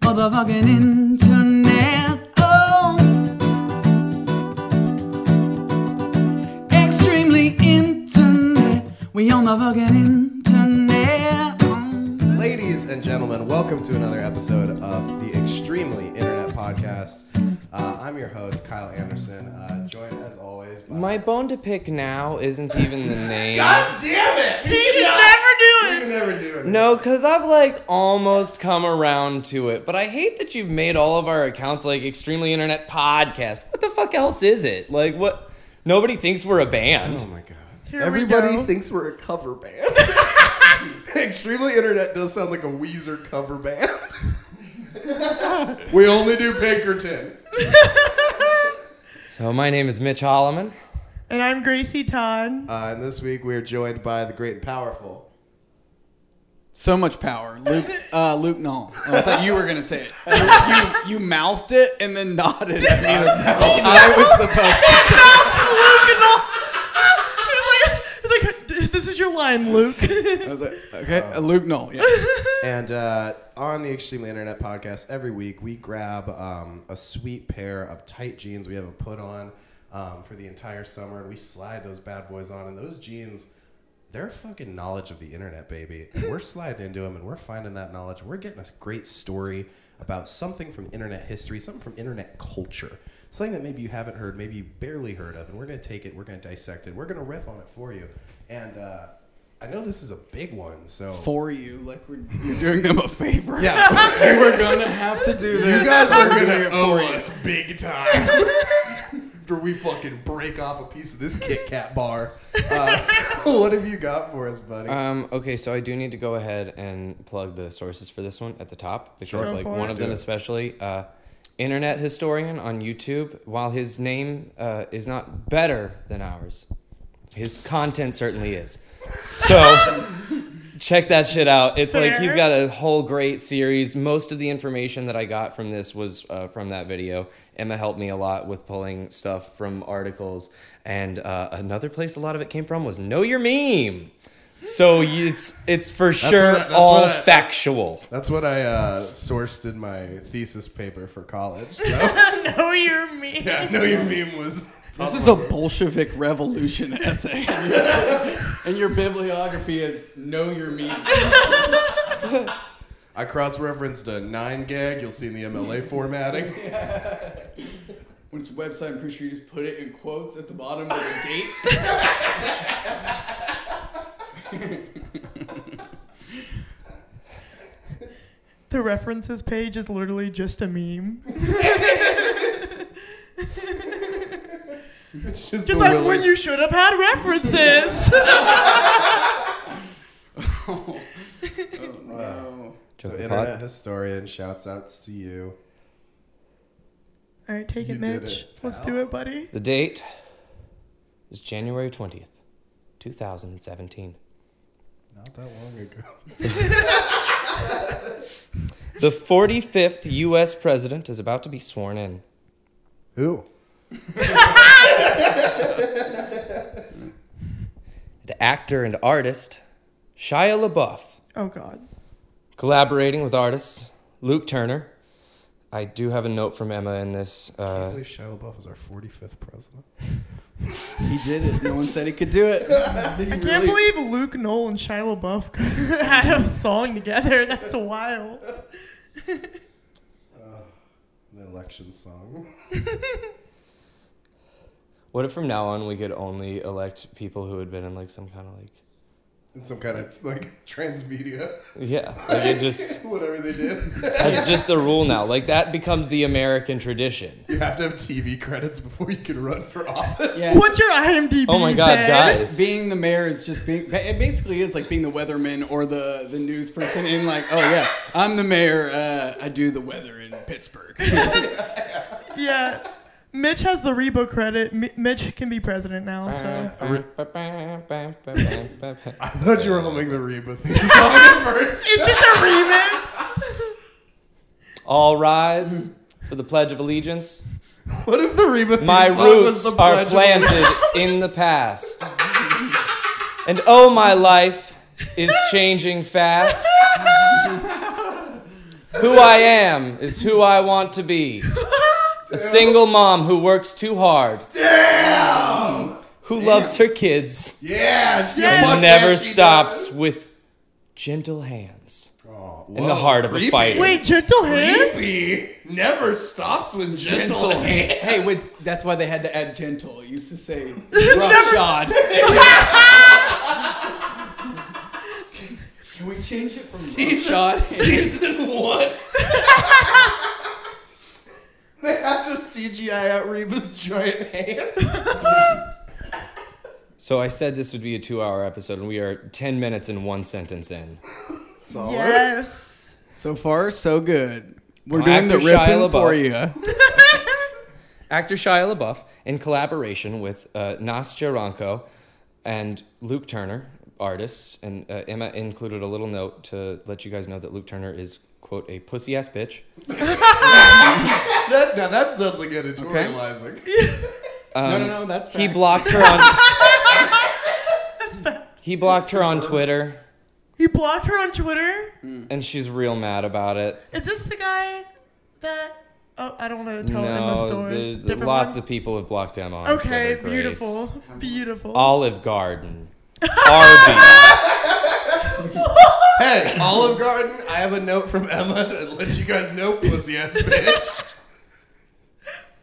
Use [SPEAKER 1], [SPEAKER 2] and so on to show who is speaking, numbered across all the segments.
[SPEAKER 1] motherfucking internet. Oh, extremely internet. We on the fucking internet. Oh.
[SPEAKER 2] Ladies and gentlemen, welcome to another episode of the Extremely Internet Podcast. Uh, I'm your host, Kyle Anderson, uh, joined as always by.
[SPEAKER 3] My bone to pick now isn't even the name.
[SPEAKER 2] God damn it! You
[SPEAKER 4] can
[SPEAKER 2] cannot-
[SPEAKER 4] never do
[SPEAKER 2] You can never do it.
[SPEAKER 3] No, because I've like almost come around to it, but I hate that you've made all of our accounts like Extremely Internet Podcast. What the fuck else is it? Like, what? Nobody thinks we're a band.
[SPEAKER 2] Oh my god.
[SPEAKER 4] Here
[SPEAKER 2] Everybody
[SPEAKER 4] we go.
[SPEAKER 2] thinks we're a cover band. Extremely Internet does sound like a Weezer cover band. we only do Pinkerton.
[SPEAKER 3] So, my name is Mitch Holloman.
[SPEAKER 4] and I'm Gracie Todd.
[SPEAKER 2] Uh, and this week we are joined by the great and powerful.
[SPEAKER 5] So much power, Luke. Uh, Luke Null. I thought you were gonna say it. You, you mouthed it and then nodded. at me.
[SPEAKER 2] I was supposed to.
[SPEAKER 4] His mouth Luke and all. I was like, I was like, this is your line, Luke.
[SPEAKER 5] I was like, okay, uh, Luke Null. Yeah.
[SPEAKER 2] And uh, on the Extremely Internet podcast, every week we grab um, a sweet pair of tight jeans we haven't put on um, for the entire summer, and we slide those bad boys on. And those jeans, they're fucking knowledge of the internet, baby. And we're sliding into them, and we're finding that knowledge. We're getting a great story about something from internet history, something from internet culture, something that maybe you haven't heard, maybe you barely heard of. And we're gonna take it, we're gonna dissect it, we're gonna riff on it for you. And uh, I know this is a big one, so
[SPEAKER 5] For you, like we're, you're doing them a favor.
[SPEAKER 2] yeah.
[SPEAKER 5] you were gonna have to do this.
[SPEAKER 2] You guys are
[SPEAKER 5] You're
[SPEAKER 2] gonna owe
[SPEAKER 5] it.
[SPEAKER 2] us big time after we fucking break off a piece of this Kit Kat bar. Uh, so what have you got for us, buddy?
[SPEAKER 5] Uh,
[SPEAKER 3] Um, okay, so I do need to go ahead and plug the sources for this one at the top because,
[SPEAKER 2] Sure.
[SPEAKER 3] like,
[SPEAKER 4] Go for
[SPEAKER 3] one
[SPEAKER 4] it.
[SPEAKER 3] of them especially, uh, internet historian on YouTube. While his name uh, is not better than ours, his content certainly is. So check that shit out. It's like he's
[SPEAKER 4] Fair.
[SPEAKER 3] got a whole great series. Most of the information that I got from this was uh, from that video. Emma helped me a lot with pulling stuff from articles. And uh, another place a lot of it came from was Know Your Meme. So you- it's it's for sure
[SPEAKER 2] where that- that's
[SPEAKER 3] all
[SPEAKER 2] where that-
[SPEAKER 3] factual.
[SPEAKER 2] That's what I uh, sourced in my thesis paper for college. So
[SPEAKER 4] no, you're me.
[SPEAKER 2] yeah, no, your meme was.
[SPEAKER 5] This is a Bolshevik revolution essay, and your bibliography is "Know Your Meme."
[SPEAKER 2] I cross-referenced a nine gag. You'll see in the MLA formatting.
[SPEAKER 5] When it's a website, I'm pretty sure you just put it in quotes at the bottom of the date.
[SPEAKER 4] The references page is literally just a meme.
[SPEAKER 2] Oh, It's just,
[SPEAKER 4] Just
[SPEAKER 2] the
[SPEAKER 4] like
[SPEAKER 2] Willy-
[SPEAKER 4] when you should have had references.
[SPEAKER 5] oh, no.
[SPEAKER 2] So
[SPEAKER 3] Joke
[SPEAKER 2] internet
[SPEAKER 3] pod.
[SPEAKER 2] historian, shouts outs to you.
[SPEAKER 4] All right, take
[SPEAKER 2] You
[SPEAKER 4] it,
[SPEAKER 2] did
[SPEAKER 4] Mitch.
[SPEAKER 2] it,
[SPEAKER 4] Let's
[SPEAKER 2] pal.
[SPEAKER 4] do it, buddy.
[SPEAKER 3] The date is January 20th, 2017.
[SPEAKER 2] Not that long ago.
[SPEAKER 3] The 45th US president is about to be sworn in.
[SPEAKER 2] Who?
[SPEAKER 3] The actor and artist Shia LaBeouf,
[SPEAKER 4] Oh God.
[SPEAKER 3] collaborating with artists Luke Turner. I do have a note from Emma in this.
[SPEAKER 2] I can't
[SPEAKER 3] Uh,
[SPEAKER 2] believe Shia LaBeouf was our 45th president.
[SPEAKER 5] He did it. No one said he could do it.
[SPEAKER 4] I can't believe Luke Knoll and Shia LaBeouf had a song together. That's wild.
[SPEAKER 2] An election song.
[SPEAKER 3] what if from now on we could only elect people who had been in like some kind of like,
[SPEAKER 2] in some kind of like transmedia,
[SPEAKER 3] yeah, like it just
[SPEAKER 2] whatever they did.
[SPEAKER 3] that's just the rule now. Like that becomes the American tradition.
[SPEAKER 2] you have to have TV credits before you can run for office.
[SPEAKER 5] Yeah.
[SPEAKER 4] What's your IMDb?
[SPEAKER 3] Oh my God,
[SPEAKER 4] say?
[SPEAKER 3] guys!
[SPEAKER 5] Being the mayor is just being. It basically is like being the weatherman or the the news person. In like, oh yeah, I'm the mayor. Uh, I do the weather in Pittsburgh.
[SPEAKER 4] Yeah. Mitch has the Rebo credit. M- Mitch can be president now,
[SPEAKER 2] Uh.
[SPEAKER 4] so.
[SPEAKER 2] I thought you were humming the Reba theme song at first.
[SPEAKER 4] It's just a remix.
[SPEAKER 3] All rise for the Pledge of Allegiance.
[SPEAKER 2] What if the Reba theme
[SPEAKER 3] My
[SPEAKER 2] song was
[SPEAKER 3] roots
[SPEAKER 2] the
[SPEAKER 3] are
[SPEAKER 2] Pledge of
[SPEAKER 3] planted in the past. And oh, my life is changing fast. Who I am is who I want to be. A single mom who works too hard. Damn! Who loves her kids
[SPEAKER 2] Yeah, she
[SPEAKER 4] Yeah.
[SPEAKER 2] fuck
[SPEAKER 3] and never
[SPEAKER 2] yeah, she
[SPEAKER 3] stops
[SPEAKER 2] does.
[SPEAKER 3] with gentle hands
[SPEAKER 2] Oh,
[SPEAKER 3] in the
[SPEAKER 2] whoa,
[SPEAKER 3] heart of
[SPEAKER 2] creepy.
[SPEAKER 3] a fighter.
[SPEAKER 4] Wait, gentle hand?
[SPEAKER 2] Creepy never stops with gentle,
[SPEAKER 5] Gentle
[SPEAKER 2] hand.
[SPEAKER 5] hand. Hey, with, that's why they had to add gentle. It used to say roughshod. Can we change it from roughshod?
[SPEAKER 2] Season one. they have to CGI out Reba's giant hand.
[SPEAKER 3] So I said this would be a two hour episode, and we are 10 minutes and one sentence in.
[SPEAKER 2] Solid.
[SPEAKER 4] Yes.
[SPEAKER 5] So far, so good. We're
[SPEAKER 3] Back
[SPEAKER 5] doing the
[SPEAKER 3] to Shia
[SPEAKER 5] ripping for you.
[SPEAKER 3] LaBeouf. Actor Shia LaBeouf, in collaboration with uh, Nastya Ranko and Luke Turner, artists, and uh, Emma included a little note to let you guys know that Luke Turner is, quote, a pussy ass bitch.
[SPEAKER 2] That, now that sounds like editorializing.
[SPEAKER 5] no, no, no. That's
[SPEAKER 3] Um, He
[SPEAKER 5] fact.
[SPEAKER 3] blocked her on. He blocked her on Twitter,
[SPEAKER 4] He blocked her on Twitter.
[SPEAKER 3] and she's real mad about it.
[SPEAKER 4] Is this the guy that? Oh, I don't want to tell in the
[SPEAKER 3] No,
[SPEAKER 4] story.
[SPEAKER 3] the, the,
[SPEAKER 4] Different
[SPEAKER 3] lots
[SPEAKER 4] one?
[SPEAKER 3] of people have blocked Emma on
[SPEAKER 4] Okay,
[SPEAKER 3] Twitter. Grace.
[SPEAKER 4] beautiful, beautiful.
[SPEAKER 3] Olive Garden, Arby's.
[SPEAKER 2] Hey, Olive Garden, I have a note from Emma to let you guys know, pussy ass bitch.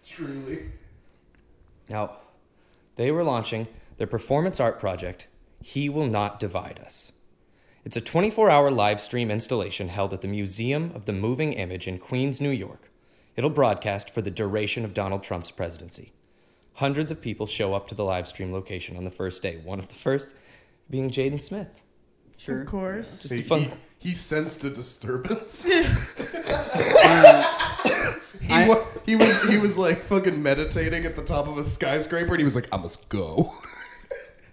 [SPEAKER 2] Truly.
[SPEAKER 3] Now, they were launching their performance art project, He Will Not Divide Us. It's a 24 hour live stream installation held at the Museum of the Moving Image in Queens, New York. It'll broadcast for the duration of Donald Trump's presidency. Hundreds of people show up to the live stream location on the first day, one of the first being Jaden Smith.
[SPEAKER 4] Of course.
[SPEAKER 3] Just a
[SPEAKER 2] He,
[SPEAKER 3] fun.
[SPEAKER 2] he, he sensed a disturbance. He,
[SPEAKER 5] I-
[SPEAKER 2] wa- he was he was like fucking meditating at the top of a skyscraper, and he was like, "I must go."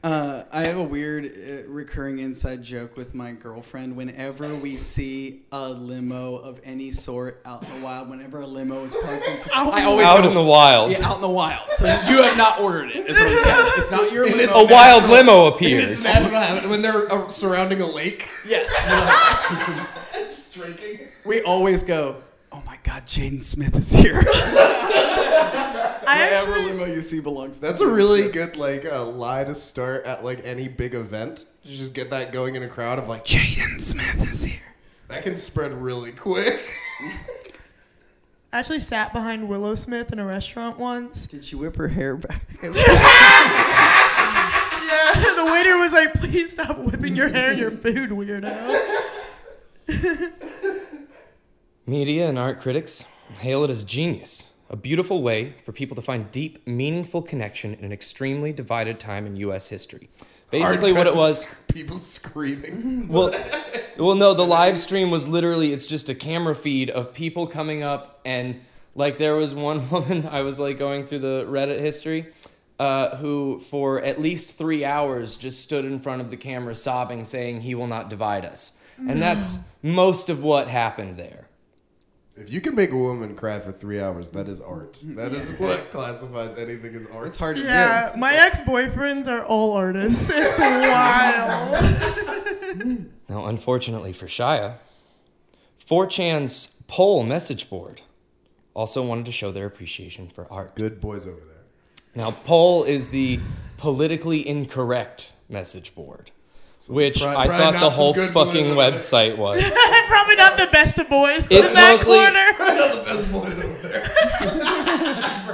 [SPEAKER 5] Uh, I have a weird uh, recurring inside joke with my girlfriend. Whenever we see a limo of any sort out in the wild, whenever a limo is parked, in, I always
[SPEAKER 3] Out
[SPEAKER 5] go,
[SPEAKER 3] in the wild.
[SPEAKER 5] yeah, out in the wild. So you have not ordered it. Is what I'm saying. It's not your limo.
[SPEAKER 3] A wild limo
[SPEAKER 2] It's
[SPEAKER 3] appears.
[SPEAKER 2] natural habit when they're uh, surrounding a lake,
[SPEAKER 5] Yes.
[SPEAKER 2] drinking.
[SPEAKER 5] We always go. Oh my God, Jaden Smith is here.
[SPEAKER 4] I
[SPEAKER 5] Whatever
[SPEAKER 4] actually,
[SPEAKER 5] limo you see belongs. To
[SPEAKER 2] That's a really good like uh, lie to start at like any big event. You just get that going in a crowd of like
[SPEAKER 5] Jaden Smith is here.
[SPEAKER 2] that can spread really quick.
[SPEAKER 4] I actually sat behind Willow Smith in a restaurant once.
[SPEAKER 5] Did she whip her hair back?
[SPEAKER 4] Yeah, the waiter was like, "Please stop whipping your hair in your food, weirdo."
[SPEAKER 3] Media and art critics hail it as genius, a beautiful way for people to find deep, meaningful connection in an extremely divided time in U.S. history. Basically,
[SPEAKER 2] Hard cut
[SPEAKER 3] what it
[SPEAKER 2] to
[SPEAKER 3] was.
[SPEAKER 2] sc- people screaming.
[SPEAKER 3] Well, well, no, the live stream was literally it's just a camera feed of people coming up and like there was one woman I was like going through the Reddit history uh, who for at least three hours just stood in front of the camera sobbing saying he will not divide us. And that's most of what happened there.
[SPEAKER 2] If you can make a woman cry for three hours, that is art. That is what classifies anything as art.
[SPEAKER 5] It's hard to
[SPEAKER 4] Yeah, my ex-boyfriends are all artists. It's wild.
[SPEAKER 3] Now, unfortunately for Shia, 4chan's poll message board also wanted to show their appreciation for art.
[SPEAKER 2] Good boys over there.
[SPEAKER 3] Now, poll is the politically incorrect message board, which
[SPEAKER 2] pri-
[SPEAKER 3] I
[SPEAKER 2] pri-
[SPEAKER 3] thought
[SPEAKER 2] not
[SPEAKER 3] the
[SPEAKER 2] some
[SPEAKER 3] whole
[SPEAKER 2] good
[SPEAKER 3] fucking
[SPEAKER 2] boys.
[SPEAKER 3] website was.
[SPEAKER 4] Probably not the best of boys.
[SPEAKER 3] It's
[SPEAKER 4] in that
[SPEAKER 3] mostly-
[SPEAKER 4] corner.
[SPEAKER 2] Probably not the best boys over there.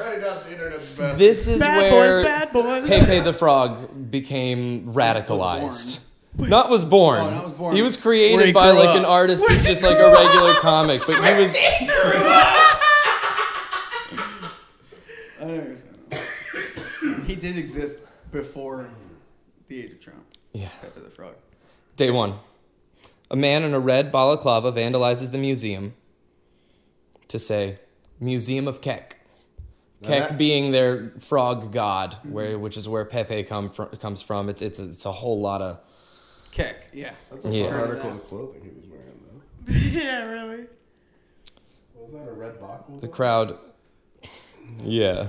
[SPEAKER 2] Probably not the internet's best.
[SPEAKER 3] This is
[SPEAKER 4] Bad
[SPEAKER 3] where
[SPEAKER 4] boys, bad boys.
[SPEAKER 3] Pepe the Frog became radicalized. Not was born.
[SPEAKER 5] Oh, not was born.
[SPEAKER 3] He was
[SPEAKER 5] Where
[SPEAKER 3] created
[SPEAKER 5] he
[SPEAKER 3] by
[SPEAKER 5] grew
[SPEAKER 3] like
[SPEAKER 5] up.
[SPEAKER 3] an artist
[SPEAKER 4] Where
[SPEAKER 3] who's
[SPEAKER 4] he
[SPEAKER 3] just like
[SPEAKER 4] grew
[SPEAKER 3] a regular comic, but he was
[SPEAKER 5] he did exist before the age of Trump.
[SPEAKER 3] yeah,
[SPEAKER 5] Pepper the Frog.
[SPEAKER 3] day one. A man in a red balaclava vandalizes the museum to say Museum of Keck. Keck
[SPEAKER 2] that-
[SPEAKER 3] being their frog god, where which is where Pepe come from, comes from. It's it's it's a whole lot of
[SPEAKER 5] Keck, yeah.
[SPEAKER 2] That's a
[SPEAKER 3] Yeah.
[SPEAKER 2] fun article
[SPEAKER 5] Heard of
[SPEAKER 2] of clothing he was wearing though.
[SPEAKER 4] yeah, really.
[SPEAKER 2] Was that a red buckle?
[SPEAKER 3] the crowd. Yeah,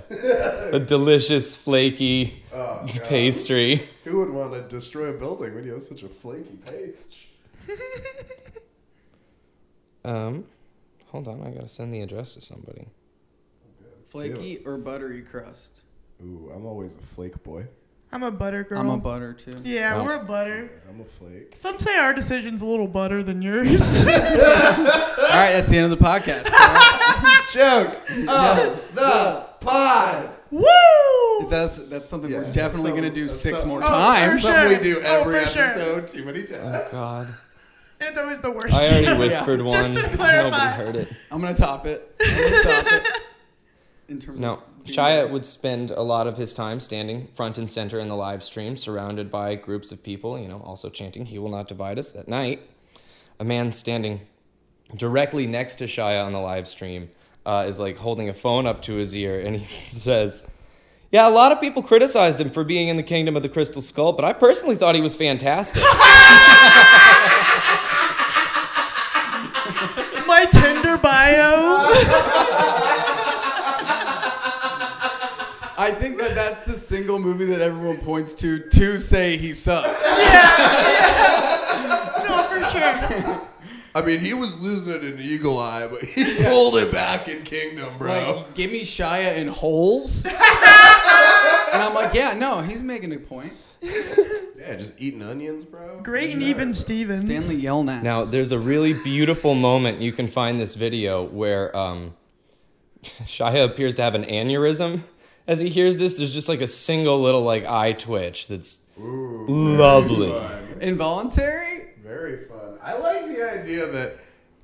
[SPEAKER 3] a delicious flaky
[SPEAKER 2] Oh, God.
[SPEAKER 3] pastry.
[SPEAKER 2] Who would want to destroy a building when you have such a flaky paste?
[SPEAKER 3] Um, Hold on, I gotta send the address to somebody.
[SPEAKER 1] Flaky or buttery crust?
[SPEAKER 2] Ooh, I'm always a flake boy.
[SPEAKER 4] I'm a butter girl.
[SPEAKER 1] I'm a butter too.
[SPEAKER 4] yeah,
[SPEAKER 3] Well-
[SPEAKER 4] we're a butter.
[SPEAKER 2] I'm a flake.
[SPEAKER 4] Some say our decision's a little butter than yours.
[SPEAKER 1] All right, that's the end of the podcast.
[SPEAKER 2] Joke of the pod.
[SPEAKER 4] Woo!
[SPEAKER 1] Is that us- that's something
[SPEAKER 2] Yeah,
[SPEAKER 1] we're definitely
[SPEAKER 2] so-
[SPEAKER 1] gonna do
[SPEAKER 2] so-
[SPEAKER 1] six more
[SPEAKER 4] oh, for
[SPEAKER 1] times?
[SPEAKER 4] sure.
[SPEAKER 2] Something we do
[SPEAKER 4] Oh,
[SPEAKER 2] every
[SPEAKER 4] for sure.
[SPEAKER 2] episode too many times.
[SPEAKER 3] Oh God,
[SPEAKER 4] it's always the worst.
[SPEAKER 3] I already whispered
[SPEAKER 4] Just
[SPEAKER 3] one.
[SPEAKER 4] to
[SPEAKER 3] Nobody
[SPEAKER 4] clarify.
[SPEAKER 3] heard it.
[SPEAKER 1] I'm gonna top it. I'm gonna top it. In terms
[SPEAKER 3] No,
[SPEAKER 1] of being-
[SPEAKER 3] Shia would spend a lot of his time standing front and center in the live stream, surrounded by groups of people, you know, also chanting, He will not divide us. That night, a man standing directly next to Shia on the live stream uh, is like holding a phone up to his ear and he says, Yeah, a lot of people criticized him for being in the kingdom of the crystal skull, but I personally thought he was fantastic.
[SPEAKER 4] My Tinder bio.
[SPEAKER 1] I think that that's the single movie that everyone points to to say he sucks.
[SPEAKER 4] no, for sure.
[SPEAKER 2] I mean, he was losing it in Eagle Eye, but he pulled it back in Kingdom, bro.
[SPEAKER 1] Like, give me Shia in holes. and I'm like, yeah, no, he's making a point.
[SPEAKER 2] yeah, just eating onions, bro.
[SPEAKER 4] Great and
[SPEAKER 2] Sure.
[SPEAKER 4] even Stevens.
[SPEAKER 1] Stanley Yelnats.
[SPEAKER 3] Now, there's a really beautiful moment you can find this video where um, Shia appears to have an aneurysm as he hears this. There's just like a single little like eye twitch that's lovely.
[SPEAKER 2] Fun.
[SPEAKER 1] involuntary.
[SPEAKER 2] Very fun. I like the idea that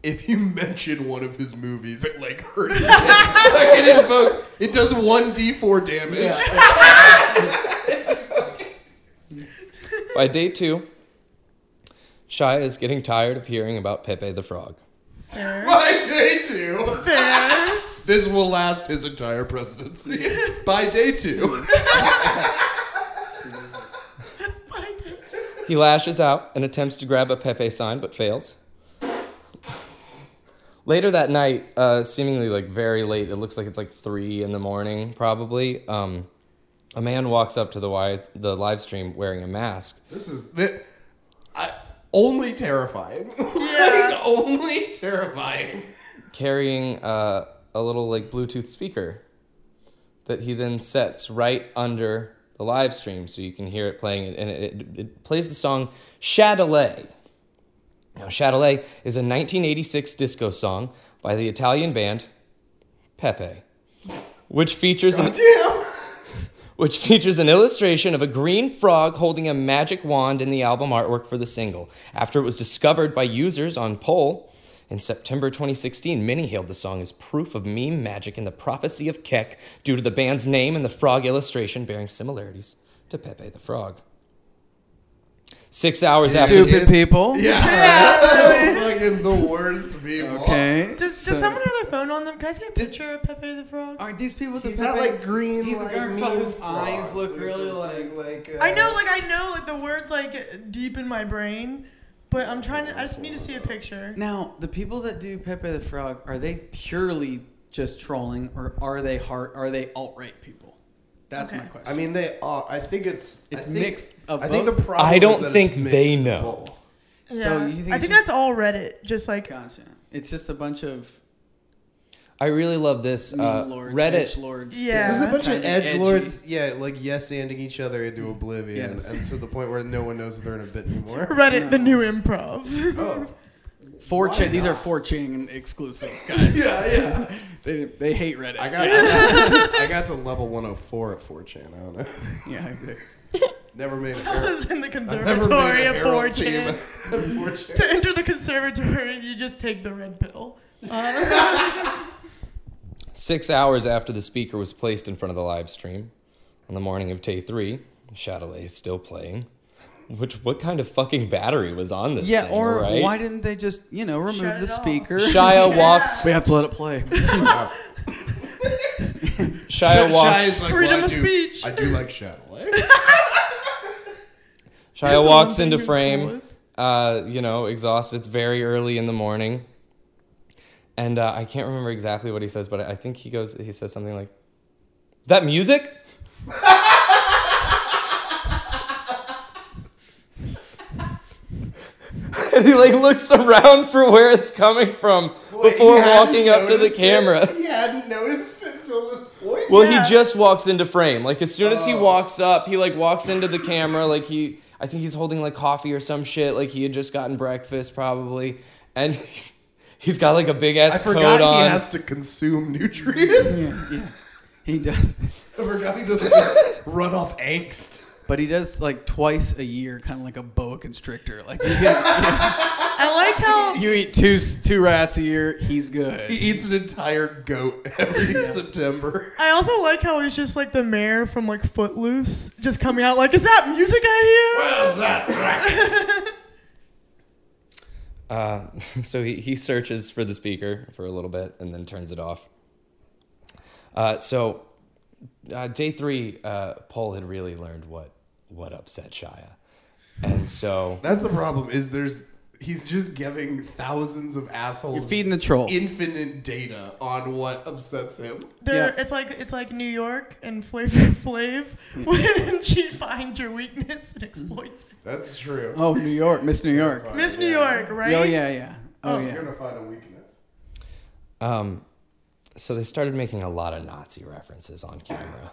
[SPEAKER 2] if you mention one of his movies, it like hurts. him. like it invokes, it does one d4 damage.
[SPEAKER 3] By day two, Shia is getting tired of hearing about Pepe the Frog.
[SPEAKER 2] By day two, this will last his entire presidency. By day two,
[SPEAKER 3] He lashes out and attempts to grab a Pepe sign, but fails. Later that night, uh, seemingly like very late, it looks like it's like three in the morning, probably. Um, a man walks up to the wi- the live stream wearing a mask.
[SPEAKER 2] this is the I, only terrifying.
[SPEAKER 4] Yeah.
[SPEAKER 2] like, only terrifying.
[SPEAKER 3] carrying uh, a little like Bluetooth speaker that he then sets right under the live stream so you can hear it playing and it, it, it plays the song Chatelet. Now Chatelet is a 1986 disco song by the Italian band Pepe, which features an,
[SPEAKER 2] Damn.
[SPEAKER 3] which features an illustration of a green frog holding a magic wand in the album artwork for the single. After it was discovered by users on Poll in September 2016, many hailed the song as proof of meme magic and the prophecy of Keck due to the band's name and the frog illustration bearing similarities to Pepe the Frog. Six hours after.
[SPEAKER 1] Stupid people.
[SPEAKER 3] Uh,
[SPEAKER 2] Yeah. Fucking the worst people.
[SPEAKER 1] Okay.
[SPEAKER 4] Does,
[SPEAKER 1] so-
[SPEAKER 4] does someone have their phone on them? Can I see a picture of Pepe the Frog?
[SPEAKER 3] Uh,
[SPEAKER 1] Aren't these people the
[SPEAKER 2] He's not
[SPEAKER 1] Pepe-
[SPEAKER 2] like green.
[SPEAKER 1] He's the
[SPEAKER 2] like
[SPEAKER 1] grandpa
[SPEAKER 2] mean
[SPEAKER 1] whose
[SPEAKER 2] frog.
[SPEAKER 1] eyes look really like
[SPEAKER 2] like. Uh,
[SPEAKER 4] I know, like I know, like the words like deep in my brain, but I'm trying to. I just need to see a picture.
[SPEAKER 1] Now, the people that do Pepe the Frog, are they purely just trolling or are they heart are they alt right people? That's
[SPEAKER 4] Okay.
[SPEAKER 1] my question.
[SPEAKER 2] I mean, they are. I think it's. I
[SPEAKER 1] It's
[SPEAKER 2] think-
[SPEAKER 1] mixed of
[SPEAKER 2] I think the
[SPEAKER 1] both?
[SPEAKER 2] problem.
[SPEAKER 3] I
[SPEAKER 2] is
[SPEAKER 3] don't
[SPEAKER 2] that it's
[SPEAKER 3] think they
[SPEAKER 2] mixed of
[SPEAKER 3] know.
[SPEAKER 2] both.
[SPEAKER 1] So you think
[SPEAKER 4] I
[SPEAKER 1] it's
[SPEAKER 4] think
[SPEAKER 1] just-
[SPEAKER 4] that's all Reddit. Just like
[SPEAKER 1] gotcha. It's just a bunch of
[SPEAKER 3] I really love this.
[SPEAKER 1] meme
[SPEAKER 3] Uh,
[SPEAKER 1] lords, edge
[SPEAKER 3] Reddit.
[SPEAKER 1] lords.
[SPEAKER 4] Yeah.
[SPEAKER 2] There's a bunch of
[SPEAKER 1] Kinda
[SPEAKER 2] edge
[SPEAKER 1] edgy.
[SPEAKER 2] lords, yeah, like yes anding each other into oblivion,
[SPEAKER 1] Yes.
[SPEAKER 2] and to the point where no one knows if they're in a bit anymore.
[SPEAKER 4] Reddit, the new improv.
[SPEAKER 2] Oh,
[SPEAKER 1] Four
[SPEAKER 2] Why
[SPEAKER 1] chan. These are
[SPEAKER 2] not?
[SPEAKER 1] four chan exclusive guys.
[SPEAKER 2] yeah, yeah.
[SPEAKER 1] they, they hate Reddit.
[SPEAKER 2] I got, I got, I got to level 104 at 4chan. I don't know.
[SPEAKER 1] yeah, I agree.
[SPEAKER 2] Never made it.
[SPEAKER 4] I was in the
[SPEAKER 2] Never made
[SPEAKER 4] conservatory
[SPEAKER 2] a
[SPEAKER 4] of
[SPEAKER 2] Herald
[SPEAKER 4] 4chan.
[SPEAKER 2] team. 4chan.
[SPEAKER 4] To enter the conservatory, you just take the red pill. Uh,
[SPEAKER 3] Six hours after the speaker was placed in front of the live stream, on the morning of day three, Chatelet is still playing. Which what kind of fucking battery was on this?
[SPEAKER 1] Yeah,
[SPEAKER 3] thing,
[SPEAKER 1] or
[SPEAKER 3] right?
[SPEAKER 1] why didn't they just you know remove
[SPEAKER 4] Shut
[SPEAKER 1] the
[SPEAKER 4] it off.
[SPEAKER 1] speaker?
[SPEAKER 3] Shia walks.
[SPEAKER 1] We have to let it play.
[SPEAKER 3] Shia walks.
[SPEAKER 2] like,
[SPEAKER 4] Freedom
[SPEAKER 2] I
[SPEAKER 4] of
[SPEAKER 2] do,
[SPEAKER 4] speech.
[SPEAKER 2] I do like Shadow.
[SPEAKER 3] Shia walks into
[SPEAKER 4] Someone
[SPEAKER 3] frame.
[SPEAKER 4] who's
[SPEAKER 3] Uh, you know, exhausted. It's very early in the morning, and uh, I can't remember exactly what he says, but I think he goes. He says something like, "Is that music?" and he like looks around for where it's coming from,
[SPEAKER 2] Wait,
[SPEAKER 3] before
[SPEAKER 2] he hadn't
[SPEAKER 3] walking up to the
[SPEAKER 2] noticed it?
[SPEAKER 3] camera.
[SPEAKER 2] He hadn't noticed it until this point.
[SPEAKER 3] Well,
[SPEAKER 4] Yeah.
[SPEAKER 3] he just walks into frame. Like as soon as he
[SPEAKER 2] Oh.
[SPEAKER 3] walks up, he like walks into the camera. Like he, I think he's holding like coffee or some shit. Like he had just gotten breakfast probably, and he's got like a big ass
[SPEAKER 2] I
[SPEAKER 3] coat
[SPEAKER 2] forgot he
[SPEAKER 3] on.
[SPEAKER 2] has to consume nutrients.
[SPEAKER 5] Yeah, yeah. He does.
[SPEAKER 2] I forgot he doesn't just run off angst.
[SPEAKER 5] But he does like twice a year, kind of like a boa constrictor. Like you, can,
[SPEAKER 4] I like how
[SPEAKER 5] you eat two s- two rats a year, he's
[SPEAKER 2] He
[SPEAKER 5] good.
[SPEAKER 2] eats an entire goat every September.
[SPEAKER 4] I also like how he's just like the mayor from like Footloose, just coming out like, "Is that music I
[SPEAKER 2] How's that racket?
[SPEAKER 3] Uh, so he, he searches for the speaker for a little bit and then turns it off. Uh, so uh, day three, uh, Paul had really learned what what upset Shia, and so
[SPEAKER 2] That's the problem. Is there's he's just giving thousands of assholes
[SPEAKER 5] You're feeding the troll.
[SPEAKER 2] infinite data on what upsets him.
[SPEAKER 4] hear?" There,
[SPEAKER 5] Yeah.
[SPEAKER 4] it's like it's like New York and Flavor Flav when she finds your weakness and exploits. it.
[SPEAKER 2] That's true.
[SPEAKER 5] Oh, New York, Miss New York. Oh
[SPEAKER 4] Miss New
[SPEAKER 2] Yeah.
[SPEAKER 4] York, right?
[SPEAKER 5] yeah, yeah. Oh
[SPEAKER 2] He's
[SPEAKER 5] yeah.
[SPEAKER 2] gonna find a weakness.
[SPEAKER 3] Um, so they started making a lot of Nazi references on camera,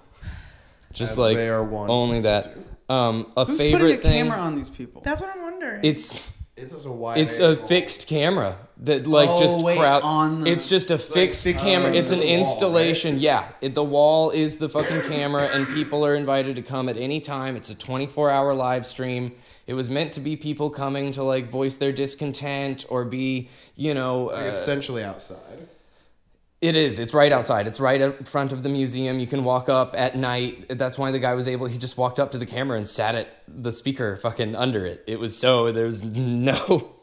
[SPEAKER 3] just
[SPEAKER 2] As
[SPEAKER 3] like
[SPEAKER 2] they are wont
[SPEAKER 3] only
[SPEAKER 2] to
[SPEAKER 3] that. Um, a
[SPEAKER 5] Who's
[SPEAKER 3] favorite
[SPEAKER 5] putting a
[SPEAKER 3] thing.
[SPEAKER 5] camera on these people?
[SPEAKER 4] That's what I'm wondering.
[SPEAKER 3] It's
[SPEAKER 2] It's just a wide.
[SPEAKER 3] it's a
[SPEAKER 2] angle.
[SPEAKER 3] fixed camera that like
[SPEAKER 5] Oh,
[SPEAKER 3] just
[SPEAKER 5] wait,
[SPEAKER 3] crowd.
[SPEAKER 5] on the-
[SPEAKER 3] it's just a fixed
[SPEAKER 2] fixed
[SPEAKER 3] camera.
[SPEAKER 2] to
[SPEAKER 3] It's
[SPEAKER 2] the
[SPEAKER 3] an
[SPEAKER 2] wall, right?
[SPEAKER 3] installation. Yeah, it, the wall is the fucking camera, and people are invited to come at any time. It's a twenty four hour live stream. It was meant to be people coming to like voice their discontent or be you know
[SPEAKER 2] Like
[SPEAKER 3] uh,
[SPEAKER 2] essentially outside.
[SPEAKER 3] It is. It's right outside. It's right out front of the museum. You can walk up at night. That's why the guy was able. He just walked up to the camera and sat at the speaker, fucking under it. It was so there was no.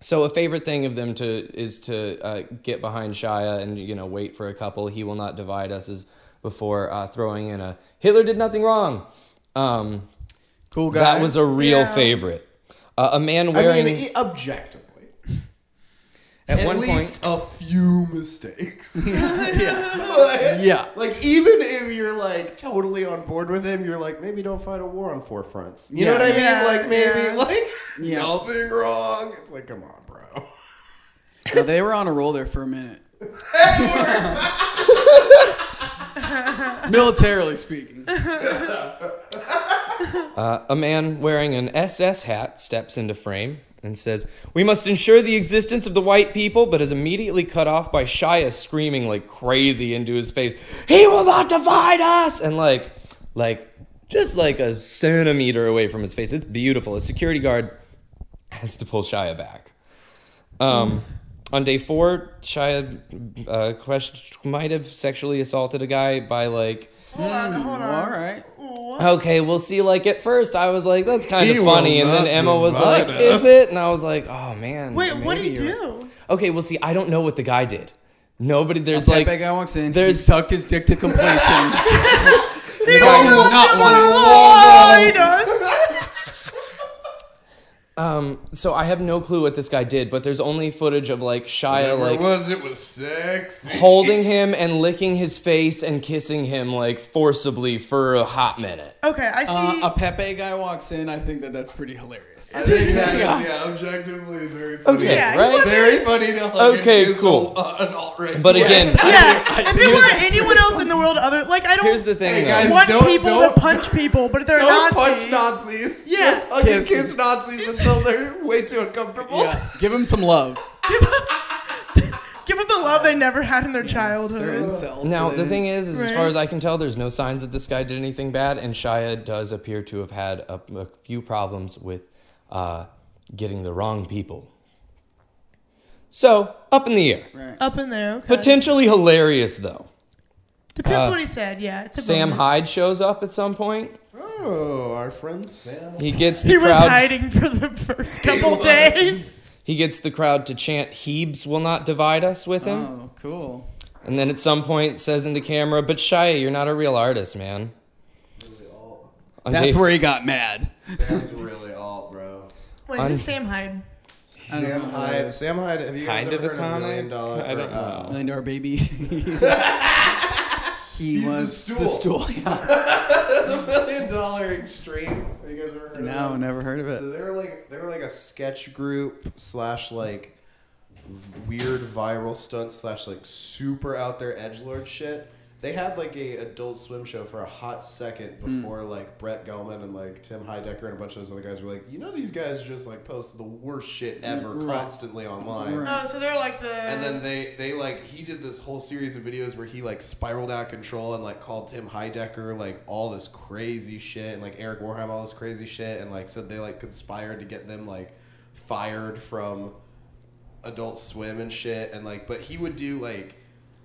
[SPEAKER 3] So a favorite thing of them to is to uh, get behind Shia and you know wait for a couple. He will not divide us is before uh, throwing in a Hitler did nothing wrong. Um,
[SPEAKER 5] Cool guys.
[SPEAKER 3] that was a real
[SPEAKER 4] Yeah.
[SPEAKER 3] favorite. Uh, a man
[SPEAKER 2] I
[SPEAKER 3] wearing
[SPEAKER 2] mean, i- objectively,
[SPEAKER 3] at,
[SPEAKER 2] at
[SPEAKER 3] one point.
[SPEAKER 2] least a few mistakes.
[SPEAKER 5] yeah.
[SPEAKER 2] Like-
[SPEAKER 5] Yeah.
[SPEAKER 2] Like even if you're like totally on board with him, you're like maybe don't fight a war on four fronts. You know
[SPEAKER 5] Yeah.
[SPEAKER 2] what I mean?
[SPEAKER 4] Yeah,
[SPEAKER 2] like maybe
[SPEAKER 4] yeah.
[SPEAKER 2] like
[SPEAKER 5] Yeah.
[SPEAKER 2] nothing wrong. It's like come on, bro.
[SPEAKER 5] No, they were on a roll there for a minute. Militarily speaking.
[SPEAKER 3] A man wearing an SS hat steps into frame and says, We must ensure the existence of the white people, but is immediately cut off by Shia screaming like crazy into his face, He will not divide us! And like, like, just like a centimeter away from his face. It's beautiful. A security guard has to pull Shia back. Um, on day four, Shia uh, quest- might have sexually assaulted a guy by like,
[SPEAKER 4] hold on, hold on.
[SPEAKER 5] All right.
[SPEAKER 4] What?
[SPEAKER 3] okay, we'll see. Like at first, I was like, that's kind
[SPEAKER 2] He
[SPEAKER 3] of
[SPEAKER 2] will
[SPEAKER 3] funny, and then
[SPEAKER 2] not
[SPEAKER 3] Emma was like,
[SPEAKER 2] divide
[SPEAKER 3] is
[SPEAKER 2] us.
[SPEAKER 3] it? And I was like, oh man.
[SPEAKER 4] Wait, what do
[SPEAKER 3] maybe
[SPEAKER 4] you
[SPEAKER 3] you're right."
[SPEAKER 4] do?
[SPEAKER 3] Okay, well, see, I don't know what the guy did. Nobody, there's
[SPEAKER 5] Like,
[SPEAKER 3] like,
[SPEAKER 5] that guy walks in.
[SPEAKER 3] there's-
[SPEAKER 5] There's sucked his dick to completion.
[SPEAKER 4] He
[SPEAKER 5] guy
[SPEAKER 4] will
[SPEAKER 5] will not want it.
[SPEAKER 4] divide us.
[SPEAKER 3] um. So I have no clue what this guy did, but there's only footage of like Shia
[SPEAKER 2] Whatever it
[SPEAKER 3] like
[SPEAKER 2] was it was sexy.
[SPEAKER 3] holding him and licking his face and kissing him like forcibly for a hot minute.
[SPEAKER 4] Okay, I
[SPEAKER 5] Uh,
[SPEAKER 4] see.
[SPEAKER 5] a Pepe guy walks in. I think that that's pretty hilarious.
[SPEAKER 2] I think that is yeah, objectively very funny.
[SPEAKER 3] Okay,
[SPEAKER 4] Yeah, he
[SPEAKER 3] right.
[SPEAKER 4] wasn't-
[SPEAKER 2] Very funny to hug
[SPEAKER 3] Okay,
[SPEAKER 2] and kiss
[SPEAKER 3] cool.
[SPEAKER 2] a- uh, an alt-right.
[SPEAKER 3] But again,
[SPEAKER 4] yeah, if there were anyone else in the world other, like I don't
[SPEAKER 3] here's the thing.
[SPEAKER 2] Hey,
[SPEAKER 3] though.
[SPEAKER 2] guys,
[SPEAKER 4] want
[SPEAKER 2] Don't-
[SPEAKER 4] people
[SPEAKER 2] don't-
[SPEAKER 4] to punch people, but if they're
[SPEAKER 2] don't
[SPEAKER 4] Nazis,
[SPEAKER 2] punch Nazis.
[SPEAKER 4] Yeah.
[SPEAKER 2] Just hug and
[SPEAKER 5] Kiss.
[SPEAKER 2] kiss Nazis until they're way too uncomfortable.
[SPEAKER 5] Yeah, give him some love.
[SPEAKER 4] give them the love they never had in their childhood.
[SPEAKER 5] They're incels.
[SPEAKER 3] Now the thing
[SPEAKER 5] is,
[SPEAKER 3] is, is as
[SPEAKER 4] Right.
[SPEAKER 3] far as I can tell, there's no signs that this guy did anything bad, and Shia does appear to have had a, a few problems with uh, getting the wrong people. So up in the air,
[SPEAKER 4] Up in there, okay.
[SPEAKER 3] potentially hilarious though.
[SPEAKER 4] Depends
[SPEAKER 3] uh,
[SPEAKER 4] what he said. Yeah, it's a
[SPEAKER 3] Sam
[SPEAKER 4] bummer.
[SPEAKER 3] Hyde shows up at some point.
[SPEAKER 2] Oh, our friend Sam.
[SPEAKER 3] He gets the
[SPEAKER 4] He was
[SPEAKER 3] crowd.
[SPEAKER 4] hiding for the first couple
[SPEAKER 2] was.
[SPEAKER 4] days.
[SPEAKER 3] He gets the crowd to chant "Hebes will not divide us" with him,
[SPEAKER 5] oh, cool.
[SPEAKER 3] and then at some point says into camera, "But Shia, you're not a real artist, man." On
[SPEAKER 5] That's
[SPEAKER 3] day-
[SPEAKER 5] where he got mad.
[SPEAKER 2] Sam's really alt, bro.
[SPEAKER 4] Wait,
[SPEAKER 3] On-
[SPEAKER 4] who's Sam Hyde?
[SPEAKER 2] Sam Hyde. Sam Hyde. Have you guys
[SPEAKER 3] Kind of
[SPEAKER 2] ever
[SPEAKER 3] a
[SPEAKER 2] heard of Million
[SPEAKER 3] comic?
[SPEAKER 2] Dollar?
[SPEAKER 3] I don't
[SPEAKER 2] or, uh,
[SPEAKER 3] know.
[SPEAKER 5] Million dollar baby. he
[SPEAKER 2] the
[SPEAKER 5] was the
[SPEAKER 2] stool.
[SPEAKER 5] stool. yeah.
[SPEAKER 2] the Million Dollar Extreme. Have you guys ever heard of
[SPEAKER 5] No,
[SPEAKER 2] that?
[SPEAKER 5] never heard of
[SPEAKER 2] So
[SPEAKER 5] it.
[SPEAKER 2] they were like they were like a sketch group slash like weird viral stunts slash like super out there edge lord shit. They had like a adult swim show for a hot second before like Brett Gelman and like Tim Heidecker and a bunch of those other guys were like, you know, these guys just like post the worst shit ever
[SPEAKER 1] Right.
[SPEAKER 2] constantly online.
[SPEAKER 1] Right.
[SPEAKER 4] Oh, so they're like the.
[SPEAKER 2] And then they, they like he did this whole series of videos where he like spiraled out of control and like called Tim Heidecker like all this crazy shit and like Eric Warheim all this crazy shit and like said they like conspired to get them like fired from Adult Swim and shit and like but he would do like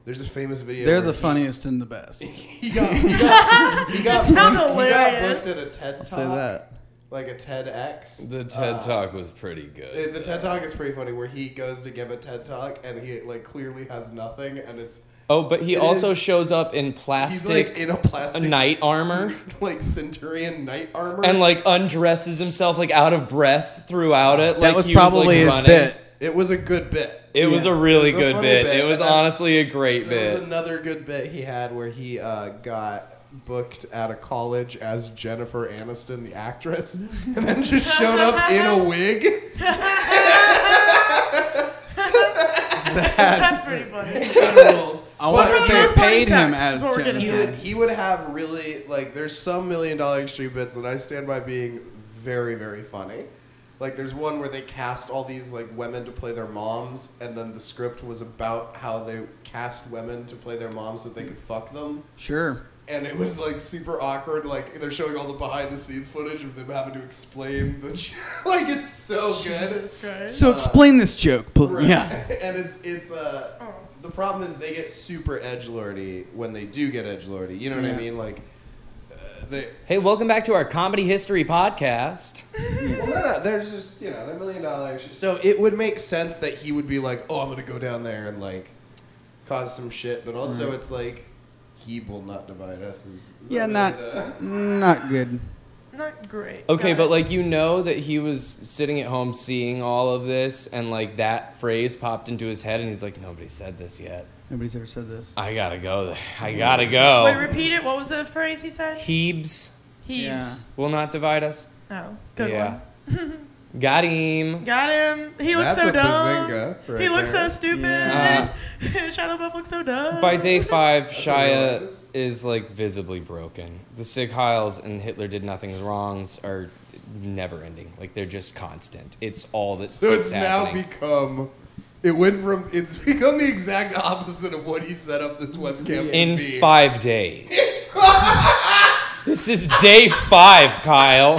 [SPEAKER 2] there's a famous video
[SPEAKER 1] They're
[SPEAKER 2] where
[SPEAKER 1] the
[SPEAKER 2] he-
[SPEAKER 1] funniest and the best.
[SPEAKER 2] he got he got he got, booked,
[SPEAKER 4] sound
[SPEAKER 2] he got
[SPEAKER 4] hilarious.
[SPEAKER 2] booked at a TED talk
[SPEAKER 1] Say that.
[SPEAKER 2] like a TEDx
[SPEAKER 3] The TED
[SPEAKER 2] Uh,
[SPEAKER 3] Talk was pretty good.
[SPEAKER 2] the, the TED Talk is pretty funny, where he goes to give a TED Talk and he like clearly has nothing, and it's
[SPEAKER 3] oh, but he
[SPEAKER 2] it
[SPEAKER 3] also
[SPEAKER 2] is-
[SPEAKER 3] shows up in
[SPEAKER 2] he's
[SPEAKER 3] plastic
[SPEAKER 2] like in a plastic
[SPEAKER 3] knight armor
[SPEAKER 2] like centurion knight armor,
[SPEAKER 3] and like undresses himself like out of breath throughout it. Like
[SPEAKER 1] that was
[SPEAKER 3] he like,
[SPEAKER 1] probably his
[SPEAKER 3] running.
[SPEAKER 1] bit.
[SPEAKER 2] it was a good bit.
[SPEAKER 3] It was
[SPEAKER 1] Yeah.
[SPEAKER 3] a really
[SPEAKER 2] It was a
[SPEAKER 3] good
[SPEAKER 2] funny
[SPEAKER 3] bit.
[SPEAKER 2] bit,
[SPEAKER 3] It was
[SPEAKER 2] and then-
[SPEAKER 3] honestly a great
[SPEAKER 2] There
[SPEAKER 3] bit.
[SPEAKER 2] was another good bit he had where he uh, got booked out of college as Jennifer Aniston, the actress, and then just showed up in a wig.
[SPEAKER 4] That's pretty funny.
[SPEAKER 2] Rules.
[SPEAKER 1] I wonder
[SPEAKER 2] But
[SPEAKER 1] if
[SPEAKER 2] he
[SPEAKER 4] he
[SPEAKER 1] they
[SPEAKER 4] was probably
[SPEAKER 1] paid him
[SPEAKER 4] sex,
[SPEAKER 1] as
[SPEAKER 4] is what we're getting
[SPEAKER 2] he
[SPEAKER 1] Jennifer.
[SPEAKER 2] would he would have really like there's some million dollar extreme bits that I stand by being very very funny. Like there's one where they cast all these like women to play their moms, and then the script was about how they cast women to play their moms so that they could fuck them,
[SPEAKER 1] Sure.
[SPEAKER 2] and it was like super awkward. Like they're showing all the behind the scenes footage of them having to explain the like it's so good.
[SPEAKER 4] Jesus Christ.
[SPEAKER 1] So explain this joke, please.
[SPEAKER 2] Right.
[SPEAKER 1] Yeah.
[SPEAKER 2] and it's it's uh
[SPEAKER 4] Oh.
[SPEAKER 2] the problem is they get super edge lordy when they do get edge lordy. You know what I
[SPEAKER 1] Yeah.
[SPEAKER 2] mean? Like uh, they
[SPEAKER 3] Hey, welcome back to our comedy history podcast.
[SPEAKER 2] well, no, no, there's just you know they're million dollars. So it would make sense that he would be like, oh, I'm gonna go down there and like cause some shit. But also, it's like he will not divide us. Is, is that uh?
[SPEAKER 1] Yeah,
[SPEAKER 2] really
[SPEAKER 1] not
[SPEAKER 2] the-
[SPEAKER 1] not good.
[SPEAKER 4] Not great.
[SPEAKER 3] Okay,
[SPEAKER 4] Got
[SPEAKER 3] but
[SPEAKER 4] it.
[SPEAKER 3] like you know that he was sitting at home seeing all of this, and like that phrase popped into his head, and he's like, "Nobody said this yet.
[SPEAKER 1] Nobody's ever said this.
[SPEAKER 3] I gotta go there. I gotta go."
[SPEAKER 4] Wait, repeat it. What was the phrase he said?
[SPEAKER 3] Hebes
[SPEAKER 4] Heaps.
[SPEAKER 1] Yeah.
[SPEAKER 3] will not divide us.
[SPEAKER 4] Oh, good
[SPEAKER 3] yeah, got him.
[SPEAKER 4] one. Got him. He looks
[SPEAKER 2] That's
[SPEAKER 4] so
[SPEAKER 2] a
[SPEAKER 4] dumb.
[SPEAKER 2] bazinga right
[SPEAKER 4] he looks
[SPEAKER 2] there.
[SPEAKER 4] so stupid.
[SPEAKER 1] Yeah.
[SPEAKER 4] Shia LaBeouf looks so dumb.
[SPEAKER 3] By day five,
[SPEAKER 2] a real
[SPEAKER 3] Shia
[SPEAKER 2] one.
[SPEAKER 3] is like visibly broken. The Sig Heils and Hitler did nothing wrongs are never ending. Like they're just constant. It's all that's
[SPEAKER 2] So it's now
[SPEAKER 3] happening.
[SPEAKER 2] become. It went from it's become the exact opposite of what he set up this webcam to
[SPEAKER 3] in
[SPEAKER 2] be.
[SPEAKER 3] five days. this is day five, Kyle.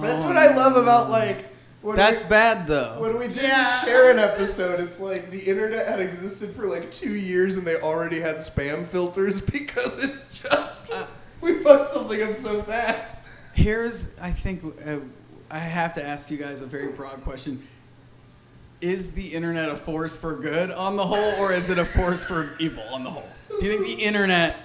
[SPEAKER 2] That's what I love about like. When
[SPEAKER 1] That's
[SPEAKER 2] we-
[SPEAKER 1] bad though.
[SPEAKER 2] When we did
[SPEAKER 4] Yeah.
[SPEAKER 2] the Sharon episode, it's like the internet had existed for like two years and they already had spam filters because it's just we fucked something up so fast.
[SPEAKER 1] Here's I think uh, I have to ask you guys a very broad question. Is the internet a force for good on the whole, or is it a force for evil on the whole? Do you think the internet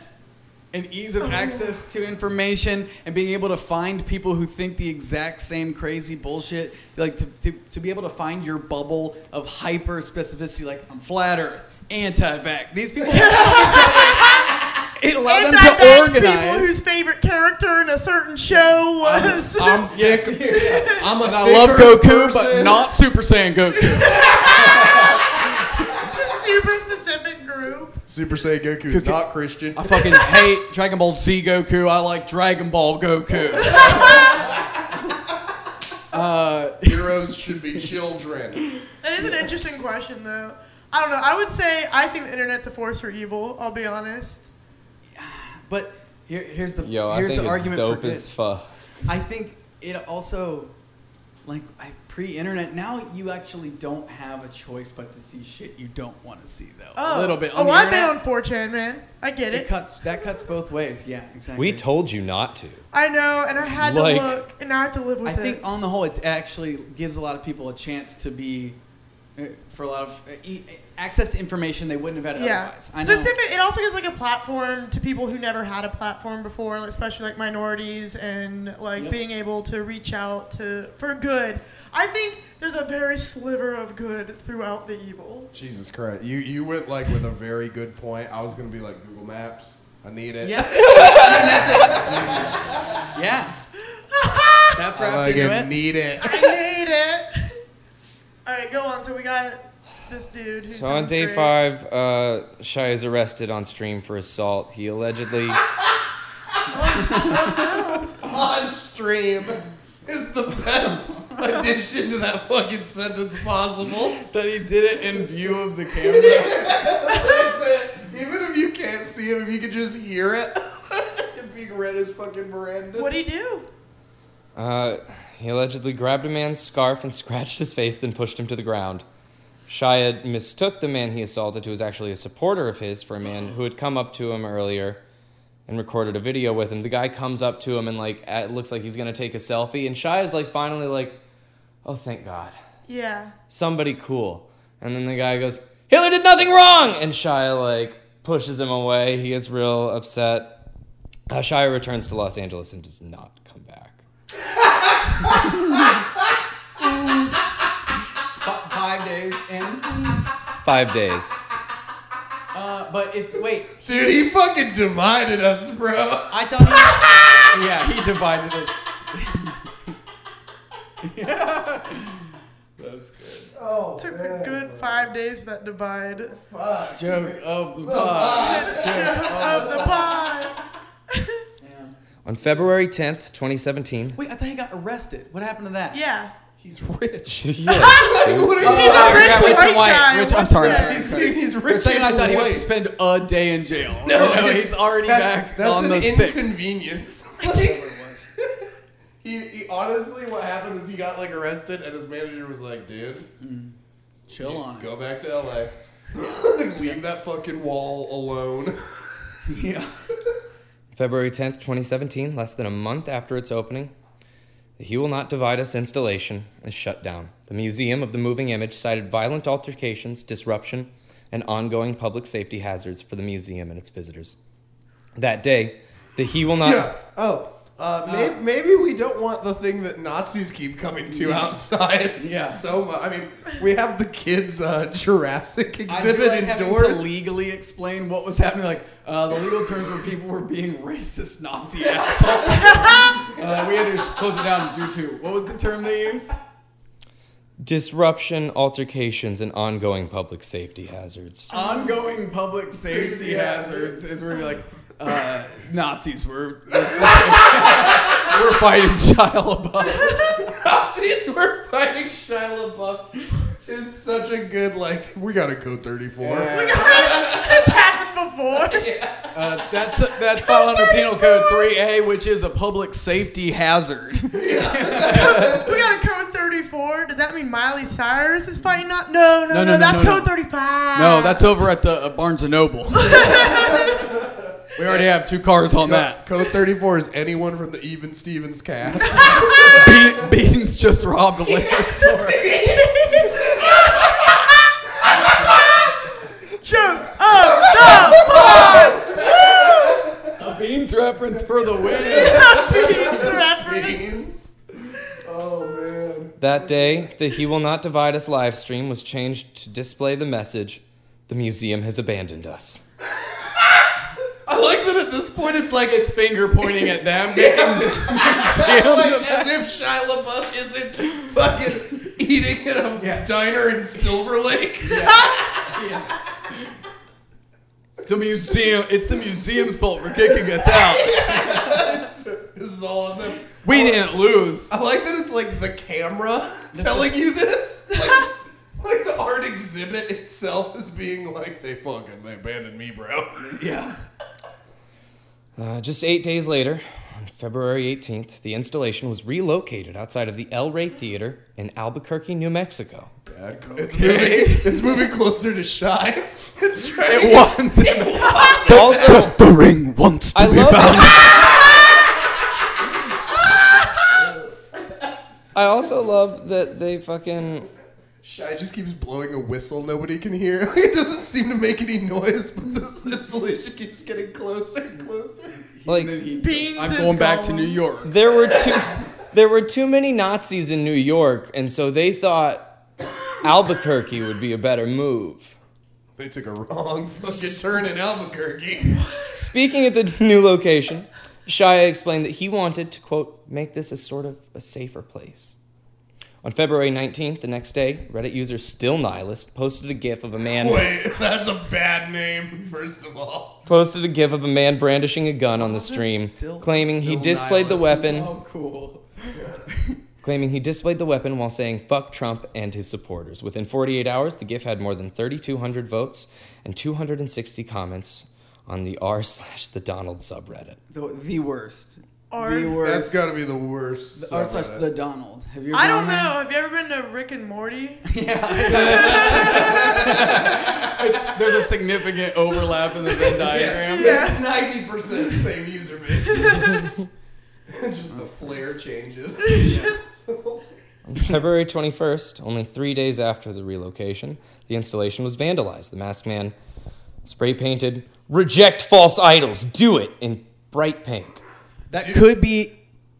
[SPEAKER 1] and ease of access to information and being able to find people who think the exact same crazy bullshit like to, to, to be able to find your bubble of hyper specificity like i'm flat earth anti-vac these people all know each other. it allowed them to
[SPEAKER 4] Anti-vax
[SPEAKER 1] organize
[SPEAKER 4] people whose favorite character in a certain show was.
[SPEAKER 2] I'm thick. I'm a
[SPEAKER 1] and i love goku but not super saiyan goku
[SPEAKER 4] super specific group.
[SPEAKER 2] Super Saiyan Goku is not Christian.
[SPEAKER 1] i fucking hate dragon ball z goku i like dragon ball goku uh,
[SPEAKER 2] Heroes should be children.
[SPEAKER 4] That is an interesting question, though. I don't know. I would say I think the internet's a force for evil. I'll be honest.
[SPEAKER 1] but here, here's the
[SPEAKER 3] Yo, I
[SPEAKER 1] here's
[SPEAKER 3] think
[SPEAKER 1] the
[SPEAKER 3] it's
[SPEAKER 1] argument
[SPEAKER 3] dope
[SPEAKER 1] for
[SPEAKER 3] as
[SPEAKER 1] good.
[SPEAKER 3] fuck.
[SPEAKER 1] I think it also, like, I pre-internet now you actually don't have a choice but to see shit you don't want to see though. a
[SPEAKER 4] Oh,
[SPEAKER 1] little bit.
[SPEAKER 4] Oh,
[SPEAKER 1] the
[SPEAKER 4] I've been on
[SPEAKER 1] internet,
[SPEAKER 4] 4chan, man. I get
[SPEAKER 1] It
[SPEAKER 4] it.
[SPEAKER 1] cuts. That cuts both ways. Yeah, exactly.
[SPEAKER 3] We told you not to.
[SPEAKER 4] I know, and I had
[SPEAKER 3] Like-
[SPEAKER 4] to look, and now I have to live with
[SPEAKER 1] I
[SPEAKER 4] it.
[SPEAKER 1] think on the whole, it actually gives a lot of people a chance to be, uh, for a lot of uh, e- access to information they wouldn't have had
[SPEAKER 4] yeah,
[SPEAKER 1] otherwise. I know.
[SPEAKER 4] specific. It also gives like a platform to people who never had a platform before, like, especially like minorities and like
[SPEAKER 1] Yep.
[SPEAKER 4] being able to reach out to for good. I think there's a very sliver of good throughout the evil.
[SPEAKER 2] Jesus Christ, you you went like with a very good point. I was gonna be like Google Maps. I need it.
[SPEAKER 1] Yeah. yeah. That's
[SPEAKER 2] I
[SPEAKER 1] wrapped into
[SPEAKER 2] fucking
[SPEAKER 1] it.
[SPEAKER 2] need it.
[SPEAKER 4] I hate it. All right, go on. So we got this dude. Who's
[SPEAKER 3] So on
[SPEAKER 4] having
[SPEAKER 3] day
[SPEAKER 4] great-
[SPEAKER 3] five, uh, Shai is arrested on stream for assault. He allegedly.
[SPEAKER 2] On stream is the best addition to that fucking sentence possible.
[SPEAKER 1] That he did it in view of the camera.
[SPEAKER 2] But even if you can't see him, if you can just hear it, if you can read his fucking Miranda.
[SPEAKER 4] What'd he do?
[SPEAKER 3] Uh, he allegedly grabbed a man's scarf and scratched his face, then pushed him to the ground. Shia mistook the man he assaulted, who was actually a supporter of his, for a man who had come up to him earlier and recorded a video with him. The guy comes up to him and like at, looks like he's gonna take a selfie, and Shia's like finally like, "Oh, thank God,
[SPEAKER 4] Yeah.
[SPEAKER 3] somebody cool." And then the guy goes, "Hitler did nothing wrong," and Shia like pushes him away. He gets real upset. Uh, Shia returns to Los Angeles and does not come back.
[SPEAKER 1] F- five days in.
[SPEAKER 3] Five days.
[SPEAKER 1] Uh, but if wait,
[SPEAKER 2] Dude, he fucking divided us, bro.
[SPEAKER 1] I thought. He was, yeah, he divided us. That's good.
[SPEAKER 2] Oh,
[SPEAKER 4] Took a good five days for that divide of
[SPEAKER 2] fuck.
[SPEAKER 1] Joke of the pod.
[SPEAKER 4] the pie.
[SPEAKER 3] On February 10th, 2017.
[SPEAKER 1] Wait, I thought he got arrested. What happened to that?
[SPEAKER 4] Yeah.
[SPEAKER 2] He's rich.
[SPEAKER 3] Yeah.
[SPEAKER 2] What are you
[SPEAKER 4] He's a
[SPEAKER 1] I forgot
[SPEAKER 4] rich
[SPEAKER 1] Rich and
[SPEAKER 4] white
[SPEAKER 1] White.
[SPEAKER 4] guy.
[SPEAKER 1] Rich- I'm
[SPEAKER 4] What's
[SPEAKER 1] sorry, I'm
[SPEAKER 4] that?
[SPEAKER 1] sorry.
[SPEAKER 2] He's, he's rich.
[SPEAKER 1] For a second, I
[SPEAKER 2] and
[SPEAKER 1] thought he would
[SPEAKER 2] white.
[SPEAKER 1] spend a day in jail.
[SPEAKER 2] No,
[SPEAKER 1] no he's already
[SPEAKER 2] that's,
[SPEAKER 1] back
[SPEAKER 2] that's
[SPEAKER 1] on
[SPEAKER 2] an
[SPEAKER 1] the sixth.
[SPEAKER 2] inconvenience. Like, he, he honestly, what happened was he got like arrested, and his manager was like, "Dude,
[SPEAKER 1] Chill on it.
[SPEAKER 2] go back to L.A. Leave that fucking wall alone."
[SPEAKER 1] Yeah.
[SPEAKER 3] February 10th, 2017, less than a month after its opening. The He Will Not Divide Us installation is shut down. The Museum of the Moving Image cited violent altercations, disruption, and ongoing public safety hazards for the museum and its visitors. That day, the He Will Not.
[SPEAKER 2] Yeah. Oh. Uh, may- maybe we don't want the thing that Nazis keep coming to outside.
[SPEAKER 1] Yeah.
[SPEAKER 2] So much. I mean, we have the kids' uh, Jurassic
[SPEAKER 1] I feel
[SPEAKER 2] exhibit
[SPEAKER 1] like having
[SPEAKER 2] indoors.
[SPEAKER 1] to legally explain what was happening. Like uh, the legal terms were people were being racist Nazi assholes. uh, we had to close it down due to what was the term they used?
[SPEAKER 3] Disruption, altercations, and ongoing public safety hazards.
[SPEAKER 1] Ongoing public safety hazards is where you're like uh, Nazis were we're fighting child above.
[SPEAKER 2] Nazis were fighting Shia LaBeouf is such a good like. We gotta go thirty four.
[SPEAKER 4] It's happened before.
[SPEAKER 1] Uh, that's that's filed under Penal Code 3A, which is a public safety hazard.
[SPEAKER 4] We got a code 34. Does that mean Miley Cyrus is fighting not? No, no,
[SPEAKER 1] No, no,
[SPEAKER 4] no.
[SPEAKER 1] no,
[SPEAKER 4] that's
[SPEAKER 1] no, no.
[SPEAKER 4] code 35.
[SPEAKER 1] No, that's over at the uh, Barnes and Noble. we already have two cars on that.
[SPEAKER 2] Code thirty four is anyone from the Even Stevens cast.
[SPEAKER 1] Be- Beans just robbed a liquor store.
[SPEAKER 4] joke. Oh,
[SPEAKER 1] A Beans reference for the win.
[SPEAKER 4] no. Beans reference.
[SPEAKER 2] Beans. Oh man.
[SPEAKER 3] That day, the He Will Not Divide Us live stream was changed to display the message The museum has abandoned us.
[SPEAKER 2] I like that at this point it's like it's
[SPEAKER 1] Finger pointing at them.
[SPEAKER 2] like as if Shia LaBeouf isn't fucking eating at a diner in Silver Lake.
[SPEAKER 1] The museum. It's the museum's fault for kicking us out.
[SPEAKER 2] This is all on them.
[SPEAKER 1] We didn't lose.
[SPEAKER 2] I like that it's like the camera telling you this. Like, like the art exhibit itself is being like, they fucking they abandoned me, bro.
[SPEAKER 1] Yeah.
[SPEAKER 3] Uh, just eight days later, on February 18th, the installation was relocated outside of the El Rey Theater in Albuquerque, New Mexico.
[SPEAKER 2] It's moving. It's moving closer to shy. It's trying. to
[SPEAKER 1] It wants. the,
[SPEAKER 3] Also,
[SPEAKER 1] the ring wants. To
[SPEAKER 3] I
[SPEAKER 1] be
[SPEAKER 3] love.
[SPEAKER 1] back.
[SPEAKER 3] I also love that they fucking.
[SPEAKER 2] Shy just keeps blowing a whistle nobody can hear. It doesn't seem to make any noise, but this installation keeps getting closer and closer.
[SPEAKER 3] Like,
[SPEAKER 1] And then he-
[SPEAKER 4] Beans
[SPEAKER 1] I'm
[SPEAKER 4] is
[SPEAKER 1] going back to
[SPEAKER 4] gone.
[SPEAKER 1] New York.
[SPEAKER 3] there were too there were too many Nazis in New York, and so they thought Albuquerque would be a better move.
[SPEAKER 2] They took a wrong fucking turn in Albuquerque.
[SPEAKER 3] Speaking at the new location, Shia explained that he wanted to quote make this a sort of a safer place. On February 19th, the next day, Reddit user Still Nihilist posted a GIF of a man
[SPEAKER 2] Wait, that's a bad name, first of all.
[SPEAKER 3] posted a GIF of a man brandishing a gun on the stream,
[SPEAKER 5] Still-
[SPEAKER 3] claiming he
[SPEAKER 2] still
[SPEAKER 3] displayed the
[SPEAKER 2] nihilist.
[SPEAKER 3] weapon,
[SPEAKER 5] Oh, cool.
[SPEAKER 3] claiming he displayed the weapon while saying "fuck Trump" and his supporters. Within 48 hours, the GIF had more than 3,200 votes and 260 comments on the r slash the Donald subreddit.
[SPEAKER 5] The, the worst.
[SPEAKER 4] Or-
[SPEAKER 5] the worst.
[SPEAKER 2] That's gotta be the worst.
[SPEAKER 5] The- Or slash
[SPEAKER 2] subreddit.
[SPEAKER 5] the Donald. Have you? Ever
[SPEAKER 4] I don't
[SPEAKER 5] gone
[SPEAKER 4] know.
[SPEAKER 5] there?
[SPEAKER 4] Have you ever been to Rick and Morty?
[SPEAKER 5] It's, there's a significant overlap in the Venn diagram.
[SPEAKER 2] That's ninety percent same user base. It's Just the flair changes.
[SPEAKER 3] On February 21st, only three days after the relocation, the installation was vandalized. The masked man spray painted "Reject false idols, do it" in bright pink.
[SPEAKER 5] That could be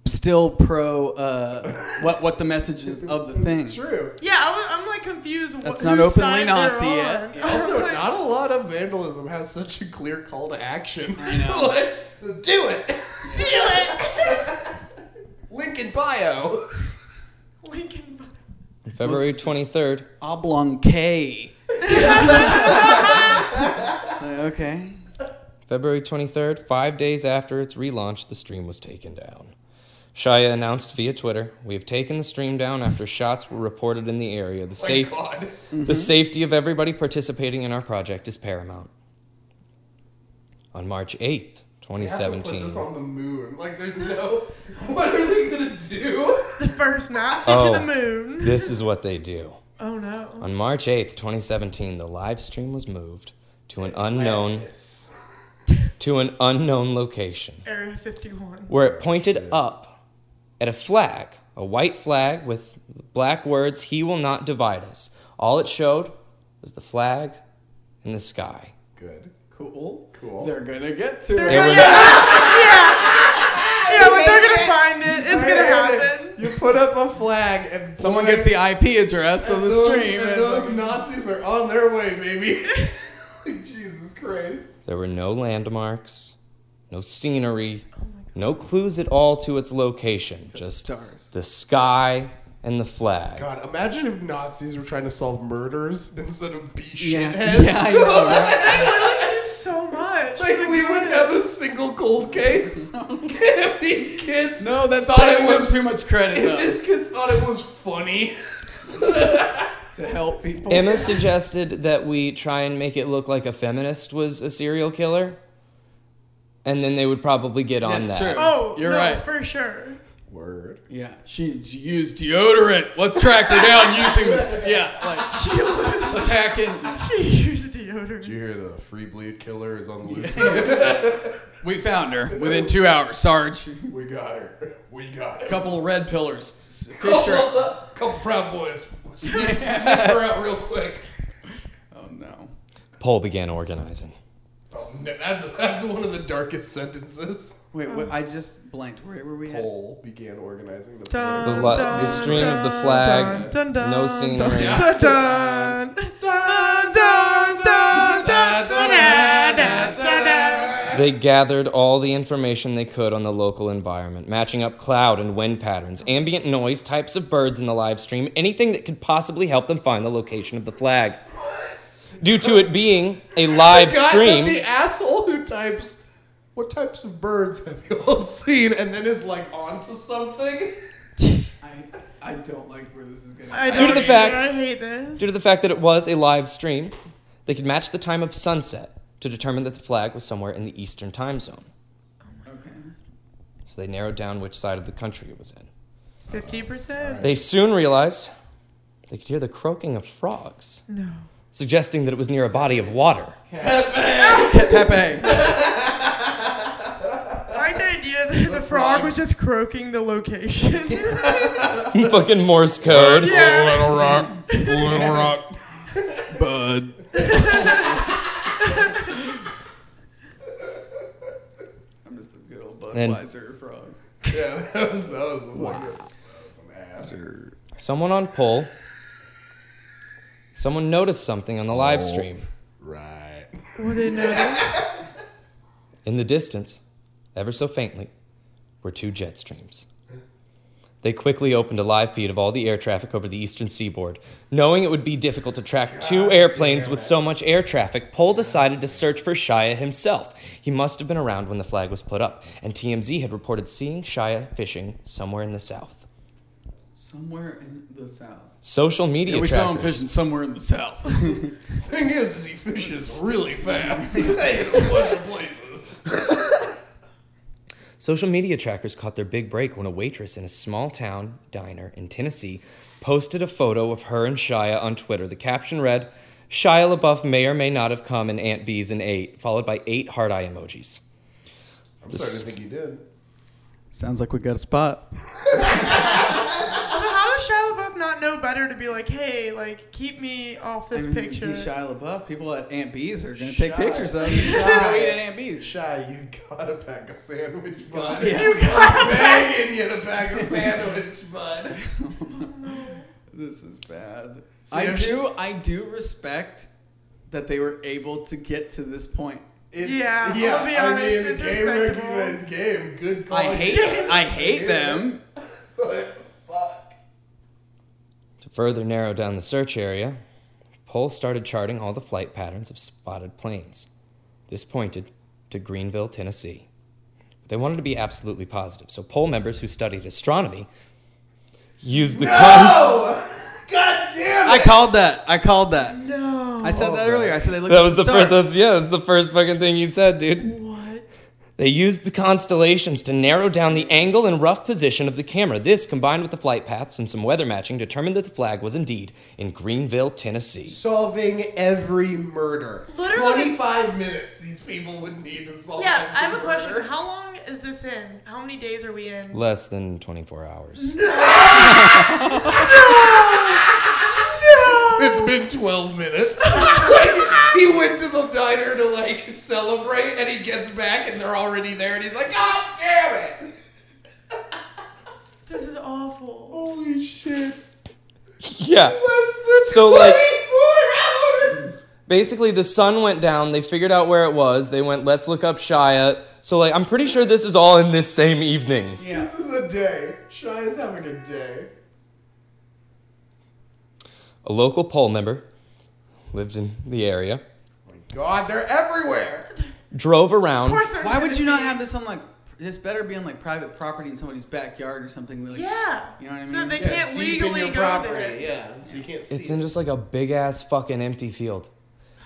[SPEAKER 5] still pro. Uh, what what the message is of the thing?
[SPEAKER 2] True.
[SPEAKER 4] Yeah, I was, I'm like confused. wh-
[SPEAKER 5] That's
[SPEAKER 4] whose
[SPEAKER 5] not openly
[SPEAKER 4] side
[SPEAKER 5] Nazi
[SPEAKER 4] they're
[SPEAKER 5] yet.
[SPEAKER 4] on. I was
[SPEAKER 2] Also,
[SPEAKER 4] like,
[SPEAKER 2] not a lot of vandalism has such a clear call to action.
[SPEAKER 5] I know.
[SPEAKER 2] Like, Do it.
[SPEAKER 4] Do it.
[SPEAKER 2] Link in bio.
[SPEAKER 4] Lincoln.
[SPEAKER 3] On February 23rd,
[SPEAKER 5] Oblong K. Like, okay.
[SPEAKER 3] February 23rd, five days after its relaunch, the stream was taken down. Shia announced via Twitter, "We have taken the stream down after shots were reported in the area. The,
[SPEAKER 2] Thank
[SPEAKER 3] safe,
[SPEAKER 2] God.
[SPEAKER 3] the safety of everybody participating in our project is paramount." On March 8th,
[SPEAKER 2] We have to put
[SPEAKER 3] 2017,
[SPEAKER 2] this on the moon. Like, there's no. What are they gonna do?
[SPEAKER 4] The first Nazi
[SPEAKER 3] Oh.
[SPEAKER 4] to the moon.
[SPEAKER 3] this is what they do.
[SPEAKER 4] Oh no.
[SPEAKER 3] On March 8th, 2017, the live stream was moved to an unknown
[SPEAKER 2] Atlantis.
[SPEAKER 3] to an unknown location
[SPEAKER 4] Area 51.
[SPEAKER 3] where it pointed up at a flag, a white flag with black words, "He will not divide us." All it showed was the flag in the sky.
[SPEAKER 2] Good.
[SPEAKER 5] Cool.
[SPEAKER 2] Cool.
[SPEAKER 5] They're gonna get to
[SPEAKER 3] They
[SPEAKER 5] it.
[SPEAKER 3] were
[SPEAKER 4] Yeah, but they're gonna find it. It's gonna happen.
[SPEAKER 2] You put up a flag and
[SPEAKER 5] Someone
[SPEAKER 2] boy,
[SPEAKER 5] gets the IP address of the
[SPEAKER 2] those,
[SPEAKER 5] stream.
[SPEAKER 2] And
[SPEAKER 5] and-
[SPEAKER 2] those Nazis are on their way, baby. Jesus Christ.
[SPEAKER 3] There were no landmarks, no scenery, no clues at all to its location. Just
[SPEAKER 5] stars.
[SPEAKER 3] the sky and the flag.
[SPEAKER 2] God, imagine if Nazis were trying to solve murders instead of be
[SPEAKER 5] yeah,
[SPEAKER 2] shitheads.
[SPEAKER 5] yeah, I know. right?
[SPEAKER 4] Thank you so much.
[SPEAKER 2] Like we would have a single cold case if these kids
[SPEAKER 5] No, that's all.
[SPEAKER 2] thought it
[SPEAKER 5] I was
[SPEAKER 2] was.
[SPEAKER 5] too much credit
[SPEAKER 2] If
[SPEAKER 5] though,
[SPEAKER 2] these kids thought it was funny.
[SPEAKER 5] to help people.
[SPEAKER 3] Emma suggested that we try and make it look like a feminist was a serial killer. And then they would probably get on
[SPEAKER 5] That's
[SPEAKER 3] that.
[SPEAKER 5] true.
[SPEAKER 4] Oh,
[SPEAKER 5] You're
[SPEAKER 4] no,
[SPEAKER 5] right.
[SPEAKER 4] For sure.
[SPEAKER 2] Word.
[SPEAKER 5] Yeah, she's used deodorant. Let's track her down using this. Yeah, like she was attacking.
[SPEAKER 4] She used deodorant.
[SPEAKER 2] Did you hear the free bleed killer is on the loose?
[SPEAKER 5] We found her within two hours, Sarge. A
[SPEAKER 2] we got her. We got her.
[SPEAKER 5] couple of red pillars s- fished her.
[SPEAKER 2] Couple proud boys. Sniff, sniff her out real quick.
[SPEAKER 5] Oh no.
[SPEAKER 3] Paul began organizing.
[SPEAKER 2] Oh, no, that's, that's one of the darkest sentences.
[SPEAKER 5] Wait, what, I just blanked. Where were we at?
[SPEAKER 2] Paul began organizing the
[SPEAKER 4] Dun,
[SPEAKER 3] The lo- the
[SPEAKER 4] dun,
[SPEAKER 3] stream of the
[SPEAKER 4] dun,
[SPEAKER 3] flag,
[SPEAKER 4] dun, dun,
[SPEAKER 3] no
[SPEAKER 4] dun,
[SPEAKER 3] scenery.
[SPEAKER 4] Dun, dun, dun, dun, dun, dun, dun, dun, dun, dun.
[SPEAKER 3] They gathered all the information they could on the local environment, matching up cloud and wind patterns, ambient noise, types of birds in the live stream, anything that could possibly help them find the location of the flag. Due to it being a live
[SPEAKER 2] God,
[SPEAKER 3] stream,
[SPEAKER 2] The asshole who types, "What types of birds have you all seen?" and then is like onto something.
[SPEAKER 5] I, I don't like where this is going.
[SPEAKER 4] I
[SPEAKER 3] Due to the
[SPEAKER 4] don't-
[SPEAKER 3] fact-
[SPEAKER 4] I hate this.
[SPEAKER 3] Due to the fact that it was a live stream, they could match the time of sunset to determine that the flag was somewhere in the eastern time zone.
[SPEAKER 5] Okay.
[SPEAKER 3] So they narrowed down which side of the country it was in.
[SPEAKER 4] 50%?
[SPEAKER 3] They soon realized they could hear the croaking of frogs,
[SPEAKER 4] No.
[SPEAKER 3] suggesting that it was near a body of water.
[SPEAKER 5] Pepe.
[SPEAKER 4] I like the idea that the frog was just croaking the location.
[SPEAKER 3] Fucking Morse code.
[SPEAKER 4] yeah.
[SPEAKER 2] Little rock, little rock.
[SPEAKER 5] Bud. I miss the good old
[SPEAKER 3] And-
[SPEAKER 5] Budweiser frogs.
[SPEAKER 2] Yeah, that was that was wow. that was an ad.
[SPEAKER 3] Someone on poll. Someone noticed something on the live stream.
[SPEAKER 2] Right.
[SPEAKER 4] Would it know?
[SPEAKER 3] In the distance, ever so faintly, were two jet streams. They quickly opened a live feed of all the air traffic over the eastern seaboard. Knowing it would be difficult to track two airplanes with so much air traffic, Pohl decided to search for Shia himself. He must have been around when the flag was put up, and TMZ had reported seeing Shia fishing somewhere in the south.
[SPEAKER 5] Somewhere in the south.
[SPEAKER 3] Social media
[SPEAKER 5] we saw him
[SPEAKER 3] trackers-
[SPEAKER 5] fishing somewhere in the south.
[SPEAKER 2] Thing is, is he fishes really fast. they hit a bunch of places.
[SPEAKER 3] Social media trackers caught their big break when a waitress in a small town diner in Tennessee posted a photo of her and Shia on Twitter. The caption read, Shia LaBeouf may or may not have come in Aunt B's and eight, followed by eight heart eye emojis.
[SPEAKER 2] I'm starting to think he did.
[SPEAKER 5] Sounds like we got a spot.
[SPEAKER 4] Also, how does Shia LaBeouf not know better to be like, hey, like, keep me off this picture?
[SPEAKER 5] He's Shia LaBeouf. People at Aunt B's are gonna take
[SPEAKER 2] Shia.
[SPEAKER 5] pictures of him. He's gonna eat at Aunt B's.
[SPEAKER 2] Shy, you got a pack of sandwich
[SPEAKER 5] God,
[SPEAKER 2] bud.
[SPEAKER 5] yeah.
[SPEAKER 2] You got a bag you a pack of sandwich bud.
[SPEAKER 5] This is bad.
[SPEAKER 2] See,
[SPEAKER 5] I
[SPEAKER 2] I'm-
[SPEAKER 5] do. I do respect that they were able to get to this point.
[SPEAKER 2] It's,
[SPEAKER 4] Yeah, I'll be honest, it's
[SPEAKER 2] game
[SPEAKER 4] respectable.
[SPEAKER 2] recognized game. Good call.
[SPEAKER 5] I hate. I hate them.
[SPEAKER 2] But fuck.
[SPEAKER 3] To further narrow down the search area, Poll started charting all the flight patterns of spotted planes. This pointed to Greenville, Tennessee. But they wanted to be absolutely positive, so poll members who studied astronomy used the con-
[SPEAKER 2] Oh, god damn it!
[SPEAKER 5] I called that. I called that.
[SPEAKER 4] no.
[SPEAKER 5] I said that earlier. I said they looked.
[SPEAKER 3] That
[SPEAKER 5] at
[SPEAKER 3] was the
[SPEAKER 5] stars.
[SPEAKER 3] first. That's, yeah, that's the first fucking thing you said, dude.
[SPEAKER 4] What?
[SPEAKER 3] They used the constellations to narrow down the angle and rough position of the camera. This, combined with the flight paths and some weather matching, determined that the flag was indeed in Greenville, Tennessee.
[SPEAKER 2] Solving every murder.
[SPEAKER 4] Literally-
[SPEAKER 2] 25 minutes these people would need to
[SPEAKER 5] Oh,
[SPEAKER 2] solve
[SPEAKER 4] Yeah, I have a
[SPEAKER 2] every
[SPEAKER 4] question.
[SPEAKER 2] murder.
[SPEAKER 4] How long is this in? How many days are we in?
[SPEAKER 3] Less than 24 hours.
[SPEAKER 2] It's been 12 minutes. he went to the diner to like celebrate and he gets back and they're already there and he's like, God damn it!
[SPEAKER 4] This is awful.
[SPEAKER 2] Holy shit. Less
[SPEAKER 3] Yeah.
[SPEAKER 2] than
[SPEAKER 3] So,
[SPEAKER 2] 24
[SPEAKER 3] like-
[SPEAKER 2] hours!
[SPEAKER 3] Basically, the sun went down. They figured out where it was. They went, let's look up Shia. So, like, I'm pretty sure this is all in this same evening.
[SPEAKER 5] Yeah.
[SPEAKER 2] This is a day. Shy is having a day.
[SPEAKER 3] A local poll member lived in the area,
[SPEAKER 2] Oh my God, they're everywhere!
[SPEAKER 3] drove around.
[SPEAKER 4] Of course they're in
[SPEAKER 5] Why would
[SPEAKER 4] Tennessee.
[SPEAKER 5] you not have this on like? This better be on like private property in somebody's backyard or something. Like,
[SPEAKER 4] Yeah.
[SPEAKER 5] You know what I
[SPEAKER 4] So that
[SPEAKER 5] mean?
[SPEAKER 4] they
[SPEAKER 2] Yeah,
[SPEAKER 4] can't
[SPEAKER 2] deep in
[SPEAKER 4] legally
[SPEAKER 2] your
[SPEAKER 4] go
[SPEAKER 2] property,
[SPEAKER 4] there.
[SPEAKER 2] yeah. So you can't see.
[SPEAKER 3] It's
[SPEAKER 2] it.
[SPEAKER 3] in just like a big ass fucking empty field.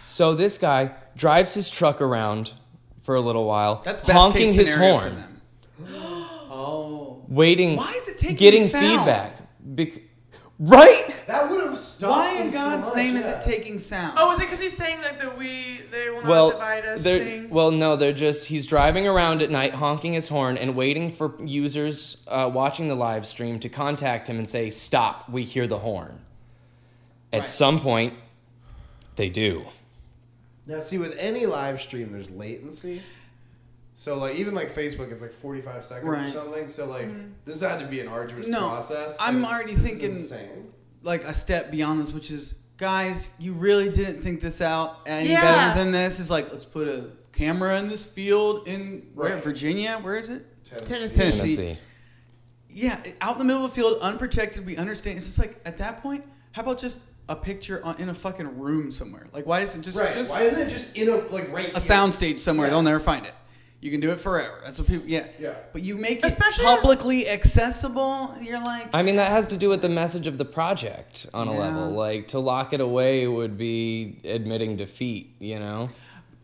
[SPEAKER 3] So this guy drives his truck around for a little while,
[SPEAKER 5] That's best
[SPEAKER 3] honking
[SPEAKER 5] case
[SPEAKER 3] his
[SPEAKER 5] scenario
[SPEAKER 3] horn,
[SPEAKER 5] For them. oh.
[SPEAKER 3] waiting,
[SPEAKER 5] Why is it taking
[SPEAKER 3] getting
[SPEAKER 5] sound?
[SPEAKER 3] feedback. Bec- right?
[SPEAKER 2] That would have stopped.
[SPEAKER 5] Why in
[SPEAKER 2] them so
[SPEAKER 5] God's
[SPEAKER 2] much,
[SPEAKER 5] name is
[SPEAKER 2] yeah.
[SPEAKER 5] it taking sound?
[SPEAKER 4] Oh, is it because he's saying like that we they will not divide
[SPEAKER 3] Well,
[SPEAKER 4] us
[SPEAKER 3] they're,
[SPEAKER 4] thing?
[SPEAKER 3] well, no, they're just he's driving around at night, honking his horn and waiting for users uh, watching the live stream to contact him and say, "Stop! We hear the horn." At
[SPEAKER 5] Right.
[SPEAKER 3] some point, they do.
[SPEAKER 2] Now, see, with any live stream, there's latency. So, like, even like Facebook, it's like 45 seconds or
[SPEAKER 5] Right. Mm-hmm.
[SPEAKER 2] something. So, like, this had to be an arduous
[SPEAKER 5] No,
[SPEAKER 2] process.
[SPEAKER 5] I'm
[SPEAKER 2] This-
[SPEAKER 5] already
[SPEAKER 2] this is
[SPEAKER 5] thinking-
[SPEAKER 2] insane.
[SPEAKER 5] like a step beyond this, which is, guys, you really didn't think this out any
[SPEAKER 4] Yeah.
[SPEAKER 5] better than this. Is like, let's put a camera in this field in where,
[SPEAKER 2] Right.
[SPEAKER 5] Virginia. Where is it?
[SPEAKER 2] Tennessee.
[SPEAKER 5] Tennessee.
[SPEAKER 3] Tennessee.
[SPEAKER 5] Yeah, out in the middle of the field, unprotected. We understand. It's just like at that point, how about just a picture on, in a fucking room somewhere? Like, why is it just
[SPEAKER 2] Right.
[SPEAKER 5] just
[SPEAKER 2] Why isn't it just in a, like, right
[SPEAKER 5] a
[SPEAKER 2] here?
[SPEAKER 5] soundstage somewhere?
[SPEAKER 2] Yeah.
[SPEAKER 5] They'll never find it. You can do it forever. That's what people. Yeah.
[SPEAKER 2] Yeah.
[SPEAKER 5] But you make it
[SPEAKER 4] Especially-
[SPEAKER 5] publicly accessible. You're like,
[SPEAKER 3] I mean, that has to do with the message of the project on a
[SPEAKER 5] Yeah.
[SPEAKER 3] level. Like, to lock it away would be admitting defeat, you know?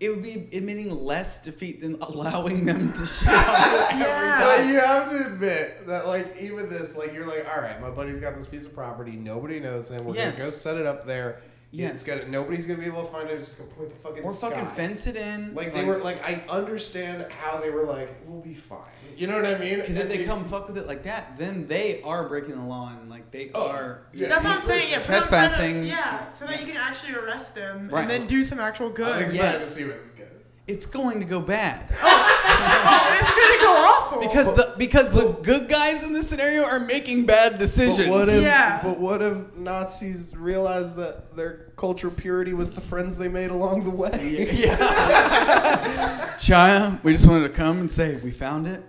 [SPEAKER 5] it would be admitting less defeat than allowing them to shout.
[SPEAKER 2] But
[SPEAKER 4] yeah.
[SPEAKER 2] you have to admit that, like, even this, like, you're like, all right, my buddy's got this piece of property. Nobody knows him. We're
[SPEAKER 5] Yes.
[SPEAKER 2] gonna go set it up there.
[SPEAKER 5] Yes.
[SPEAKER 2] It's gonna. Nobody's gonna be able to find it. It's just gonna point the fucking.
[SPEAKER 5] or fucking
[SPEAKER 2] sky.
[SPEAKER 5] fence it in.
[SPEAKER 2] Like they were like I understand how they were like we'll be fine. You know what I mean?
[SPEAKER 5] Because if
[SPEAKER 2] And
[SPEAKER 5] they come fuck with it like that, then they are breaking the law and like they
[SPEAKER 2] Oh,
[SPEAKER 5] are.
[SPEAKER 2] yeah.
[SPEAKER 4] That's what I'm saying. Yeah, put them in front of-
[SPEAKER 5] Trespassing.
[SPEAKER 4] yeah, so that you can actually arrest them
[SPEAKER 5] Right.
[SPEAKER 4] and then do some actual
[SPEAKER 2] I'm
[SPEAKER 4] good.
[SPEAKER 2] excited to
[SPEAKER 5] Yes.
[SPEAKER 2] see what this gets.
[SPEAKER 5] It's going to go bad
[SPEAKER 4] Oh, it's gonna go awful.
[SPEAKER 5] because the because the good guys in this scenario are making bad decisions.
[SPEAKER 4] if- Yeah.
[SPEAKER 2] But what if Nazis realized that their cultural purity was the friends they made along the way?
[SPEAKER 5] yeah. Shia, we just wanted to come and say we found it.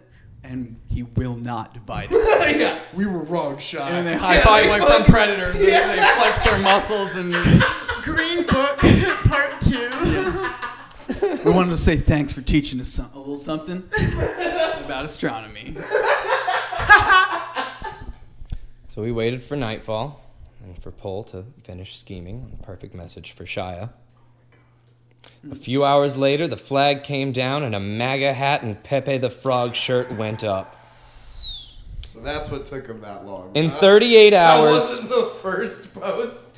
[SPEAKER 5] and he will not divide us.
[SPEAKER 2] yeah, we were wrong, shot.
[SPEAKER 5] And then they high five like from Predator. They, they flex their muscles, and
[SPEAKER 4] Green Book Part Two.
[SPEAKER 5] we wanted to say thanks for teaching us some, a little something about astronomy.
[SPEAKER 3] So we waited for nightfall and for Pole to finish scheming on the perfect message for Shia. A few hours later, the flag came down and a MAGA hat and Pepe the Frog shirt went up.
[SPEAKER 2] So that's what took him that long.
[SPEAKER 3] In
[SPEAKER 2] Huh?
[SPEAKER 3] 38
[SPEAKER 2] That
[SPEAKER 3] hours,
[SPEAKER 2] wasn't the first post.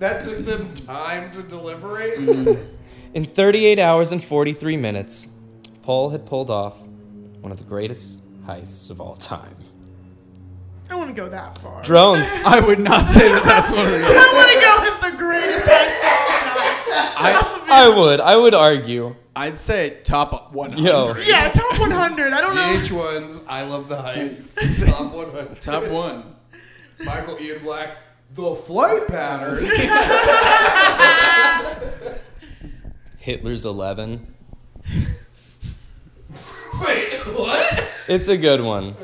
[SPEAKER 2] that took them time to deliberate.
[SPEAKER 3] in 38 hours and 43 minutes, Pole had pulled off one of the greatest heists of all time.
[SPEAKER 4] I wouldn't go that far.
[SPEAKER 3] Drones.
[SPEAKER 5] I would not say that that's one of the.
[SPEAKER 4] I wouldn't go as the greatest heist of all time.
[SPEAKER 5] I,
[SPEAKER 3] I would. I would argue.
[SPEAKER 5] I'd say top 100.
[SPEAKER 3] Yo.
[SPEAKER 4] Yeah, top 100. I don't know.
[SPEAKER 2] VH1's I Love the Heist, Top 100.
[SPEAKER 5] Top one.
[SPEAKER 2] Michael Ian Black, The Flight Pattern.
[SPEAKER 3] Hitler's 11.
[SPEAKER 2] Wait, what?
[SPEAKER 3] It's a good one.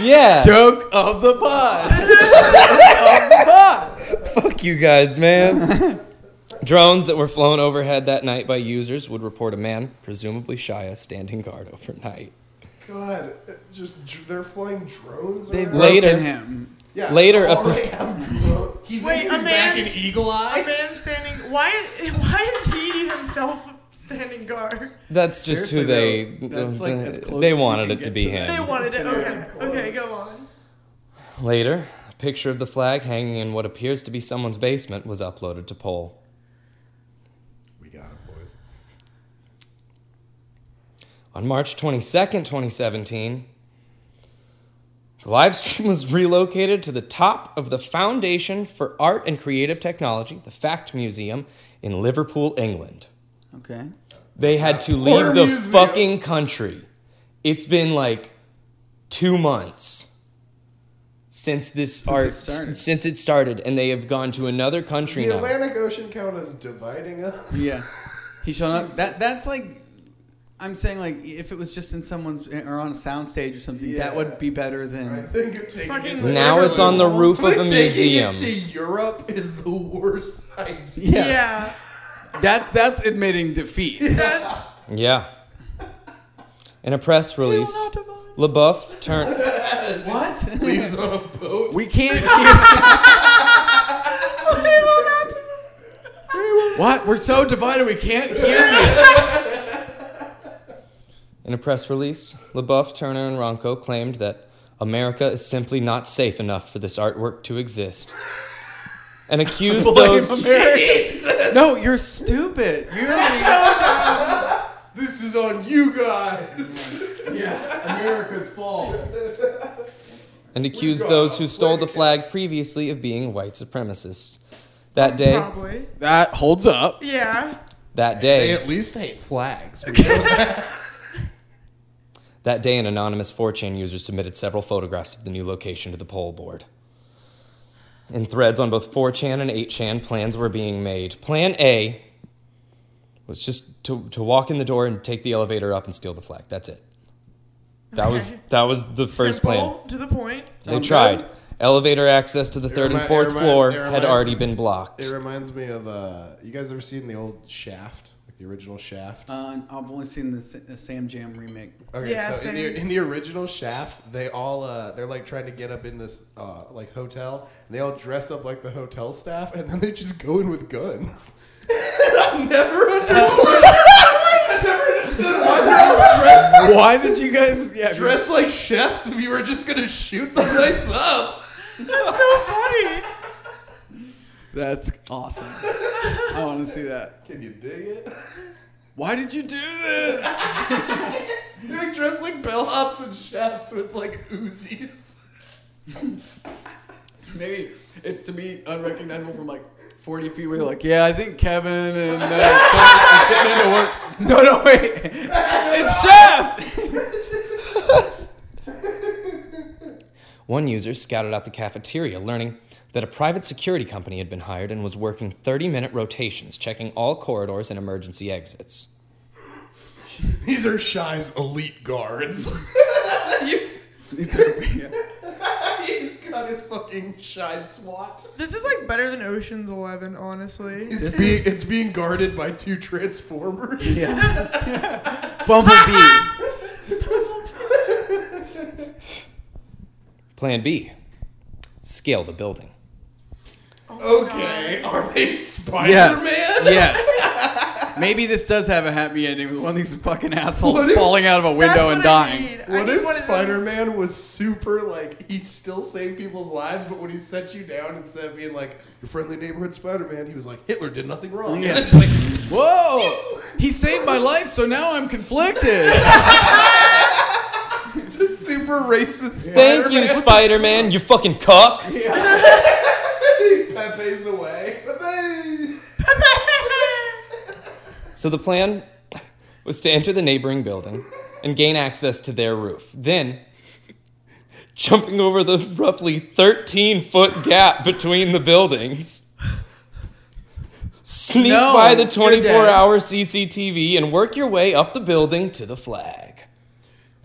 [SPEAKER 3] yeah.
[SPEAKER 5] Joke of the pod. Joke of the pod.
[SPEAKER 3] Fuck you guys, man. Drones that were flown overhead that night by users would report a man, presumably Shia, standing guard overnight.
[SPEAKER 2] God, uh, just dr- they're flying drones.
[SPEAKER 5] They've
[SPEAKER 2] around?
[SPEAKER 3] Later.
[SPEAKER 5] broken him.
[SPEAKER 2] yeah,
[SPEAKER 3] later-
[SPEAKER 2] already have drone- He thinks
[SPEAKER 4] Wait, a
[SPEAKER 2] he's back in
[SPEAKER 4] man's-
[SPEAKER 2] Eagle
[SPEAKER 4] A
[SPEAKER 2] Eye.
[SPEAKER 4] man standing. Why? Why is he himself standing guard?
[SPEAKER 3] That's just
[SPEAKER 5] Seriously,
[SPEAKER 3] who they
[SPEAKER 5] though, that's
[SPEAKER 3] the-
[SPEAKER 5] like as close
[SPEAKER 3] they
[SPEAKER 5] as you
[SPEAKER 3] wanted
[SPEAKER 5] can
[SPEAKER 3] it to
[SPEAKER 5] get
[SPEAKER 3] be
[SPEAKER 5] to that.
[SPEAKER 3] him.
[SPEAKER 4] They wanted it. Okay.
[SPEAKER 2] Close.
[SPEAKER 4] Okay, go on.
[SPEAKER 3] Later, a picture of the flag hanging in what appears to be someone's basement was uploaded to Poll.
[SPEAKER 2] We got him, boys.
[SPEAKER 3] On March 22nd, 2017, the live stream was relocated to the top of the Foundation for Art and Creative Technology, the FACT Museum, in Liverpool, England.
[SPEAKER 5] Okay.
[SPEAKER 3] They had to
[SPEAKER 2] poor
[SPEAKER 3] leave the
[SPEAKER 2] museum.
[SPEAKER 3] fucking country. It's been like two months since this art
[SPEAKER 5] it started.
[SPEAKER 3] since it started, and they have gone to another country
[SPEAKER 2] The
[SPEAKER 3] now.
[SPEAKER 2] Atlantic Ocean count as dividing us.
[SPEAKER 3] Hmm.
[SPEAKER 5] Yeah. He shall not. That that's like. I'm saying like if it was just in someone's or on a soundstage or something,
[SPEAKER 2] Yeah.
[SPEAKER 5] that would be better than.
[SPEAKER 2] I think of taking
[SPEAKER 4] Fucking-
[SPEAKER 2] it to
[SPEAKER 3] now it's on the roof of a
[SPEAKER 2] Like, taking
[SPEAKER 3] museum.
[SPEAKER 2] it to Europe is the worst idea.
[SPEAKER 5] Yes.
[SPEAKER 4] Yeah.
[SPEAKER 5] That that's admitting defeat.
[SPEAKER 4] That's
[SPEAKER 3] Yeah. In a press release, LaBeouf turned.
[SPEAKER 5] What?
[SPEAKER 2] Leaves on a boat.
[SPEAKER 5] we can't. Keep, what? We're so divided. We can't hear you.
[SPEAKER 3] In a press release, LaBeouf, Turner, and Ronco claimed that America is simply not safe enough for this artwork to exist. And accused
[SPEAKER 5] Blame
[SPEAKER 3] those
[SPEAKER 5] America. No, you're stupid. You're
[SPEAKER 2] This is on you guys.
[SPEAKER 5] America's fault.
[SPEAKER 3] and accused those who stole the flag previously of being white supremacists. That day,
[SPEAKER 4] probably.
[SPEAKER 5] That holds up.
[SPEAKER 4] Yeah.
[SPEAKER 3] that
[SPEAKER 2] They
[SPEAKER 3] day,
[SPEAKER 2] at least hate flags.
[SPEAKER 3] that day, an anonymous 4chan user submitted several photographs of the new location to the poll board. In threads on both 4chan and 8chan, plans were being made. Plan A was just to, to walk in the door and take the elevator up and steal the flag. That's it. That was
[SPEAKER 4] Okay.
[SPEAKER 3] that was the first plan.
[SPEAKER 4] Simple, To the point.
[SPEAKER 3] They
[SPEAKER 5] Sound
[SPEAKER 3] tried.
[SPEAKER 5] good?
[SPEAKER 3] Elevator access to the third and
[SPEAKER 2] remi- it
[SPEAKER 3] fourth
[SPEAKER 2] reminds-
[SPEAKER 3] floor
[SPEAKER 2] it
[SPEAKER 3] had
[SPEAKER 2] reminds
[SPEAKER 3] already
[SPEAKER 2] me-
[SPEAKER 3] been blocked.
[SPEAKER 2] It reminds me of uh, you guys ever seen the old Shaft, like the original Shaft?
[SPEAKER 5] Uh, I've only seen the, S- the Sam Jam remake.
[SPEAKER 2] Okay,
[SPEAKER 4] Yeah,
[SPEAKER 2] so in
[SPEAKER 4] same.
[SPEAKER 2] the, in the original Shaft, they all uh, they're like trying to get up in this uh, like hotel, and they all dress up like the hotel staff, and then they just go in with guns. and I've never understood. I've never understood why they're all dressed,
[SPEAKER 5] Why did you guys? Yeah,
[SPEAKER 2] dressed like chefs if you were just gonna shoot the place up.
[SPEAKER 4] That's so funny.
[SPEAKER 5] That's awesome. I want to see that.
[SPEAKER 2] Can you dig it?
[SPEAKER 5] Why did you do this?
[SPEAKER 2] They're like dressed like bellhops and chefs with like Uzis.
[SPEAKER 5] Maybe it's to be unrecognizable from like 40 feet. We're like, yeah, I think Kevin and uh, Kevin is getting into work. No, no, wait, it's Shaft.
[SPEAKER 3] One user scouted out the cafeteria, learning that a private security company had been hired and was working 30 minute rotations, checking all corridors and emergency exits.
[SPEAKER 2] These are Shy's elite guards.
[SPEAKER 5] It's a- yeah.
[SPEAKER 2] He's got his fucking Shy SWAT.
[SPEAKER 4] This is like better than Ocean's Eleven, honestly.
[SPEAKER 2] It's,
[SPEAKER 5] This
[SPEAKER 2] being,
[SPEAKER 5] is-
[SPEAKER 2] it's being guarded by two Transformers.
[SPEAKER 5] Bumblebee.
[SPEAKER 3] Plan B scale the building.
[SPEAKER 2] Okay, are they Spider
[SPEAKER 5] yes.
[SPEAKER 2] Man?
[SPEAKER 5] Yes. Maybe this does have a happy ending with one of these fucking assholes
[SPEAKER 2] What if-
[SPEAKER 5] falling out of a
[SPEAKER 4] That's
[SPEAKER 5] window
[SPEAKER 4] what
[SPEAKER 5] and
[SPEAKER 4] I
[SPEAKER 5] dying.
[SPEAKER 4] need. I
[SPEAKER 2] What
[SPEAKER 4] need
[SPEAKER 2] if
[SPEAKER 4] one of those.
[SPEAKER 2] Spider Man was super like he still saved people's lives, but when he set you down instead of being like your friendly neighborhood Spider Man, he was like Hitler did nothing wrong.
[SPEAKER 5] Yeah.
[SPEAKER 2] Just like,
[SPEAKER 5] Whoa! He saved my life, so now I'm conflicted.
[SPEAKER 2] super racist.
[SPEAKER 3] Thank
[SPEAKER 2] Spider-Man.
[SPEAKER 3] you, Spider Man, you fucking cock.
[SPEAKER 2] Pepe's away. Pepe.
[SPEAKER 3] So the plan was to enter the neighboring building and gain access to their roof. Then, jumping over the roughly 13 foot gap between the buildings, sneak
[SPEAKER 5] No,
[SPEAKER 3] by the
[SPEAKER 5] you're
[SPEAKER 3] 24
[SPEAKER 5] dead.
[SPEAKER 3] hour CCTV and work your way up the building to the flag.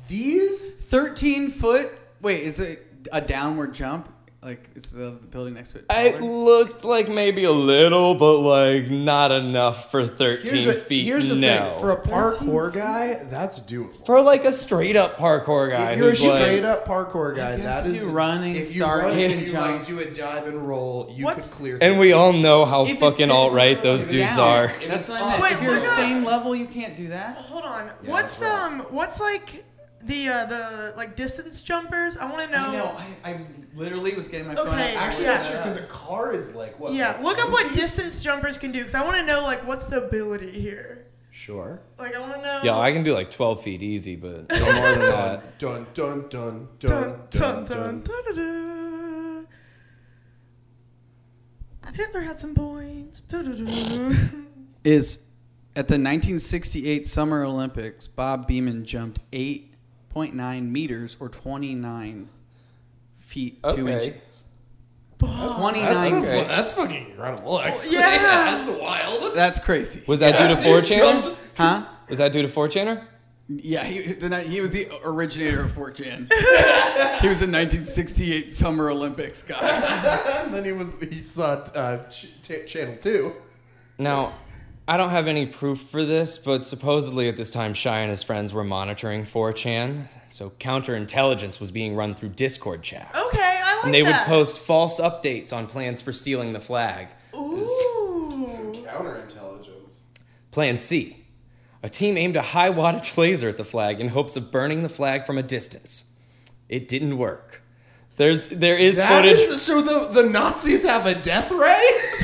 [SPEAKER 2] These
[SPEAKER 5] 13 foot? Wait, is it a downward jump? Like, is the building next to it?
[SPEAKER 3] It
[SPEAKER 5] taller?
[SPEAKER 3] looked like maybe a little, but like not enough for 13
[SPEAKER 2] here's a,
[SPEAKER 3] feet.
[SPEAKER 2] here's the
[SPEAKER 3] no.
[SPEAKER 2] thing for a parkour guy, that's doable.
[SPEAKER 3] For, like a straight up parkour guy.
[SPEAKER 2] If you're a
[SPEAKER 3] who's, like-
[SPEAKER 2] straight up parkour guy,
[SPEAKER 5] I guess
[SPEAKER 2] that
[SPEAKER 5] if
[SPEAKER 2] is
[SPEAKER 5] you run and
[SPEAKER 2] If you
[SPEAKER 5] start
[SPEAKER 2] run
[SPEAKER 5] and
[SPEAKER 2] and you
[SPEAKER 5] jump.
[SPEAKER 2] like do a dive and roll, you
[SPEAKER 4] What's-
[SPEAKER 2] could clear.
[SPEAKER 3] And we all know how
[SPEAKER 5] If it's
[SPEAKER 3] fucking
[SPEAKER 5] down-
[SPEAKER 3] alt right those
[SPEAKER 5] if
[SPEAKER 3] dudes
[SPEAKER 5] down.
[SPEAKER 3] are.
[SPEAKER 5] That's what
[SPEAKER 2] Wait,
[SPEAKER 5] I meant. if you're
[SPEAKER 4] look up.
[SPEAKER 5] same level, you can't do that.
[SPEAKER 4] Hold on.
[SPEAKER 2] Yeah,
[SPEAKER 4] what's
[SPEAKER 2] that's rough.
[SPEAKER 4] um? What's like the uh, the like distance jumpers? I want to know.
[SPEAKER 5] I know. I, I literally was getting my phone
[SPEAKER 4] Okay.
[SPEAKER 5] out.
[SPEAKER 2] Actually,
[SPEAKER 4] Yeah.
[SPEAKER 2] that's true because a car is like what?
[SPEAKER 4] Yeah,
[SPEAKER 2] like
[SPEAKER 4] look up
[SPEAKER 2] 10?
[SPEAKER 4] what distance jumpers can do because I want to know like what's the ability here.
[SPEAKER 2] Sure.
[SPEAKER 4] Like I want to know.
[SPEAKER 3] Yeah, I can do like 12 feet easy, but no more than that.
[SPEAKER 2] Dun dun dun
[SPEAKER 4] Dun,
[SPEAKER 2] dun
[SPEAKER 4] dun,
[SPEAKER 2] dun
[SPEAKER 4] dun,
[SPEAKER 2] dun.
[SPEAKER 4] dun, dun, dun. Hitler had some points. Dun, dun, dun.
[SPEAKER 5] Is at the 1968 Summer Olympics, Bob Beeman jumped 8.9 meters or 29 feet, 2
[SPEAKER 3] Okay.
[SPEAKER 5] inches.
[SPEAKER 4] Bob.
[SPEAKER 5] 29
[SPEAKER 2] a-
[SPEAKER 3] Okay.
[SPEAKER 2] that's fucking incredible. Actually.
[SPEAKER 4] yeah.
[SPEAKER 2] that's wild.
[SPEAKER 5] That's crazy.
[SPEAKER 3] Was that due to 4 chaner?
[SPEAKER 2] Jumped-
[SPEAKER 5] Huh?
[SPEAKER 3] Was that due to 4 chaner?
[SPEAKER 5] Yeah, he, the, ni- he was the originator of 4chan. he was a 1968 Summer Olympics guy.
[SPEAKER 2] and then he was he saw uh, ch- t- channel two.
[SPEAKER 3] Now, I don't have any proof for this, but supposedly at this time, Shy and his friends were monitoring 4chan, so counterintelligence was being run through Discord chat.
[SPEAKER 5] Oh,
[SPEAKER 4] Okay, I like
[SPEAKER 3] and they would
[SPEAKER 4] that.
[SPEAKER 3] post false updates on plans for stealing the flag.
[SPEAKER 4] Ooh.
[SPEAKER 2] Counterintelligence.
[SPEAKER 3] Plan C a team aimed a high wattage laser at the flag in hopes of burning the flag from a distance. It didn't work. There's there is
[SPEAKER 2] That
[SPEAKER 3] footage.
[SPEAKER 2] is- so the, the Nazis have a death ray?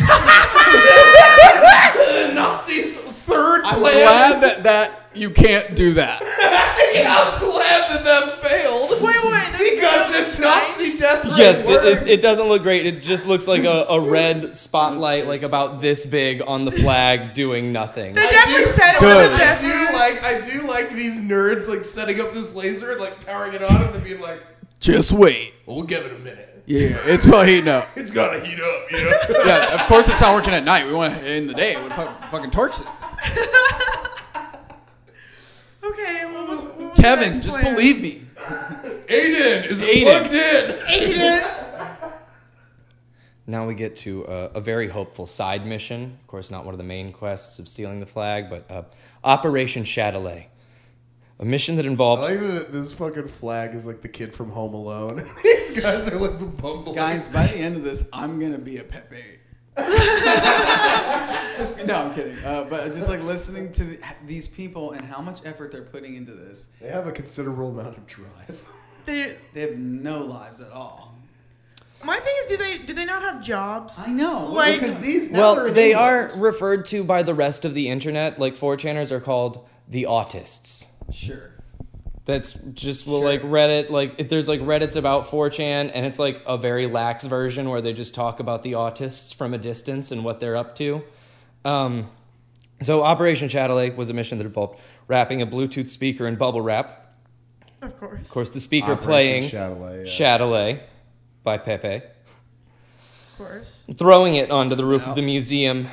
[SPEAKER 2] the Nazis third
[SPEAKER 5] I'm
[SPEAKER 2] plan.
[SPEAKER 5] glad that, that you can't do that.
[SPEAKER 2] I'm glad that that failed.
[SPEAKER 4] Wait, wait, there's
[SPEAKER 2] Because
[SPEAKER 4] no
[SPEAKER 2] if
[SPEAKER 4] tray?
[SPEAKER 2] Nazi death ray
[SPEAKER 3] Yes, it,
[SPEAKER 2] worked,
[SPEAKER 3] it, it doesn't look great. It just looks like a, a red spotlight, like about this big, on the flag, doing nothing.
[SPEAKER 4] They
[SPEAKER 2] I
[SPEAKER 4] definitely
[SPEAKER 2] do-
[SPEAKER 4] said it was
[SPEAKER 5] Good.
[SPEAKER 4] a
[SPEAKER 2] I
[SPEAKER 4] death
[SPEAKER 2] do
[SPEAKER 4] ray.
[SPEAKER 2] like I do like these nerds like setting up this laser and like powering it on and then being like,
[SPEAKER 5] Just wait.
[SPEAKER 2] "We'll give it a minute.
[SPEAKER 5] Yeah, it's well heating up.
[SPEAKER 2] It's gotta heat up, you know."
[SPEAKER 5] Yeah, of course it's not working at night. We want it in the day. We fuck, fucking torch this. thing.
[SPEAKER 4] Okay, what was, what was the
[SPEAKER 5] Tevin,
[SPEAKER 4] next
[SPEAKER 5] just
[SPEAKER 4] plan?
[SPEAKER 5] believe me.
[SPEAKER 2] Aiden is
[SPEAKER 5] Aiden.
[SPEAKER 2] plugged in.
[SPEAKER 4] Aiden.
[SPEAKER 3] Now we get to uh, a very hopeful side mission. Of course, not one of the main quests of stealing the flag, but uh, Operation Châtelet. A mission that involves.
[SPEAKER 2] I like that this fucking flag is like the kid from Home Alone. These guys are like the bumble.
[SPEAKER 5] Guys, by the end of this, I'm gonna be a Pepe. just no, I'm kidding. Uh, but just like listening to the, these people and how much effort they're putting into this,
[SPEAKER 2] they have a considerable amount of drive.
[SPEAKER 4] They,
[SPEAKER 5] they have no lives at all.
[SPEAKER 4] my thing is, do they do they not have jobs?
[SPEAKER 5] I know.
[SPEAKER 4] Like-
[SPEAKER 2] Because these now are
[SPEAKER 3] well,
[SPEAKER 2] in
[SPEAKER 3] they are
[SPEAKER 2] England.
[SPEAKER 3] referred to by the rest of the internet, like 4chaners are called the autists.
[SPEAKER 5] sure.
[SPEAKER 3] That's just well,
[SPEAKER 5] Sure.
[SPEAKER 3] like Reddit. Like if there's like Reddit's about 4chan, and it's like a very lax version where they just talk about the autists from a distance and what they're up to. Um, so Operation Chatelet was a mission that involved wrapping a Bluetooth speaker in bubble wrap.
[SPEAKER 4] Of course.
[SPEAKER 3] Of course, the speaker
[SPEAKER 2] Operation
[SPEAKER 3] playing
[SPEAKER 2] Chatelet, yeah.
[SPEAKER 3] Chatelet by Pepe,
[SPEAKER 4] Of course.
[SPEAKER 3] throwing it onto the roof of the museum.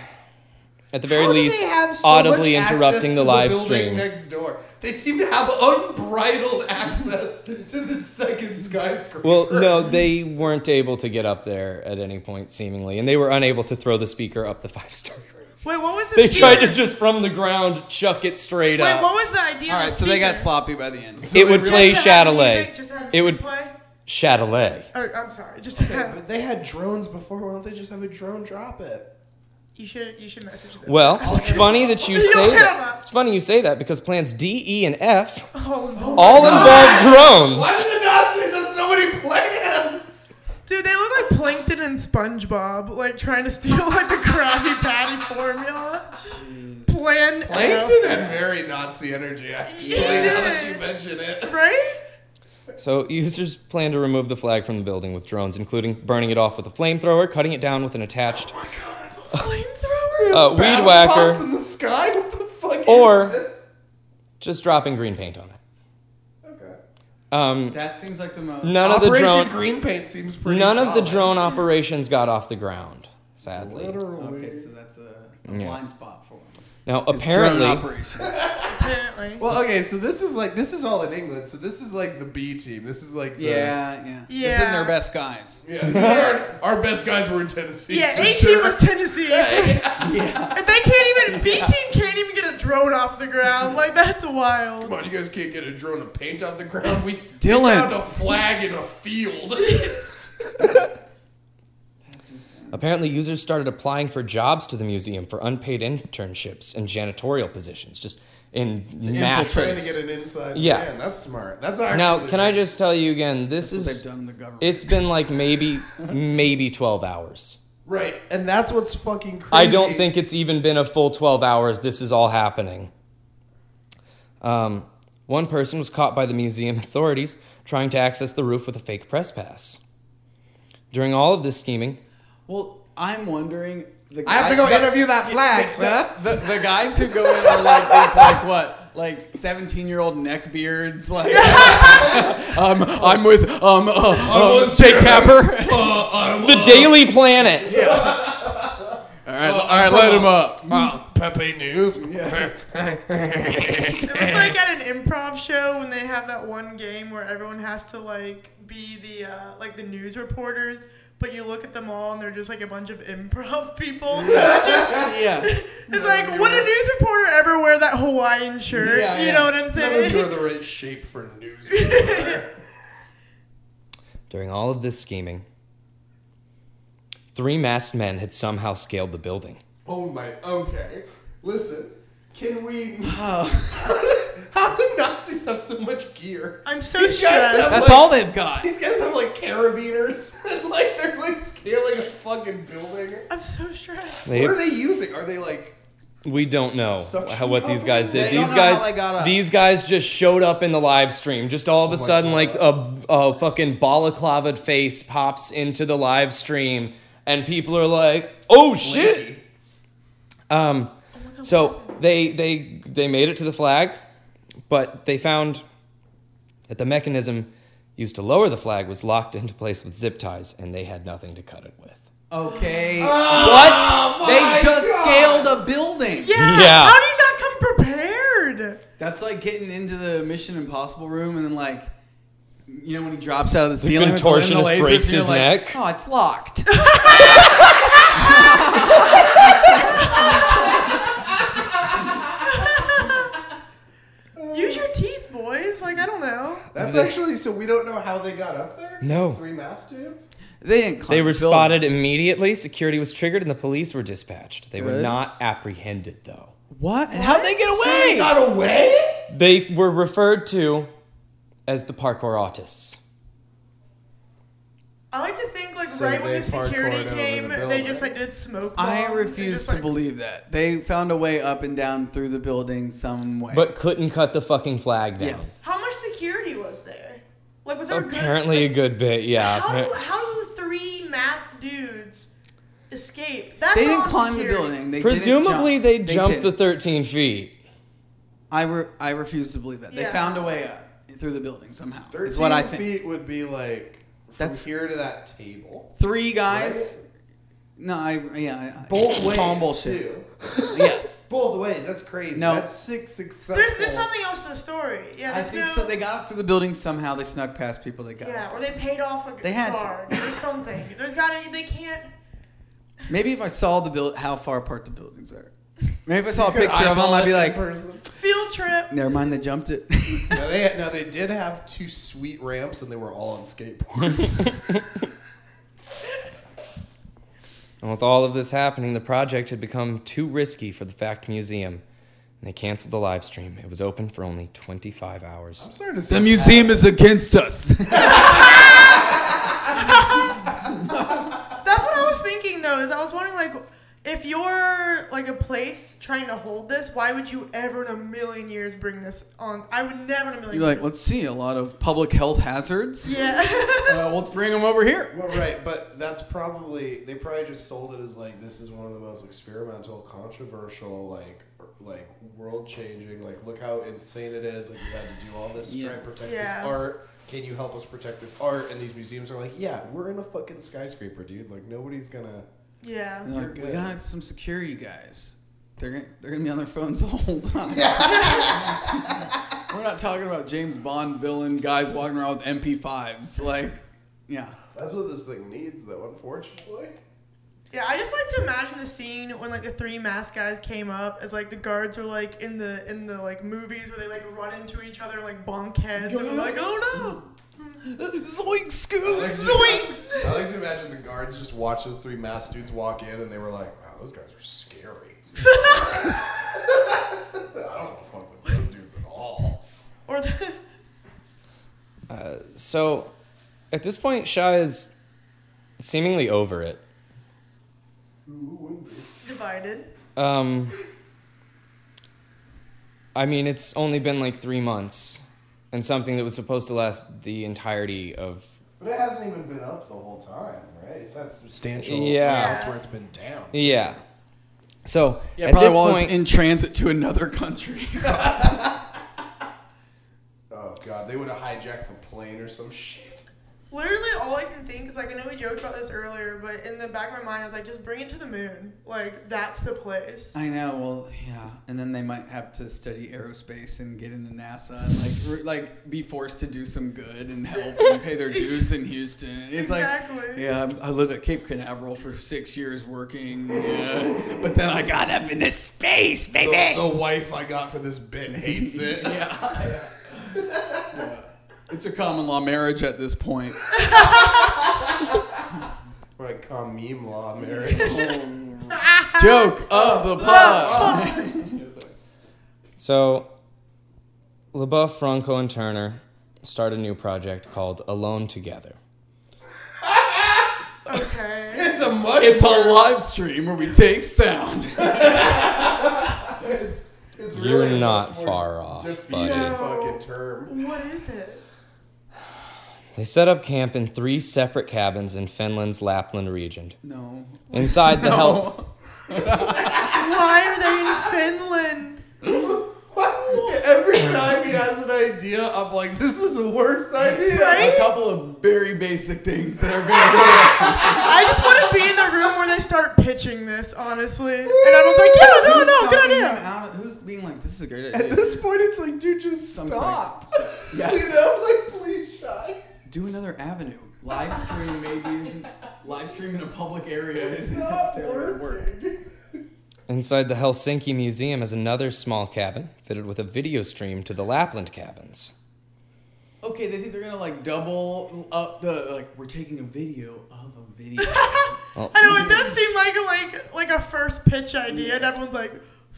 [SPEAKER 3] At the very
[SPEAKER 2] How do
[SPEAKER 3] least,
[SPEAKER 2] they have so
[SPEAKER 3] audibly
[SPEAKER 2] much access
[SPEAKER 3] interrupting
[SPEAKER 2] to
[SPEAKER 3] the live
[SPEAKER 2] building
[SPEAKER 3] stream.
[SPEAKER 2] next door. They seem to have unbridled access to the second skyscraper.
[SPEAKER 3] Well, no, they weren't able to get up there at any point, seemingly, and they were unable to throw the speaker up the five story roof.
[SPEAKER 4] Wait, what was the
[SPEAKER 3] They tried to
[SPEAKER 4] speaker?
[SPEAKER 3] just from the ground chuck it straight
[SPEAKER 4] Wait,
[SPEAKER 3] up.
[SPEAKER 4] what was the idea?
[SPEAKER 5] All
[SPEAKER 4] of
[SPEAKER 5] right,
[SPEAKER 4] the
[SPEAKER 5] so they got
[SPEAKER 4] speaker?
[SPEAKER 5] sloppy by the end.
[SPEAKER 3] it would
[SPEAKER 2] really-
[SPEAKER 3] play
[SPEAKER 4] Just to have music,
[SPEAKER 3] Chatelet.
[SPEAKER 4] just to have
[SPEAKER 3] It
[SPEAKER 4] music
[SPEAKER 3] would
[SPEAKER 4] play?
[SPEAKER 3] Chatelet.
[SPEAKER 4] Oh, I'm sorry. Just to have,
[SPEAKER 2] But they had drones before. Why don't they just have a drone drop it?
[SPEAKER 4] you should you should message them.
[SPEAKER 3] Well, it's funny that you
[SPEAKER 4] Yo,
[SPEAKER 3] say
[SPEAKER 4] Hannah!
[SPEAKER 3] that. It's funny you say that because plans D, E, and F
[SPEAKER 4] Oh, no.
[SPEAKER 3] all involve drones.
[SPEAKER 2] Why did the Nazis have so many plans?
[SPEAKER 4] Dude, they look like Plankton and SpongeBob, like trying to steal like the Krabby Patty formula. Plan F,
[SPEAKER 2] Plankton had very Nazi energy, actually.
[SPEAKER 4] He
[SPEAKER 2] Now that
[SPEAKER 4] did.
[SPEAKER 2] you mention it.
[SPEAKER 4] right?
[SPEAKER 3] So, users plan to remove the flag from the building with drones, including burning it off with a flamethrower, cutting it down with an attached
[SPEAKER 4] Oh Flamethrower.
[SPEAKER 3] uh, weed
[SPEAKER 2] Battle
[SPEAKER 3] whacker,
[SPEAKER 2] bombs in the sky. What the fuck?
[SPEAKER 3] Or-
[SPEAKER 2] is this?
[SPEAKER 3] just dropping green paint on it.
[SPEAKER 2] Okay.
[SPEAKER 3] Um,
[SPEAKER 5] That seems like the most.
[SPEAKER 3] none of the
[SPEAKER 2] Operation
[SPEAKER 3] drone,
[SPEAKER 2] Green Paint seems pretty.
[SPEAKER 3] none of the
[SPEAKER 2] solid.
[SPEAKER 3] drone operations got off the ground, sadly.
[SPEAKER 5] Okay, so that's a, a
[SPEAKER 3] Yeah.
[SPEAKER 5] blind spot for them.
[SPEAKER 3] Now,
[SPEAKER 5] It's drone
[SPEAKER 3] apparently,
[SPEAKER 5] operation.
[SPEAKER 4] Apparently.
[SPEAKER 2] Well, okay, so this is like this is all in England. So this is like the B team. This is like the,
[SPEAKER 5] Yeah, yeah. It's in
[SPEAKER 4] Yeah.
[SPEAKER 5] their best guys.
[SPEAKER 2] Yeah, these are- our, best guys were in Tennessee.
[SPEAKER 4] yeah,
[SPEAKER 2] for
[SPEAKER 4] A team
[SPEAKER 2] sure.
[SPEAKER 4] was Tennessee.
[SPEAKER 5] Yeah.
[SPEAKER 4] And they can't even B team can't even get a drone off the ground. Like that's
[SPEAKER 2] Come
[SPEAKER 4] wild.
[SPEAKER 2] on, you guys can't get a drone to paint off the ground. We
[SPEAKER 5] Dylan.
[SPEAKER 2] we found a flag in a field.
[SPEAKER 3] apparently users started applying for jobs to the museum for unpaid internships and janitorial positions, just in
[SPEAKER 2] Trying to
[SPEAKER 3] masses.
[SPEAKER 2] get an inside.
[SPEAKER 3] Yeah.
[SPEAKER 2] man, that's smart. That's actually
[SPEAKER 3] Now, can I just tell you again? This
[SPEAKER 5] What they've
[SPEAKER 3] is
[SPEAKER 5] done in the government.
[SPEAKER 3] It's been like maybe maybe 12 hours.
[SPEAKER 2] right? And that's what's fucking crazy.
[SPEAKER 3] I don't think it's even been a full 12 hours this is all happening. Um, one person was caught by the museum authorities trying to access the roof with a fake press pass. During all of this scheming,
[SPEAKER 5] well, I'm wondering. The
[SPEAKER 2] I have to go
[SPEAKER 5] guys- the-
[SPEAKER 2] interview that flag, sir.
[SPEAKER 5] The, the guys who go in are like these, like what, like seventeen-year-old neckbeards. Like, um, I'm with um, uh, um
[SPEAKER 2] was
[SPEAKER 5] Jake
[SPEAKER 2] here.
[SPEAKER 5] Tapper.
[SPEAKER 2] Uh, I
[SPEAKER 3] the Daily Planet.
[SPEAKER 5] All right, all right, let him up.
[SPEAKER 2] Uh, Pepe News.
[SPEAKER 4] It was like at an improv show when they have that one game where everyone has to like be the uh, like the news reporters, but you look at them all and they're just like a bunch of improv people.
[SPEAKER 5] Yeah,
[SPEAKER 4] It's like, would a news reporter ever wear that Hawaiian shirt?
[SPEAKER 5] Yeah,
[SPEAKER 4] you
[SPEAKER 5] yeah.
[SPEAKER 4] know what I'm
[SPEAKER 2] None of
[SPEAKER 4] saying?
[SPEAKER 2] you are the right shape for news.
[SPEAKER 3] During all of this scheming, three masked men had somehow scaled the building.
[SPEAKER 2] oh my. Okay. Listen. Can we? How do Nazis have so much gear?
[SPEAKER 4] I'm so
[SPEAKER 2] These guys
[SPEAKER 4] stressed.
[SPEAKER 2] have
[SPEAKER 5] that's
[SPEAKER 2] like-
[SPEAKER 5] all they've got.
[SPEAKER 2] These guys have like carabiners and like they're like scaling a fucking building.
[SPEAKER 4] I'm so stressed.
[SPEAKER 3] They-
[SPEAKER 2] What are they using? Are they like
[SPEAKER 3] We don't know
[SPEAKER 2] Suction
[SPEAKER 3] how, what these
[SPEAKER 2] cup?
[SPEAKER 3] guys did.
[SPEAKER 5] They don't
[SPEAKER 3] these
[SPEAKER 5] know how they got
[SPEAKER 3] guys,
[SPEAKER 5] up. Oh
[SPEAKER 3] these guys just showed up in the live stream. Just all of a sudden, like a, a fucking balaclava face pops into the live stream, and people are like, "Oh shit!"
[SPEAKER 2] Blinky?
[SPEAKER 3] Um, so they they they made it to the flag, but they found that the mechanism used to lower the flag was locked into place with zip ties, and they had nothing to cut it with.
[SPEAKER 5] Okay,
[SPEAKER 2] Oh,
[SPEAKER 5] what?
[SPEAKER 2] my
[SPEAKER 5] They just
[SPEAKER 2] God.
[SPEAKER 5] scaled a building.
[SPEAKER 4] Yeah.
[SPEAKER 3] Yeah.
[SPEAKER 4] How do you not come prepared?
[SPEAKER 5] That's like getting into the Mission Impossible room and then like, you know, when he drops out of the
[SPEAKER 3] The
[SPEAKER 5] ceiling, with the
[SPEAKER 3] contortionist
[SPEAKER 5] lasers,
[SPEAKER 3] breaks
[SPEAKER 5] and you're
[SPEAKER 3] his
[SPEAKER 5] like,
[SPEAKER 3] neck.
[SPEAKER 5] Oh, it's locked.
[SPEAKER 4] Use your teeth, boys. Like I don't know.
[SPEAKER 2] That's actually so we don't know how they got up there.
[SPEAKER 3] No.
[SPEAKER 2] three mass dudes.
[SPEAKER 5] they didn't. Climb
[SPEAKER 3] They were
[SPEAKER 5] the building.
[SPEAKER 3] spotted immediately. Security was triggered, and the police were dispatched. They were
[SPEAKER 5] Good.
[SPEAKER 3] not apprehended, though.
[SPEAKER 5] What? And how'd they get
[SPEAKER 2] They
[SPEAKER 5] away?
[SPEAKER 2] got away.
[SPEAKER 3] They were referred to as the parkour autists.
[SPEAKER 4] I like to think like
[SPEAKER 2] So
[SPEAKER 4] right when
[SPEAKER 2] they
[SPEAKER 4] the security
[SPEAKER 2] parkoured over
[SPEAKER 4] came,
[SPEAKER 2] the
[SPEAKER 4] they
[SPEAKER 2] building.
[SPEAKER 4] just like did smoke.
[SPEAKER 5] I
[SPEAKER 4] bombs. They
[SPEAKER 5] refuse
[SPEAKER 4] just,
[SPEAKER 5] to
[SPEAKER 4] like-
[SPEAKER 5] believe that they found a way up and down through the building some way.
[SPEAKER 3] But couldn't cut the fucking flag down.
[SPEAKER 5] yes,
[SPEAKER 4] How much security was there? Like was there
[SPEAKER 3] Apparently a
[SPEAKER 4] A good,
[SPEAKER 3] good bit, yeah.
[SPEAKER 4] how do
[SPEAKER 3] Appar-
[SPEAKER 4] how do three masked dudes escape? That's
[SPEAKER 5] they didn't
[SPEAKER 4] all
[SPEAKER 5] climb the
[SPEAKER 4] security.
[SPEAKER 5] building. They
[SPEAKER 3] Presumably
[SPEAKER 5] didn't
[SPEAKER 3] they
[SPEAKER 5] jump.
[SPEAKER 3] jumped the
[SPEAKER 5] didn't.
[SPEAKER 3] 13 feet.
[SPEAKER 5] I re- I refuse to believe that they
[SPEAKER 4] Yeah.
[SPEAKER 5] found a way up through the building somehow.
[SPEAKER 2] Thirteen
[SPEAKER 5] Is what I think.
[SPEAKER 2] feet would be like from
[SPEAKER 5] That's-
[SPEAKER 2] here to that table.
[SPEAKER 5] Three guys. No, I yeah. I,
[SPEAKER 2] Both
[SPEAKER 5] calm
[SPEAKER 2] ways
[SPEAKER 5] bullshit.
[SPEAKER 2] too.
[SPEAKER 5] yes.
[SPEAKER 2] both ways. That's crazy.
[SPEAKER 5] No.
[SPEAKER 2] That's six successful.
[SPEAKER 4] There's, there's something else to the story. Yeah,
[SPEAKER 5] I
[SPEAKER 4] there's
[SPEAKER 5] think
[SPEAKER 4] no,
[SPEAKER 5] so. They got up to the building somehow. They snuck past people. They got.
[SPEAKER 4] yeah,
[SPEAKER 5] up.
[SPEAKER 4] or they paid off a
[SPEAKER 5] They had to.
[SPEAKER 4] card or something. There's gotta they can't.
[SPEAKER 5] Maybe if I saw the build, how far apart the buildings are. Maybe if I saw a
[SPEAKER 2] You could
[SPEAKER 5] picture of them,
[SPEAKER 2] eyeball
[SPEAKER 5] I'd be
[SPEAKER 2] it in
[SPEAKER 5] like,
[SPEAKER 2] person.
[SPEAKER 4] Field trip.
[SPEAKER 5] never mind. They jumped it.
[SPEAKER 2] no, they no, they did have two sweet ramps, and they were all on skateboards.
[SPEAKER 3] And with all of this happening, the project had become too risky for the Fact Museum, and they canceled the live stream. It was open for only 25 hours.
[SPEAKER 2] I'm starting to see
[SPEAKER 5] the museum is against us.
[SPEAKER 4] That's what I was thinking though, is I was wondering like if you're like a place trying to hold this, why would you ever in a million years bring this on? I would never in a 1000000
[SPEAKER 5] You're like,
[SPEAKER 4] years.
[SPEAKER 5] let's see. A lot of public health hazards.
[SPEAKER 4] yeah.
[SPEAKER 5] Uh, let's bring them over here.
[SPEAKER 2] Well, right, but that's probably they probably just sold it as like this is one of the most experimental, controversial, like or- like world changing. Like, look how insane it is. Like, you had to do all this to try and protect
[SPEAKER 4] Yeah.
[SPEAKER 2] this art. Can you help us protect this art? And these museums are like, yeah, we're in a fucking skyscraper, dude. Like, nobody's gonna.
[SPEAKER 4] yeah.
[SPEAKER 5] And they're like,
[SPEAKER 2] You're
[SPEAKER 5] we
[SPEAKER 2] good.
[SPEAKER 5] got some security guys. They're gonna, they're gonna be on their phones the whole time. We're not talking about James Bond villain guys walking around with MP5s. Like, yeah.
[SPEAKER 2] That's what this thing needs, though. Unfortunately.
[SPEAKER 4] Yeah, I just like to imagine the scene when like the three masked guys came up as like the guards were like in the in the like movies where they like run into each other and like bonk heads and we're like, oh
[SPEAKER 5] Zoink
[SPEAKER 2] I
[SPEAKER 5] scoot.
[SPEAKER 2] like to-
[SPEAKER 4] Zoinks!
[SPEAKER 2] I like to imagine the guards just watch those three masked dudes walk in, and they were like, "Wow, those guys are scary." I don't want to fuck with those dudes at all.
[SPEAKER 4] no. Or the
[SPEAKER 3] So, at this point, Shah is seemingly over it.
[SPEAKER 4] divided.
[SPEAKER 3] Um, I mean, it's only been like three months, and something that was supposed to last the entirety of.
[SPEAKER 2] But it hasn't even been up the whole time, right? It's not substantial.
[SPEAKER 3] Yeah.
[SPEAKER 2] that's where it's been down.
[SPEAKER 3] Yeah. So
[SPEAKER 5] Yeah,
[SPEAKER 3] at
[SPEAKER 5] probably
[SPEAKER 3] this
[SPEAKER 5] while
[SPEAKER 3] point,
[SPEAKER 5] it's in transit to another country.
[SPEAKER 2] Oh god, they would have hijacked the plane or some shit.
[SPEAKER 4] Literally, all I can think is like I know we joked about this earlier, but in the back of my mind, I was like, just bring it to the moon. Like that's the place.
[SPEAKER 5] I know. Well, yeah. And then they might have to study aerospace and get into NASA and like, r- like be forced to do some good and help and pay their dues in Houston. It's like,
[SPEAKER 4] Exactly.
[SPEAKER 5] yeah, I'm- I lived at Cape Canaveral for six years working, yeah, but then I got up into space,
[SPEAKER 2] The,
[SPEAKER 5] baby.
[SPEAKER 2] the wife I got for this bit hates it.
[SPEAKER 5] yeah. Yeah. It's a common law marriage at this point.
[SPEAKER 2] We're like calm meme law marriage.
[SPEAKER 5] Joke of the pod.
[SPEAKER 3] So, LaBeouf, Franco, and Turner start a new project called Alone Together.
[SPEAKER 4] Okay.
[SPEAKER 2] it's a much.
[SPEAKER 5] It's a live stream where we take sound.
[SPEAKER 2] It's, it's
[SPEAKER 3] You're
[SPEAKER 2] really a
[SPEAKER 3] not
[SPEAKER 2] much more
[SPEAKER 3] far off,
[SPEAKER 2] Defeated
[SPEAKER 3] buddy.
[SPEAKER 2] fucking term.
[SPEAKER 4] what is it?
[SPEAKER 3] They set up camp in three separate cabins in Finland's Lapland region.
[SPEAKER 5] No.
[SPEAKER 3] Inside the help.
[SPEAKER 4] Why are they in Finland?
[SPEAKER 2] Every time he has an idea, I'm like, this is the worst idea.
[SPEAKER 5] A
[SPEAKER 4] Right?
[SPEAKER 5] couple of very basic things that are very
[SPEAKER 4] I just want to be in the room where they start pitching this, honestly. And everyone's like, yeah, no, no, good idea.
[SPEAKER 5] who's being like, this is a great
[SPEAKER 2] At
[SPEAKER 5] idea?
[SPEAKER 2] this point, it's like, dude, just
[SPEAKER 5] Some
[SPEAKER 2] stop.
[SPEAKER 5] Yes.
[SPEAKER 2] You know, like, please, shy.
[SPEAKER 5] Do another avenue. Live stream maybe isn't live stream in a public area isn't
[SPEAKER 2] Not
[SPEAKER 5] necessarily gonna work.
[SPEAKER 2] working.
[SPEAKER 3] Inside the Helsinki Museum is another small cabin fitted with a video stream to the Lapland cabins.
[SPEAKER 5] Okay, they think they're gonna like double up the like we're taking a video of a video.
[SPEAKER 3] Well,
[SPEAKER 4] I know it does seem like a, like like a first pitch idea, and everyone's like,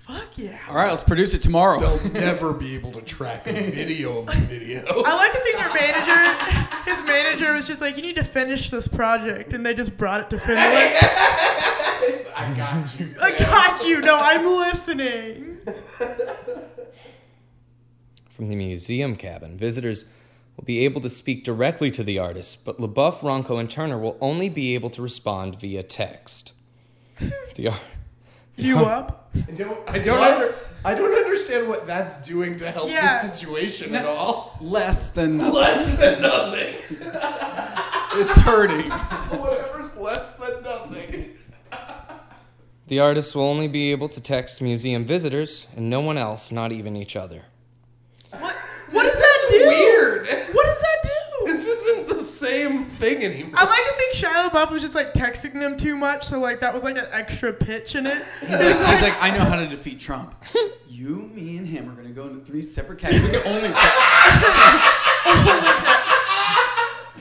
[SPEAKER 4] fuck yeah.
[SPEAKER 5] Alright, let's produce it tomorrow.
[SPEAKER 2] They'll never be able to track a video of a video.
[SPEAKER 4] I like to think their manager, his manager was just like, you need to finish this project, and they just brought it to Finland.
[SPEAKER 2] I got you.
[SPEAKER 4] I got you. No, I'm listening.
[SPEAKER 3] From the museum cabin, visitors will be able to speak directly to the artists, but LaBeouf, Ronco, and Turner will only be able to respond via text. The ar-
[SPEAKER 4] You up?
[SPEAKER 2] I don't, I don't,
[SPEAKER 5] What?
[SPEAKER 2] under, I don't understand what that's doing to help
[SPEAKER 4] Yeah.
[SPEAKER 2] the situation at all.
[SPEAKER 5] Less than
[SPEAKER 2] Less than nothing.
[SPEAKER 5] it's hurting.
[SPEAKER 2] Whatever's less than nothing.
[SPEAKER 3] The artists will only be able to text museum visitors and no one else, not even each other.
[SPEAKER 4] What? What does
[SPEAKER 2] This
[SPEAKER 4] that
[SPEAKER 2] is
[SPEAKER 4] do?
[SPEAKER 2] weird.
[SPEAKER 4] What does that do?
[SPEAKER 2] This isn't the same thing anymore.
[SPEAKER 4] I like to think Shia LaBeouf was just like texting them too much, so like that was like an extra pitch in it.
[SPEAKER 5] He's like, he's like, I know how to defeat Trump. You, me, and him are gonna go into three separate categories. We can only text.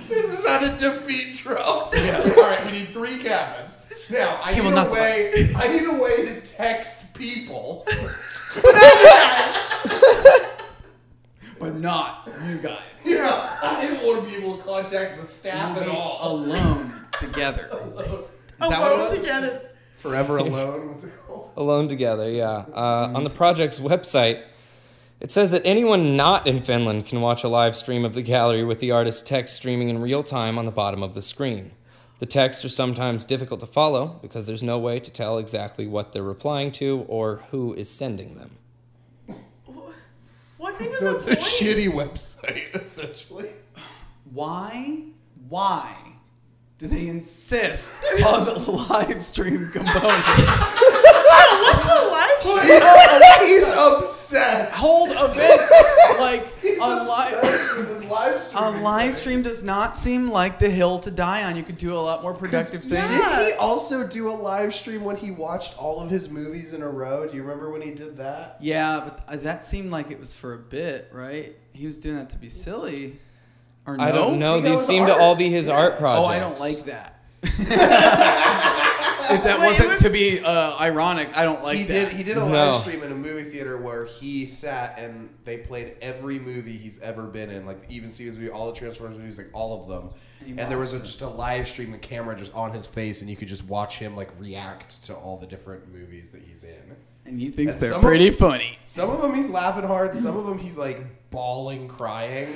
[SPEAKER 2] This is how to defeat Trump. All right, we need three cabins. Now, I
[SPEAKER 5] He will
[SPEAKER 2] need a
[SPEAKER 5] not
[SPEAKER 2] way. I need a way to text people.
[SPEAKER 5] but not you guys.
[SPEAKER 2] Yeah, I didn't want to be able to contact the staff at all.
[SPEAKER 5] Alone together.
[SPEAKER 4] Alone
[SPEAKER 5] that what it was?
[SPEAKER 4] Oh, together.
[SPEAKER 2] Forever alone. What's it called?
[SPEAKER 3] Alone together, yeah. Uh, on the project's website, it says that anyone not in Finland can watch a live stream of the gallery with the artist's text streaming in real time on the bottom of the screen. The texts are sometimes difficult to follow because there's no way to tell exactly what they're replying to or who is sending them.
[SPEAKER 4] What's even
[SPEAKER 2] So
[SPEAKER 4] the
[SPEAKER 2] it's a
[SPEAKER 4] point?
[SPEAKER 2] shitty website, essentially.
[SPEAKER 5] Why? Why do they insist on the live stream component?
[SPEAKER 4] Live show.
[SPEAKER 2] He's obsessed.
[SPEAKER 5] Hold events like
[SPEAKER 2] He's
[SPEAKER 5] a live.
[SPEAKER 2] obsessed with his live stream.
[SPEAKER 5] A live stream does not seem like the hill to die on. You could do a lot more productive things.
[SPEAKER 4] Yeah.
[SPEAKER 2] Did he also do a live stream when he watched all of his movies in a row? Do you remember when he did that?
[SPEAKER 5] Yeah, but uh, that seemed like it was for a bit, right? He was doing that to be silly. Or no?
[SPEAKER 3] I don't know.
[SPEAKER 2] think that
[SPEAKER 3] These
[SPEAKER 2] was
[SPEAKER 3] seem to
[SPEAKER 2] art.
[SPEAKER 3] all be his art
[SPEAKER 5] Oh,
[SPEAKER 3] projects.
[SPEAKER 5] I don't like that. if that
[SPEAKER 4] Wait, it
[SPEAKER 5] wasn't
[SPEAKER 4] was-
[SPEAKER 5] to be uh, ironic, I don't like
[SPEAKER 2] he
[SPEAKER 5] that.
[SPEAKER 2] did. He did a
[SPEAKER 3] No.
[SPEAKER 2] live stream in a movie theater where he sat and they played every movie he's ever been in, like even Steven's movie, all the Transformers movies, like all of them.
[SPEAKER 5] he
[SPEAKER 2] And, there was a, just a live stream, the camera just on his face, and you could just watch him like react to all the different movies that he's in.
[SPEAKER 5] and he thinks
[SPEAKER 2] And
[SPEAKER 5] they're
[SPEAKER 2] some-
[SPEAKER 5] pretty funny.
[SPEAKER 2] Some of them he's laughing hard. Some of them he's like bawling, crying.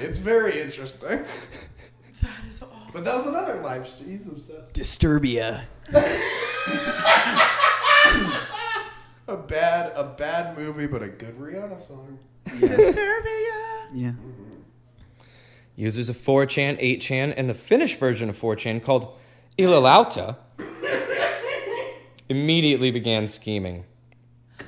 [SPEAKER 2] It's very interesting.
[SPEAKER 4] That is awful.
[SPEAKER 2] But that was another live stream. He's obsessed.
[SPEAKER 5] Disturbia.
[SPEAKER 2] A bad, a bad movie, but a good Rihanna song.
[SPEAKER 4] Disturbia.
[SPEAKER 5] Yeah.
[SPEAKER 3] Users of 4chan, 8chan, and the Finnish version of 4chan called Ililauta immediately began scheming.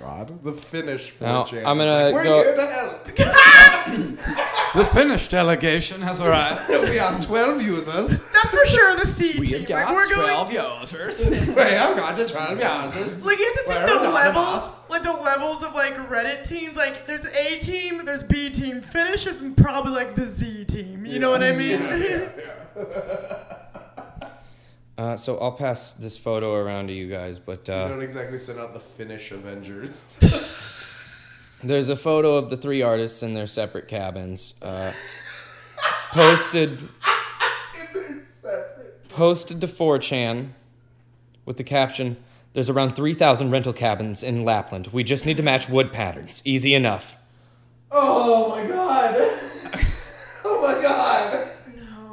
[SPEAKER 2] God, the finish for
[SPEAKER 3] Now,
[SPEAKER 2] a chance.
[SPEAKER 3] I'm gonna
[SPEAKER 2] We're
[SPEAKER 3] go-
[SPEAKER 2] here to help.
[SPEAKER 5] The Finnish delegation has arrived.
[SPEAKER 2] We have 12 users.
[SPEAKER 4] That's for sure the C
[SPEAKER 5] We
[SPEAKER 4] team.
[SPEAKER 5] have got
[SPEAKER 4] like, we're going
[SPEAKER 5] 12 yosers.
[SPEAKER 2] We have got to 12 users.
[SPEAKER 4] Like you have to
[SPEAKER 2] We're
[SPEAKER 4] think the
[SPEAKER 2] anonymous.
[SPEAKER 4] levels, like the levels of like Reddit teams. Like there's A team, there's B team. Finish is probably like the Z team. You know what I mean?
[SPEAKER 3] Uh, so I'll pass this photo around to you guys, but
[SPEAKER 2] We
[SPEAKER 3] uh,
[SPEAKER 2] don't exactly send out the finish Avengers.
[SPEAKER 3] there's a photo of the three artists in their separate cabins, uh, posted posted to 4chan with the caption: "There's around 3,000 rental cabins in Lapland. We just need to match wood patterns. Easy enough."
[SPEAKER 2] oh my god. Oh my god.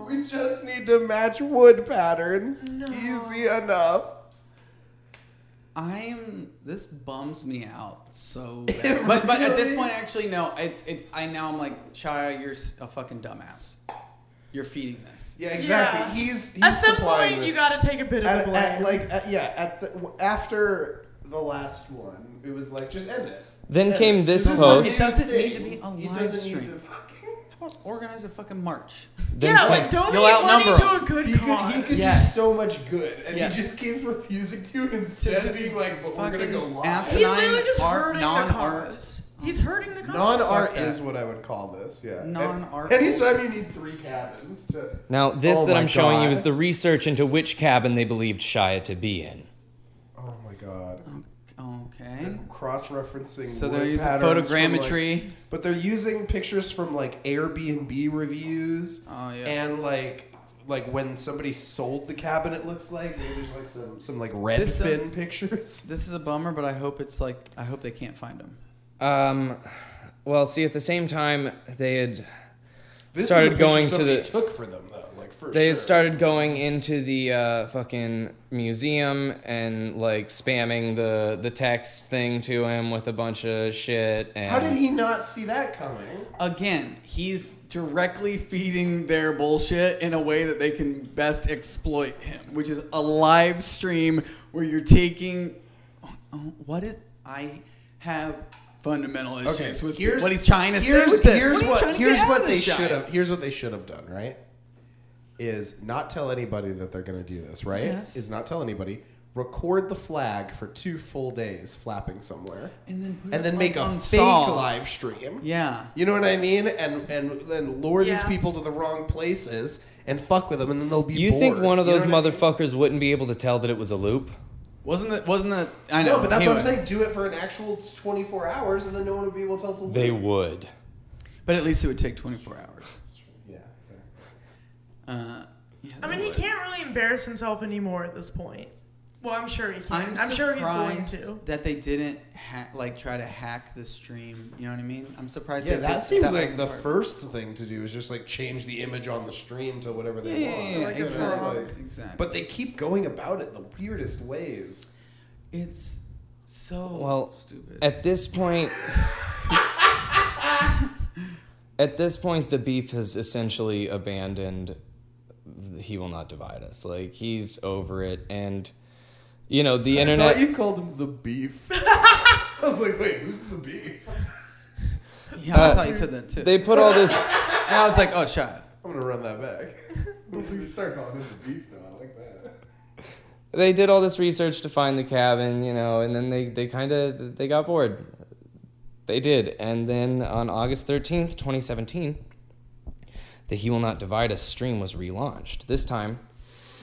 [SPEAKER 2] We just need to match wood patterns. Easy enough.
[SPEAKER 5] I'm. This bums me out so bad. But, but at this
[SPEAKER 2] really-
[SPEAKER 5] point, actually, no. It's. It, I now I'm like, Shia, you're s- a fucking dumbass. You're feeding this.
[SPEAKER 2] Yeah, exactly.
[SPEAKER 4] Yeah.
[SPEAKER 2] He's he's
[SPEAKER 4] At some
[SPEAKER 2] supplying
[SPEAKER 4] point,
[SPEAKER 2] this.
[SPEAKER 4] you gotta take a bit of
[SPEAKER 2] at,
[SPEAKER 4] the blame.
[SPEAKER 2] at, like at, yeah, at the w- after the last one, it was like just end it.
[SPEAKER 3] Then
[SPEAKER 2] Just
[SPEAKER 3] came
[SPEAKER 2] end
[SPEAKER 3] this
[SPEAKER 2] Just
[SPEAKER 3] post.
[SPEAKER 2] end
[SPEAKER 5] It doesn't
[SPEAKER 2] thing.
[SPEAKER 5] need to be a
[SPEAKER 2] It
[SPEAKER 5] live
[SPEAKER 2] doesn't need
[SPEAKER 5] stream.
[SPEAKER 2] to fucking-
[SPEAKER 5] How about organize a fucking march?
[SPEAKER 3] Then
[SPEAKER 4] yeah,
[SPEAKER 3] came-
[SPEAKER 4] like donate
[SPEAKER 5] You'll
[SPEAKER 4] money
[SPEAKER 5] outnumber
[SPEAKER 4] to a
[SPEAKER 5] 'em.
[SPEAKER 4] good
[SPEAKER 2] He could,
[SPEAKER 4] cause.
[SPEAKER 2] he could do
[SPEAKER 5] Yes.
[SPEAKER 2] so much good, and
[SPEAKER 5] Yes.
[SPEAKER 2] he just keeps refusing to. And instead,
[SPEAKER 5] to
[SPEAKER 2] he's
[SPEAKER 5] be
[SPEAKER 2] like, "But we're gonna
[SPEAKER 5] fucking
[SPEAKER 2] go live."
[SPEAKER 5] ass-
[SPEAKER 4] He's
[SPEAKER 5] Nine
[SPEAKER 4] literally just
[SPEAKER 5] art-
[SPEAKER 4] hurting the
[SPEAKER 5] non-art.
[SPEAKER 4] cause. He's hurting the cause.
[SPEAKER 2] Non-art
[SPEAKER 5] Fuck that.
[SPEAKER 2] is what I would call this. Yeah, And
[SPEAKER 5] Non-art.
[SPEAKER 2] Anytime you need three cabins to.
[SPEAKER 3] Now, this
[SPEAKER 2] Oh
[SPEAKER 3] that
[SPEAKER 2] my
[SPEAKER 3] I'm showing you
[SPEAKER 2] God.
[SPEAKER 3] is the research into which cabin they believed Shia to be in.
[SPEAKER 2] Oh my god.
[SPEAKER 5] Okay.
[SPEAKER 2] Cross-referencing.
[SPEAKER 5] So
[SPEAKER 2] wood
[SPEAKER 5] they're using
[SPEAKER 2] patterns from, like-
[SPEAKER 5] photogrammetry.
[SPEAKER 2] But they're using pictures from like Airbnb reviews.
[SPEAKER 5] Oh, yeah.
[SPEAKER 2] And like like when somebody sold the cabin, it looks like maybe there's like some some like red
[SPEAKER 5] This does-
[SPEAKER 2] fin pictures.
[SPEAKER 5] This is a bummer, but I hope it's like I hope they can't find him.
[SPEAKER 3] Um, well, see, at the same time, they had
[SPEAKER 2] This is
[SPEAKER 3] Started
[SPEAKER 2] a picture
[SPEAKER 3] going to
[SPEAKER 2] somebody
[SPEAKER 3] the-
[SPEAKER 2] took for them though. Like like for
[SPEAKER 3] they
[SPEAKER 2] sure.
[SPEAKER 3] had started going into the uh, fucking museum and like spamming the the text thing to him with a bunch of shit. And
[SPEAKER 2] How did he not see that coming?
[SPEAKER 5] Again, he's directly feeding their bullshit in a way that they can best exploit him, which is a live stream where you're taking. Oh, what is I have fundamental issues
[SPEAKER 2] Okay,
[SPEAKER 5] with
[SPEAKER 2] here's
[SPEAKER 5] what he's trying to
[SPEAKER 2] here's,
[SPEAKER 5] say with this.
[SPEAKER 2] Here's
[SPEAKER 5] what, are you
[SPEAKER 2] what,
[SPEAKER 5] trying to
[SPEAKER 2] here's
[SPEAKER 5] get out
[SPEAKER 2] what
[SPEAKER 5] of
[SPEAKER 2] they
[SPEAKER 5] this guy?
[SPEAKER 2] should have. Here's what they should have done. Right, is not tell anybody that they're going to do this. Right,
[SPEAKER 5] Yes.
[SPEAKER 2] is not tell anybody. Record the flag for two full days, flapping somewhere,
[SPEAKER 5] And then put
[SPEAKER 2] and
[SPEAKER 5] it
[SPEAKER 2] then make
[SPEAKER 5] up on
[SPEAKER 2] a fake
[SPEAKER 5] Saw.
[SPEAKER 2] live stream.
[SPEAKER 5] Yeah.
[SPEAKER 2] You know what I mean? And and then lure these
[SPEAKER 4] Yeah.
[SPEAKER 2] people to the wrong places and fuck with them, and then they'll be.
[SPEAKER 3] you
[SPEAKER 2] bored.
[SPEAKER 3] think one of
[SPEAKER 2] You know
[SPEAKER 3] those
[SPEAKER 2] what I mean?
[SPEAKER 3] motherfuckers wouldn't be able to tell that it was a loop?
[SPEAKER 5] Wasn't that? Wasn't that? I know.
[SPEAKER 2] No, but that's
[SPEAKER 5] he
[SPEAKER 2] what I'm
[SPEAKER 5] was.
[SPEAKER 2] saying. Do it for an actual 24 hours, and then no one would be able to tell it's a loop.
[SPEAKER 3] would.
[SPEAKER 5] But at least it would take 24 hours.
[SPEAKER 2] Yeah. exactly.
[SPEAKER 5] Uh, yeah,
[SPEAKER 4] I mean, he can't really embarrass himself anymore at this point. Well, I'm sure he can.
[SPEAKER 5] I'm,
[SPEAKER 4] I'm, sure he's going
[SPEAKER 5] surprised
[SPEAKER 4] to.
[SPEAKER 5] that they didn't ha- like try to hack the stream. You know what I mean? I'm surprised.
[SPEAKER 2] Yeah,
[SPEAKER 5] they
[SPEAKER 2] that
[SPEAKER 5] did-
[SPEAKER 2] seems
[SPEAKER 5] that
[SPEAKER 2] like
[SPEAKER 5] wasn't
[SPEAKER 2] the
[SPEAKER 5] part-
[SPEAKER 2] first thing to do is just like change the image on the stream to whatever
[SPEAKER 5] Yeah,
[SPEAKER 2] they
[SPEAKER 5] yeah,
[SPEAKER 2] want.
[SPEAKER 5] yeah, yeah,
[SPEAKER 2] Like, it's not
[SPEAKER 5] exactly.
[SPEAKER 2] like-
[SPEAKER 5] exactly.
[SPEAKER 2] But they keep going about it the weirdest ways.
[SPEAKER 5] it's so
[SPEAKER 3] Well,
[SPEAKER 5] stupid.
[SPEAKER 3] At this point, at this point, the beef has essentially abandoned. He will not divide us. Like he's over it, and you know the internet.
[SPEAKER 2] you called him the beef. I was like, wait, who's the beef?
[SPEAKER 5] yeah, I
[SPEAKER 3] uh,
[SPEAKER 5] thought you said that too.
[SPEAKER 3] They put all this.
[SPEAKER 5] and I was like, oh, shut up.
[SPEAKER 2] I'm gonna run that back. you start calling him the beef though. I like that.
[SPEAKER 3] They did all this research to find the cabin, you know, and then they they kind of they got bored. They did, and then on August thirteenth, twenty seventeen, the "He Will Not Divide Us" stream was relaunched. This time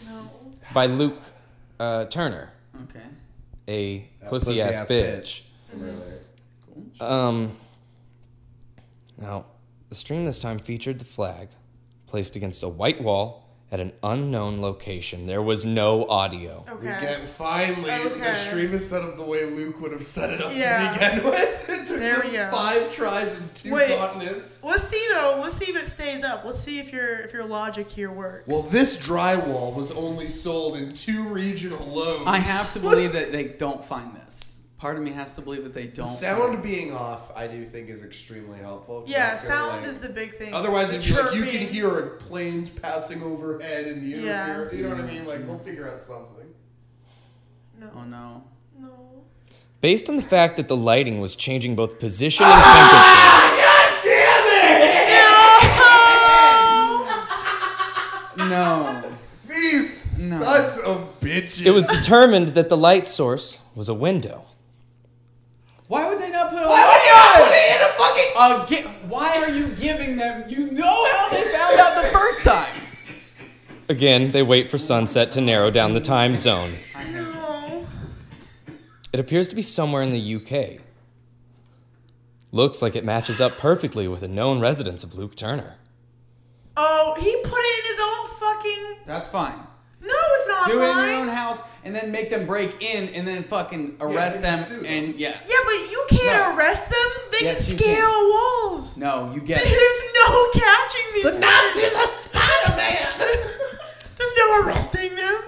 [SPEAKER 4] No.
[SPEAKER 3] by Luke uh, Turner,
[SPEAKER 5] Okay.
[SPEAKER 3] a
[SPEAKER 2] That
[SPEAKER 3] pussy, ass,
[SPEAKER 2] pussy-ass
[SPEAKER 3] bitch.
[SPEAKER 2] Really.
[SPEAKER 3] Um, now, the stream this time featured the flag placed against a white wall at an unknown location. There was no audio.
[SPEAKER 4] Okay.
[SPEAKER 2] We get finally the
[SPEAKER 4] Okay.
[SPEAKER 2] stream is set up the way Luke would have set it up
[SPEAKER 4] Yeah.
[SPEAKER 2] to begin with. It took
[SPEAKER 4] There
[SPEAKER 2] them
[SPEAKER 4] we go.
[SPEAKER 2] five tries and two
[SPEAKER 4] Wait.
[SPEAKER 2] continents.
[SPEAKER 4] Let's see though. Let's see if it stays up. Let's see if your if your logic here works.
[SPEAKER 2] Well, this drywall was only sold in two regional loads.
[SPEAKER 5] I have to believe that they don't find this. Part of me has to believe that they
[SPEAKER 2] The
[SPEAKER 5] don't.
[SPEAKER 2] sound being off, I do think, is extremely helpful. 'cause
[SPEAKER 4] yeah,
[SPEAKER 2] that's gonna,
[SPEAKER 4] sound
[SPEAKER 2] like-
[SPEAKER 4] is the big thing.
[SPEAKER 2] Otherwise,
[SPEAKER 4] The
[SPEAKER 2] it'd be like you
[SPEAKER 4] chirping.
[SPEAKER 2] can hear planes passing overhead in the
[SPEAKER 4] Yeah.
[SPEAKER 2] interference. You know what I mean? Like
[SPEAKER 5] Mm-hmm.
[SPEAKER 2] we'll figure out something.
[SPEAKER 5] Oh
[SPEAKER 4] No.
[SPEAKER 5] no.
[SPEAKER 4] No.
[SPEAKER 3] Based on the fact that the lighting was changing both position and
[SPEAKER 2] Ah,
[SPEAKER 3] temperature,
[SPEAKER 4] Oh!
[SPEAKER 5] No.
[SPEAKER 2] These
[SPEAKER 5] No.
[SPEAKER 2] sons of bitches.
[SPEAKER 3] it was determined that the light source was a window.
[SPEAKER 5] Why would they not put?
[SPEAKER 2] Why would you not put it in a fucking?
[SPEAKER 5] Again, Uh, why are you giving them? You know how they found out the first time.
[SPEAKER 3] Again, they wait for sunset to narrow down the time zone.
[SPEAKER 4] No.
[SPEAKER 3] It appears to be somewhere in the UK. Looks like it matches up perfectly with a known residence of Luke Turner.
[SPEAKER 4] Oh, he put it in his own fucking.
[SPEAKER 5] That's fine.
[SPEAKER 4] No, it's not
[SPEAKER 5] Do it in
[SPEAKER 4] mine.
[SPEAKER 5] your own house, and then make them break in, and then fucking arrest
[SPEAKER 2] and then sue
[SPEAKER 5] them,
[SPEAKER 2] them.
[SPEAKER 5] and yeah.
[SPEAKER 4] Yeah, but you can't
[SPEAKER 5] No.
[SPEAKER 4] arrest them. They
[SPEAKER 5] Yes, you
[SPEAKER 4] can
[SPEAKER 5] can.
[SPEAKER 4] scale walls.
[SPEAKER 5] No, you get it.
[SPEAKER 4] There's no catching these.
[SPEAKER 2] The Nazis are Spider Man.
[SPEAKER 4] There's no arresting them.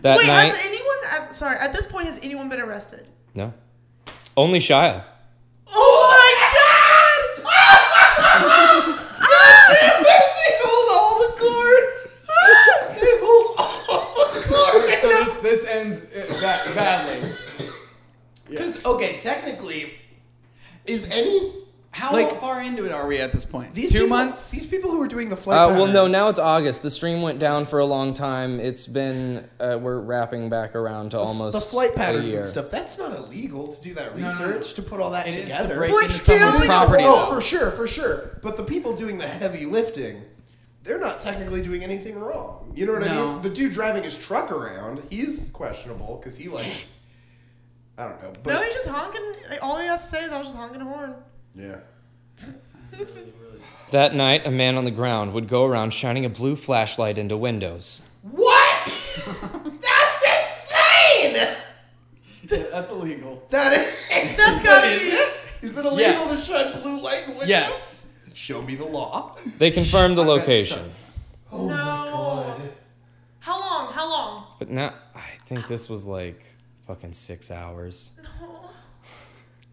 [SPEAKER 3] That
[SPEAKER 4] Wait,
[SPEAKER 3] night,
[SPEAKER 4] has anyone? At, sorry, at this point, has anyone been arrested?
[SPEAKER 3] no, only Shia.
[SPEAKER 4] Oh my god!
[SPEAKER 2] they hold all the cards. they hold all the cards.
[SPEAKER 5] So this, this ends uh, that badly.
[SPEAKER 2] Because okay, technically, is any
[SPEAKER 5] How
[SPEAKER 2] Like-
[SPEAKER 5] far into it are we at this point?
[SPEAKER 2] these
[SPEAKER 5] Two
[SPEAKER 2] people-
[SPEAKER 5] months.
[SPEAKER 2] These people who are doing the flight.
[SPEAKER 3] Uh, well, no,
[SPEAKER 2] patterns-
[SPEAKER 3] now it's August. The stream went down for a long time. It's been uh, we're wrapping back around to almost
[SPEAKER 2] the flight
[SPEAKER 3] a
[SPEAKER 2] patterns
[SPEAKER 3] year.
[SPEAKER 2] and stuff. That's not illegal to do that
[SPEAKER 5] no, no.
[SPEAKER 2] research to put all that
[SPEAKER 5] It is to
[SPEAKER 2] together.
[SPEAKER 5] break
[SPEAKER 4] Which
[SPEAKER 5] into someone's
[SPEAKER 4] feels-
[SPEAKER 5] property.
[SPEAKER 2] oh,
[SPEAKER 5] though.
[SPEAKER 2] for sure, for sure. But the people doing the heavy lifting, they're not technically doing anything wrong. You know what I
[SPEAKER 5] No.
[SPEAKER 2] mean? The dude driving his truck around, he's questionable because he like, I don't know. But
[SPEAKER 4] no, he's just honking. Like, all he has to say is, "I was just honking a horn."
[SPEAKER 2] yeah.
[SPEAKER 3] That night, a man on the ground would go around shining a blue flashlight into windows.
[SPEAKER 2] What? That's insane.
[SPEAKER 5] That's illegal.
[SPEAKER 2] That is.
[SPEAKER 4] That's
[SPEAKER 2] what
[SPEAKER 4] gotta
[SPEAKER 2] is
[SPEAKER 4] be-
[SPEAKER 2] it? Is it illegal
[SPEAKER 5] Yes.
[SPEAKER 2] to shine blue light in windows?
[SPEAKER 5] Yes.
[SPEAKER 2] Show me the law.
[SPEAKER 3] They confirmed the
[SPEAKER 5] I got
[SPEAKER 4] Oh
[SPEAKER 3] location.
[SPEAKER 4] no.
[SPEAKER 3] But now I think this was like fucking six hours.
[SPEAKER 4] No.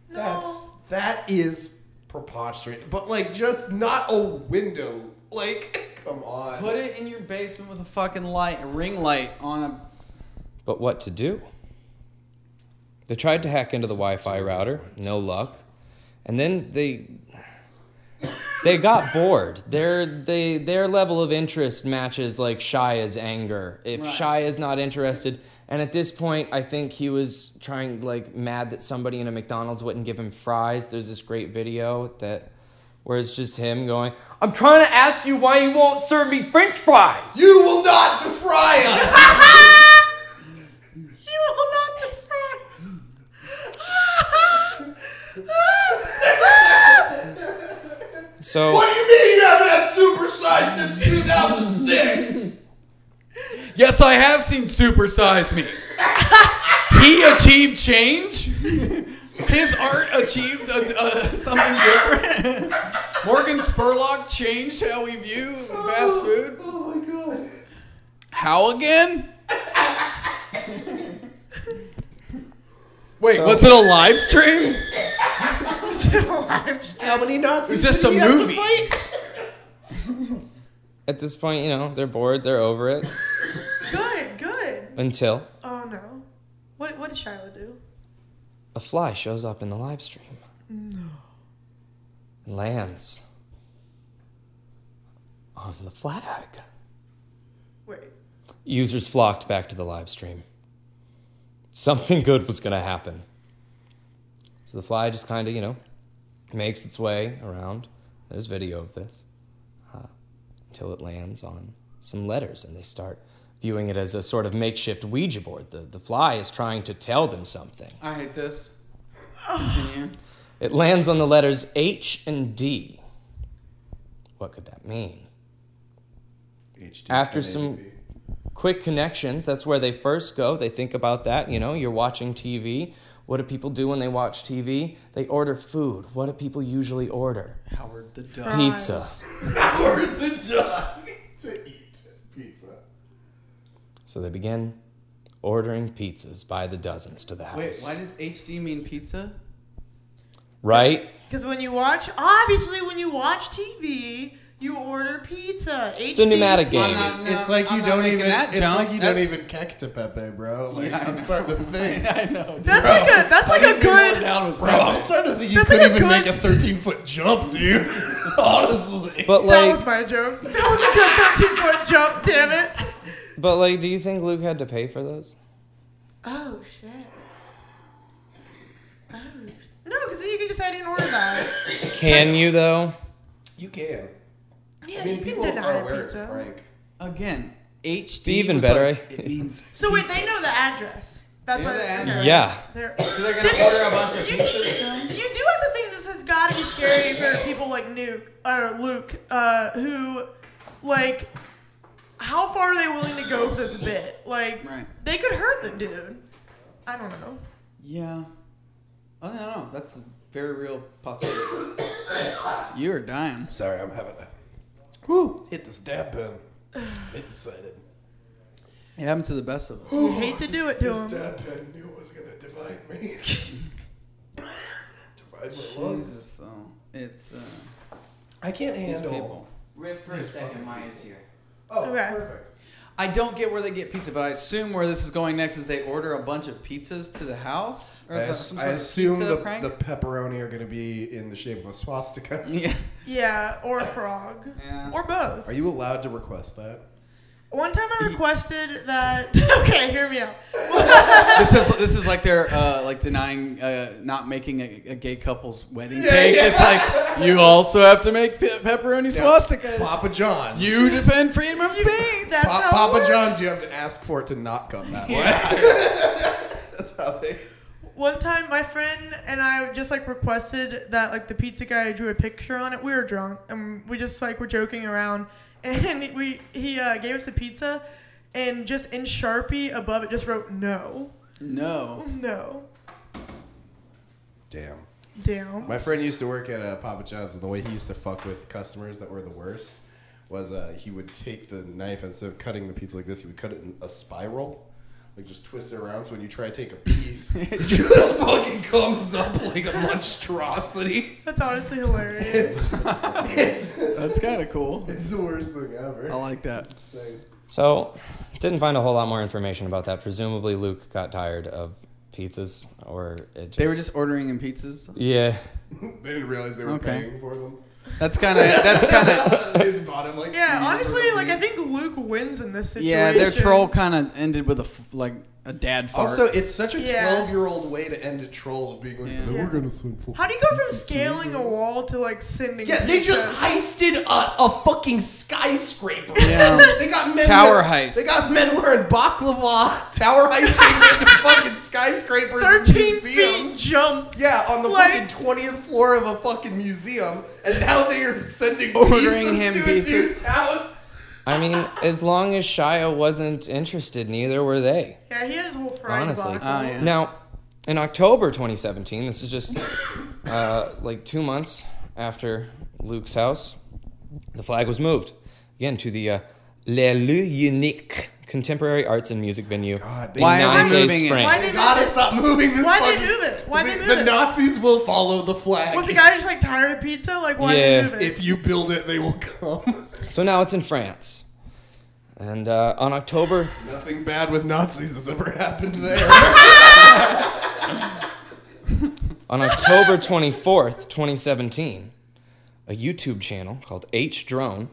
[SPEAKER 4] No.
[SPEAKER 2] That's that is preposterous. But like just not a window. Like come on.
[SPEAKER 5] Put it in your basement with a fucking light, a ring light on a.
[SPEAKER 3] But what to do? They tried to hack into the Wi-Fi router, no luck. And then they they got bored. Their they their level of interest matches like Shia's anger. If
[SPEAKER 5] Right.
[SPEAKER 3] Shia's not interested, and at this point I think he was trying like mad that somebody in a McDonald's wouldn't give him fries. There's this great video that where it's just him going, "I'm trying to ask you why you won't serve me french fries."
[SPEAKER 2] you will not defry us.
[SPEAKER 4] You will not defer.
[SPEAKER 3] So
[SPEAKER 2] what do you mean you haven't had supersized since 2006?
[SPEAKER 5] Yes, I have seen Supersize Me. he achieved change. His art achieved uh, uh, something different. Morgan Spurlock changed how we view fast food.
[SPEAKER 2] oh my god.
[SPEAKER 5] How again? Wait,
[SPEAKER 3] So-
[SPEAKER 5] was it a live stream?
[SPEAKER 2] How many Nazis?
[SPEAKER 5] Is this
[SPEAKER 2] did
[SPEAKER 5] a
[SPEAKER 2] we have to
[SPEAKER 5] movie?
[SPEAKER 2] fight?
[SPEAKER 3] at this point, you know, they're bored, they're over it
[SPEAKER 4] Good, good.
[SPEAKER 3] until
[SPEAKER 4] Oh no. What what did Shiloh do?
[SPEAKER 3] A fly shows up in the live stream. No. Lands on the flag.
[SPEAKER 4] Wait.
[SPEAKER 3] Users flocked back to the live stream. Something good was going to happen. So the fly just kind of, you know, makes its way around. There's video of this uh, until it lands on some letters and they start viewing it as a sort of makeshift Ouija board. The, the fly is trying to tell them something.
[SPEAKER 5] I hate this. Continue.
[SPEAKER 3] It lands on the letters H and D. What could that mean?
[SPEAKER 2] HD
[SPEAKER 3] After some-
[SPEAKER 2] 1080p.
[SPEAKER 3] Quick connections, that's where they first go. They think about that. You know, you're watching TV. What do people do when they watch TV? They order food. What do people usually order?
[SPEAKER 5] Howard the Duck.
[SPEAKER 3] Pizza.
[SPEAKER 4] Fries.
[SPEAKER 2] Howard the Duck to eat pizza.
[SPEAKER 3] So they begin ordering pizzas by the dozens to the house.
[SPEAKER 5] Wait, why does HD mean pizza?
[SPEAKER 3] right?
[SPEAKER 4] Because when you watch, obviously, when you watch TV, you order pizza.
[SPEAKER 3] It's a pneumatic game.
[SPEAKER 5] not-
[SPEAKER 2] it's like you
[SPEAKER 5] I'm not
[SPEAKER 2] don't
[SPEAKER 5] making
[SPEAKER 2] even.
[SPEAKER 5] that
[SPEAKER 2] it's
[SPEAKER 5] jump.
[SPEAKER 2] like you
[SPEAKER 5] That's-
[SPEAKER 2] don't even keck to Pepe, bro. Like
[SPEAKER 5] Yeah, I
[SPEAKER 2] I'm
[SPEAKER 5] know.
[SPEAKER 2] starting to think.
[SPEAKER 5] I know. dude.
[SPEAKER 4] That's like a that's like a good.
[SPEAKER 5] down with
[SPEAKER 2] Bro, I'm starting to think you
[SPEAKER 4] That's
[SPEAKER 2] could
[SPEAKER 4] like a
[SPEAKER 2] even make
[SPEAKER 4] good-
[SPEAKER 2] a 13 foot jump, dude. Honestly.
[SPEAKER 3] But
[SPEAKER 4] That was
[SPEAKER 3] like,
[SPEAKER 4] my joke. That was a good 13 foot jump. Damn it.
[SPEAKER 3] but like, do you think Luke had to pay for those?
[SPEAKER 4] Oh shit. Oh no, because then you can just say I didn't order that.
[SPEAKER 3] Can you though?
[SPEAKER 2] you can.
[SPEAKER 4] Yeah,
[SPEAKER 2] I mean,
[SPEAKER 4] you can
[SPEAKER 2] people
[SPEAKER 4] deny
[SPEAKER 2] are
[SPEAKER 4] a
[SPEAKER 2] aware it's a
[SPEAKER 4] pizza.
[SPEAKER 2] prank.
[SPEAKER 5] Again, HD.
[SPEAKER 3] Even
[SPEAKER 5] was
[SPEAKER 3] better,
[SPEAKER 5] like,
[SPEAKER 3] I-
[SPEAKER 5] it means.
[SPEAKER 4] So wait, they
[SPEAKER 5] pizzas.
[SPEAKER 4] know the address. That's
[SPEAKER 5] They
[SPEAKER 4] why
[SPEAKER 5] know the
[SPEAKER 4] they're
[SPEAKER 5] address.
[SPEAKER 3] Yeah.
[SPEAKER 4] They're,
[SPEAKER 5] So they're
[SPEAKER 4] This is-
[SPEAKER 5] gonna order a bunch of
[SPEAKER 4] you,
[SPEAKER 5] pizzas.
[SPEAKER 4] can- you do have to think this has got to be scary for people like Nuke or Luke, uh, who, like, how far are they willing to go for this bit? Like,
[SPEAKER 5] Right.
[SPEAKER 4] they could hurt the dude. I don't know.
[SPEAKER 5] Yeah. I don't know. That's a very real possibility. you are dying.
[SPEAKER 2] Sorry, I'm having a. Woo! Hit the stab pen. It decided.
[SPEAKER 5] It happened to the best of us.
[SPEAKER 4] You hate to do it to
[SPEAKER 2] The
[SPEAKER 4] him.
[SPEAKER 2] stab pen knew it was going to divide me. divide my lungs.
[SPEAKER 5] Jesus, though. It's uh,
[SPEAKER 2] I can't
[SPEAKER 5] these
[SPEAKER 2] handle.
[SPEAKER 5] people.
[SPEAKER 3] Riff for a second, Maya's here.
[SPEAKER 2] Oh,
[SPEAKER 4] Okay.
[SPEAKER 2] perfect.
[SPEAKER 5] I don't get where they get pizza, but I assume where this is going next is they order a bunch of pizzas to the house.
[SPEAKER 2] I,
[SPEAKER 5] is that
[SPEAKER 2] ass-
[SPEAKER 5] some
[SPEAKER 2] I
[SPEAKER 5] sort of
[SPEAKER 2] assume
[SPEAKER 5] pizza
[SPEAKER 2] the,
[SPEAKER 5] prank?
[SPEAKER 2] the pepperoni are going to be in the shape of a swastika.
[SPEAKER 5] yeah.
[SPEAKER 4] Yeah, or a frog,
[SPEAKER 5] Yeah.
[SPEAKER 4] or both.
[SPEAKER 2] Are you allowed to request that?
[SPEAKER 4] One time I requested that. okay, hear me out.
[SPEAKER 5] this is this is like they're uh, like denying uh, not making a, a gay couple's wedding
[SPEAKER 2] Yeah,
[SPEAKER 5] cake.
[SPEAKER 2] yeah.
[SPEAKER 5] It's like you also have to make pe- pepperoni
[SPEAKER 2] Yeah.
[SPEAKER 5] swastikas.
[SPEAKER 2] Papa John's.
[SPEAKER 5] you defend freedom of speech.
[SPEAKER 4] That's
[SPEAKER 2] Pa-
[SPEAKER 4] how it
[SPEAKER 2] Papa
[SPEAKER 4] works.
[SPEAKER 2] John's, you have to ask for it to not come that way. That's how they.
[SPEAKER 4] One time, my friend and I just like requested that like the pizza guy drew a picture on it. We were drunk and we just like were joking around, and we he uh, gave us the pizza, and just in Sharpie above it just wrote no,
[SPEAKER 5] No.
[SPEAKER 4] no,
[SPEAKER 2] Damn.
[SPEAKER 4] damn.
[SPEAKER 2] My friend used to work at uh, Papa John's, and the way he used to fuck with customers that were the worst was uh, he would take the knife instead of cutting the pizza like this, he would cut it in a spiral. like just twist it around so when you try to take a piece, it just fucking comes up like a monstrosity.
[SPEAKER 4] That's honestly hilarious.
[SPEAKER 5] That's kind of cool.
[SPEAKER 2] It's the worst thing ever.
[SPEAKER 5] I like that.
[SPEAKER 2] It's like-
[SPEAKER 3] So, didn't find a whole lot more information about that. Presumably, Luke got tired of pizzas, or it just,
[SPEAKER 5] They were just ordering in pizzas.
[SPEAKER 3] yeah.
[SPEAKER 2] they didn't realize they were
[SPEAKER 5] Okay.
[SPEAKER 2] paying for them.
[SPEAKER 5] That's kind of that's kind of
[SPEAKER 2] they just bought him like
[SPEAKER 4] yeah,
[SPEAKER 2] two years
[SPEAKER 4] honestly,
[SPEAKER 2] worth of
[SPEAKER 4] like I
[SPEAKER 2] meat.
[SPEAKER 4] think Luke wins in this situation.
[SPEAKER 5] yeah. Their troll kind of ended with a f- like a dad fart.
[SPEAKER 2] Also, it's such a
[SPEAKER 4] Yeah.
[SPEAKER 2] twelve-year-old way to end a troll of being like,
[SPEAKER 5] Yeah.
[SPEAKER 2] "No,
[SPEAKER 4] Yeah.
[SPEAKER 2] we're gonna swim for."
[SPEAKER 4] How do you go from scaling a wall to like sending?
[SPEAKER 2] Yeah, they just
[SPEAKER 4] pizzas?
[SPEAKER 2] heisted a, a fucking skyscraper.
[SPEAKER 5] Yeah.
[SPEAKER 2] They got men
[SPEAKER 5] Tower
[SPEAKER 2] wearing-
[SPEAKER 5] heist.
[SPEAKER 2] They got men wearing baklava, tower heisting fucking skyscrapers and
[SPEAKER 4] thirteen feet
[SPEAKER 2] museums.
[SPEAKER 4] jumps.
[SPEAKER 2] Yeah, on the
[SPEAKER 4] Like-
[SPEAKER 2] fucking twentieth floor of a fucking museum, and now they are sending
[SPEAKER 5] Ordering
[SPEAKER 2] pizzas
[SPEAKER 5] him
[SPEAKER 2] to a
[SPEAKER 5] pizzas.
[SPEAKER 2] dude's house.
[SPEAKER 3] I mean, as long as Shia wasn't interested, neither were they.
[SPEAKER 4] Yeah, he had his whole frying
[SPEAKER 3] Honestly.
[SPEAKER 5] Ah, yeah.
[SPEAKER 3] Now, in October 2017, this is just uh, like two months after Luke's house, the flag was moved again to the uh, Le Lieu Unique Contemporary Arts and Music Venue.
[SPEAKER 2] God,
[SPEAKER 3] in
[SPEAKER 5] Why are they
[SPEAKER 3] Nantes,
[SPEAKER 5] moving it?
[SPEAKER 3] France.
[SPEAKER 4] Why
[SPEAKER 2] They
[SPEAKER 4] did
[SPEAKER 2] gotta stop moving this.
[SPEAKER 4] Why'd they
[SPEAKER 2] fucking-
[SPEAKER 4] move it? Why'd they
[SPEAKER 2] the,
[SPEAKER 4] move
[SPEAKER 2] the
[SPEAKER 4] it?
[SPEAKER 2] Nazis will follow the flag.
[SPEAKER 4] Was the guy just like tired of pizza? Like why
[SPEAKER 3] Yeah.
[SPEAKER 4] did they move it?
[SPEAKER 2] if you build it, they will come.
[SPEAKER 3] So now it's in France. And uh, on October,
[SPEAKER 2] Nothing bad with Nazis has ever happened there.
[SPEAKER 3] on October 24th, 2017, a YouTube channel called H Drone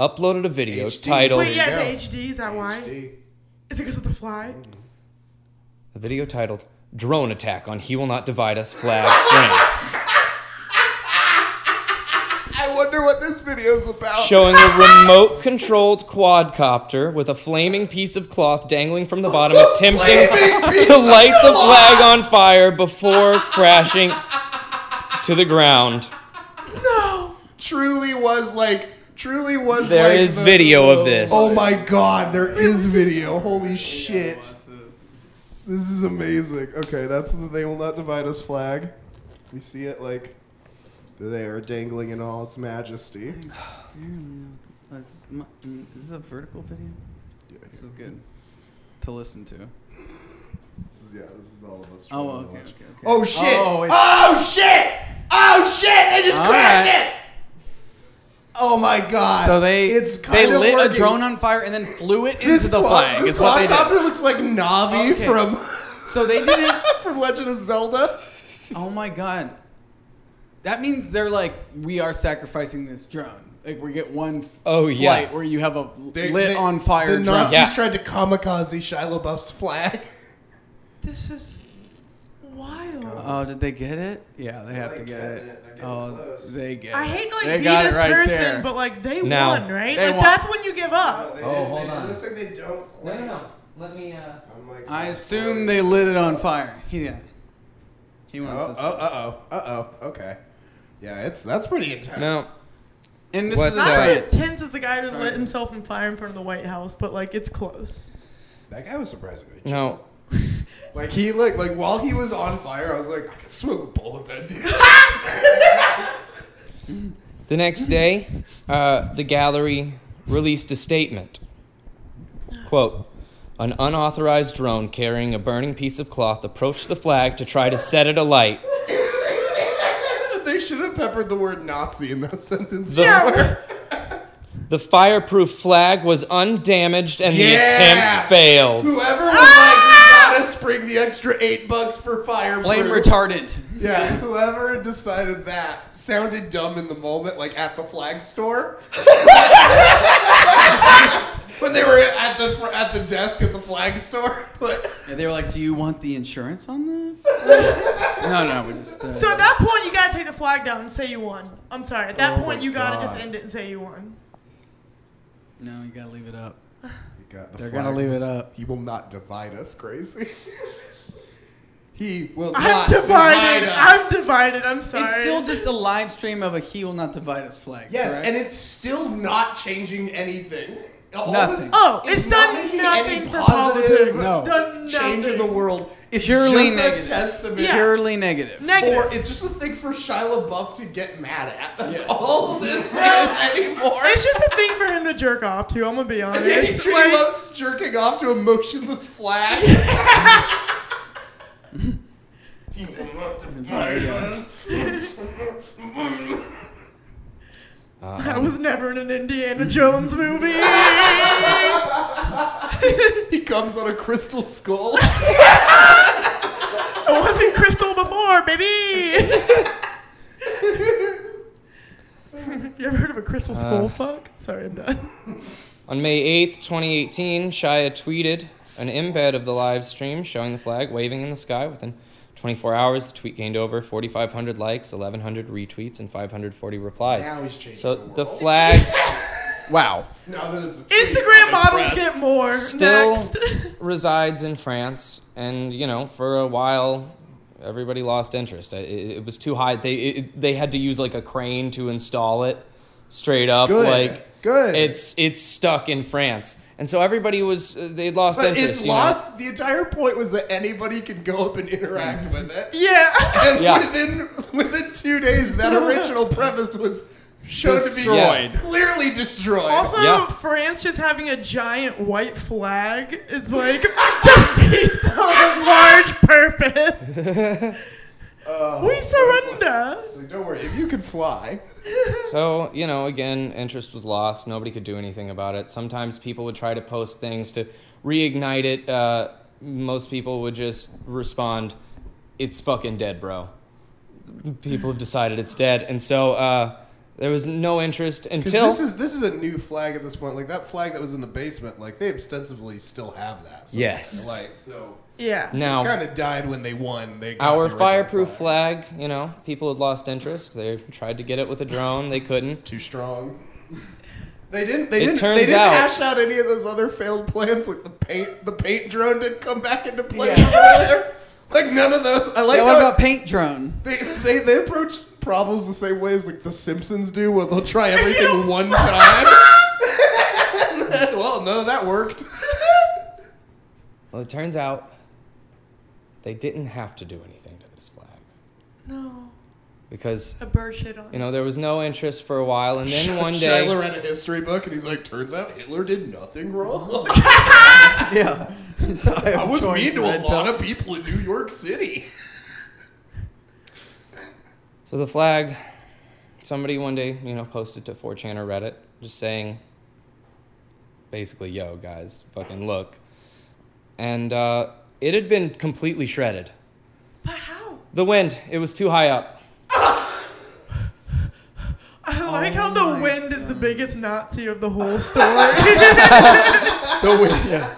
[SPEAKER 3] uploaded a video
[SPEAKER 2] HD.
[SPEAKER 3] titled
[SPEAKER 4] Wait, yeah,
[SPEAKER 2] no.
[SPEAKER 4] it's HD. Is that why? Is it because of the fly?
[SPEAKER 5] Hmm.
[SPEAKER 3] a video titled Drone Attack on He Will Not Divide Us Flag France,
[SPEAKER 2] I wonder what this video's about.
[SPEAKER 3] showing a remote controlled quadcopter with a flaming piece of cloth dangling from the bottom attempting
[SPEAKER 2] Flaming piece
[SPEAKER 3] to light the
[SPEAKER 2] of
[SPEAKER 3] flag on fire before crashing to the ground.
[SPEAKER 2] No, truly was like, truly was.
[SPEAKER 3] There
[SPEAKER 2] like
[SPEAKER 3] is video of this.
[SPEAKER 2] Oh my god, there is video. Holy shit, this is amazing. Okay, that's the they will not divide us flag. We see it like there, dangling in all its majesty.
[SPEAKER 5] Is this a vertical video?
[SPEAKER 2] Yeah,
[SPEAKER 5] This is good to listen to.
[SPEAKER 2] this is, yeah, this is all of us.
[SPEAKER 5] Oh,
[SPEAKER 2] trying to
[SPEAKER 5] okay,
[SPEAKER 2] watch.
[SPEAKER 5] okay, okay.
[SPEAKER 2] Oh shit!
[SPEAKER 5] Oh,
[SPEAKER 2] Oh,
[SPEAKER 5] it's-
[SPEAKER 2] shit! Oh shit! They just
[SPEAKER 5] All
[SPEAKER 2] crashed
[SPEAKER 5] right.
[SPEAKER 2] it! Oh my god!
[SPEAKER 5] So they
[SPEAKER 2] it's
[SPEAKER 5] they
[SPEAKER 2] kinda
[SPEAKER 5] lit
[SPEAKER 2] working.
[SPEAKER 5] a drone on fire and then flew it into
[SPEAKER 2] This
[SPEAKER 5] the
[SPEAKER 2] quad-
[SPEAKER 5] flag.
[SPEAKER 2] This
[SPEAKER 5] Is what they did.
[SPEAKER 2] quadcopter looks like Navi
[SPEAKER 5] Okay.
[SPEAKER 2] from
[SPEAKER 5] So they didn't.
[SPEAKER 2] from Legend of Zelda.
[SPEAKER 5] Oh my god. That means they're like, we are sacrificing this drone. Like we get one f-
[SPEAKER 3] Oh,
[SPEAKER 5] flight
[SPEAKER 3] yeah.
[SPEAKER 5] where you have a l-
[SPEAKER 2] They-
[SPEAKER 5] lit
[SPEAKER 2] they-
[SPEAKER 5] on fire
[SPEAKER 2] The
[SPEAKER 5] drone.
[SPEAKER 2] Nazis
[SPEAKER 3] Yeah.
[SPEAKER 2] tried to kamikaze Shia LaBeouf's flag.
[SPEAKER 4] This is wild.
[SPEAKER 5] Oh, did they get it? Yeah, they have to get
[SPEAKER 2] getting
[SPEAKER 5] it.
[SPEAKER 2] it. They're getting
[SPEAKER 5] Oh,
[SPEAKER 2] close.
[SPEAKER 5] they get
[SPEAKER 4] I
[SPEAKER 5] it.
[SPEAKER 4] hate to like
[SPEAKER 5] They
[SPEAKER 4] be
[SPEAKER 5] got it
[SPEAKER 4] this
[SPEAKER 5] right
[SPEAKER 4] person,
[SPEAKER 5] there.
[SPEAKER 4] but like they
[SPEAKER 3] No.
[SPEAKER 4] won, right?
[SPEAKER 5] They
[SPEAKER 4] like
[SPEAKER 5] won.
[SPEAKER 4] that's when you give up.
[SPEAKER 2] They
[SPEAKER 3] Oh,
[SPEAKER 2] didn't-
[SPEAKER 3] hold
[SPEAKER 2] they-
[SPEAKER 3] on.
[SPEAKER 2] It looks like they don't quit.
[SPEAKER 3] Let me. Uh...
[SPEAKER 2] I'm like-
[SPEAKER 5] I assume they lit it on fire. He yeah. He wants
[SPEAKER 2] Oh,
[SPEAKER 5] this.
[SPEAKER 2] oh, uh oh, uh oh. Okay. Yeah, it's that's pretty intense.
[SPEAKER 3] No.
[SPEAKER 5] And this
[SPEAKER 3] What,
[SPEAKER 5] is in
[SPEAKER 4] Not
[SPEAKER 3] uh,
[SPEAKER 4] as
[SPEAKER 5] France.
[SPEAKER 4] intense as the guy who
[SPEAKER 5] Sorry.
[SPEAKER 4] lit himself on fire in front of the White House, but like it's close.
[SPEAKER 2] that guy was surprisingly. chill.
[SPEAKER 3] No.
[SPEAKER 2] Like he like like while he was on fire, I was like, I could smoke a bowl with that dude.
[SPEAKER 3] The next day, uh, the gallery released a statement. Quote, an unauthorized drone carrying a burning piece of cloth approached the flag to try to set it alight.
[SPEAKER 2] they should have peppered the word Nazi in that sentence.
[SPEAKER 3] The- Yeah. The fireproof flag was undamaged and the
[SPEAKER 2] Yeah.
[SPEAKER 3] attempt failed.
[SPEAKER 2] Whoever was
[SPEAKER 4] Ah!
[SPEAKER 2] like, we gotta spring the extra eight bucks for fire.
[SPEAKER 5] Flame retardant.
[SPEAKER 2] Yeah, whoever decided that sounded dumb in the moment, like at the flag store. when they were at the fr- at the desk at the flag store, but
[SPEAKER 5] Yeah, they were like, "Do you want the insurance on the?" no, no, we just. Uh,
[SPEAKER 4] So at that point, you gotta take the flag down and say you won. I'm sorry. At that
[SPEAKER 2] Oh
[SPEAKER 4] point,
[SPEAKER 2] my
[SPEAKER 4] you gotta
[SPEAKER 2] God.
[SPEAKER 4] just end it and say you won.
[SPEAKER 5] no, you gotta leave it up.
[SPEAKER 2] They're
[SPEAKER 5] flag gonna leave it was- up.
[SPEAKER 2] He will not divide us, crazy. he will
[SPEAKER 4] I'm
[SPEAKER 2] not
[SPEAKER 4] divided.
[SPEAKER 2] divide us.
[SPEAKER 4] I'm divided. I'm sorry.
[SPEAKER 5] It's still just a live stream of a "He will not divide us" flag.
[SPEAKER 2] Yes,
[SPEAKER 5] correct?
[SPEAKER 2] and it's still not changing anything. All
[SPEAKER 5] Nothing.
[SPEAKER 2] it's-
[SPEAKER 4] Oh, it's done
[SPEAKER 2] not making
[SPEAKER 4] nothing
[SPEAKER 2] any
[SPEAKER 4] for
[SPEAKER 2] positive
[SPEAKER 4] politics.
[SPEAKER 5] No.
[SPEAKER 4] Done
[SPEAKER 2] change in
[SPEAKER 4] nothing.
[SPEAKER 2] the world. It's
[SPEAKER 5] Purely
[SPEAKER 2] just
[SPEAKER 5] negative.
[SPEAKER 2] a testament.
[SPEAKER 4] Yeah.
[SPEAKER 5] Purely negative.
[SPEAKER 4] Negative.
[SPEAKER 2] Or it's just a thing for Shia LaBeouf to get mad at. That's all this is anymore.
[SPEAKER 4] It's just a thing for him to jerk off to. I'm gonna be honest.
[SPEAKER 2] He truly
[SPEAKER 4] Like,
[SPEAKER 2] loves jerking off to a motionless flag.
[SPEAKER 4] I was never in an Indiana Jones movie.
[SPEAKER 2] he comes on a crystal skull.
[SPEAKER 4] I wasn't crystal before, baby. you ever heard of a crystal skull? Fuck. Sorry, I'm done.
[SPEAKER 3] On May 8th, 2018, Shia tweeted an embed of the live stream showing the flag waving in the sky. Within 24 hours, the tweet gained over 4,500 likes, 1,100 retweets, and 540 replies.
[SPEAKER 2] Now he's changing
[SPEAKER 3] so
[SPEAKER 2] the world.
[SPEAKER 3] the flag
[SPEAKER 5] Wow.
[SPEAKER 2] now that it's a tweet,
[SPEAKER 4] Instagram
[SPEAKER 2] I'm
[SPEAKER 4] models
[SPEAKER 2] impressed.
[SPEAKER 4] get more.
[SPEAKER 3] Still-
[SPEAKER 4] Next.
[SPEAKER 3] resides in France, and you know, for a while, everybody lost interest. It, it, it was too high. They it, they had to use like a crane to install it straight up.
[SPEAKER 2] Good.
[SPEAKER 3] Like
[SPEAKER 2] Good.
[SPEAKER 3] It's it's stuck in France, and so everybody was uh, they lost
[SPEAKER 2] But
[SPEAKER 3] interest.
[SPEAKER 2] it's
[SPEAKER 3] you know.
[SPEAKER 2] lost. The entire point was that anybody can go up and interact with it.
[SPEAKER 4] yeah.
[SPEAKER 2] And
[SPEAKER 3] Yeah.
[SPEAKER 2] within within two days, that original premise was shown to
[SPEAKER 5] Destroyed.
[SPEAKER 2] be clearly destroyed.
[SPEAKER 4] Also,
[SPEAKER 3] Yeah.
[SPEAKER 4] France just having a giant white flag is like defeats the large purpose.
[SPEAKER 3] Uh,
[SPEAKER 2] Oh,
[SPEAKER 4] We surrender.
[SPEAKER 2] it's like, don't worry, if you can fly.
[SPEAKER 3] So, you know, again, interest was lost. Nobody could do anything about it. Sometimes people would try to post things to reignite it. Uh, most people would just respond, It's fucking dead, bro. People have decided it's dead. And so uh, there was no interest
[SPEAKER 2] 'Cause
[SPEAKER 3] until.
[SPEAKER 2] This is this is a new flag at this point. Like that flag that was in the basement, like they ostensibly still have that. So,
[SPEAKER 3] Yes.
[SPEAKER 2] Like so
[SPEAKER 4] Yeah.
[SPEAKER 3] now,
[SPEAKER 2] it's kind of died when they won. They got the
[SPEAKER 3] our
[SPEAKER 2] original
[SPEAKER 3] fireproof flag. you know, people had lost interest. They tried to get it with a drone, they couldn't.
[SPEAKER 2] too strong. They didn't. They
[SPEAKER 3] It
[SPEAKER 2] didn't.
[SPEAKER 3] turns
[SPEAKER 2] they didn't
[SPEAKER 3] out-
[SPEAKER 2] hash out any of those other failed plans. Like the paint, the paint drone didn't come back into play.
[SPEAKER 5] Yeah.
[SPEAKER 2] over there. Like none of those. I like.
[SPEAKER 5] yeah, what
[SPEAKER 2] how
[SPEAKER 5] about paint drone?
[SPEAKER 2] they, they they approach problems the same way as like the Simpsons do, where they'll try everything one time. And then, well, none of that worked.
[SPEAKER 3] Well, it turns out they didn't have to do anything to this flag
[SPEAKER 4] No.
[SPEAKER 3] because
[SPEAKER 4] A bird shit on.
[SPEAKER 3] You know, there was no interest for a while, and then one
[SPEAKER 2] Shia
[SPEAKER 3] day,
[SPEAKER 2] read a history book and he's like, "Turns out Hitler did nothing wrong.
[SPEAKER 5] Yeah.
[SPEAKER 2] I was mean to a lot of people in New York City."
[SPEAKER 3] so the flag, somebody one day, you know, posted to 4chan or Reddit, just saying, basically, yo, guys, fucking look. And uh, it had been completely shredded.
[SPEAKER 4] But how?
[SPEAKER 3] The wind, it was too high up.
[SPEAKER 4] I like how the wind is the biggest Nazi of the whole story.
[SPEAKER 5] The wind, yeah.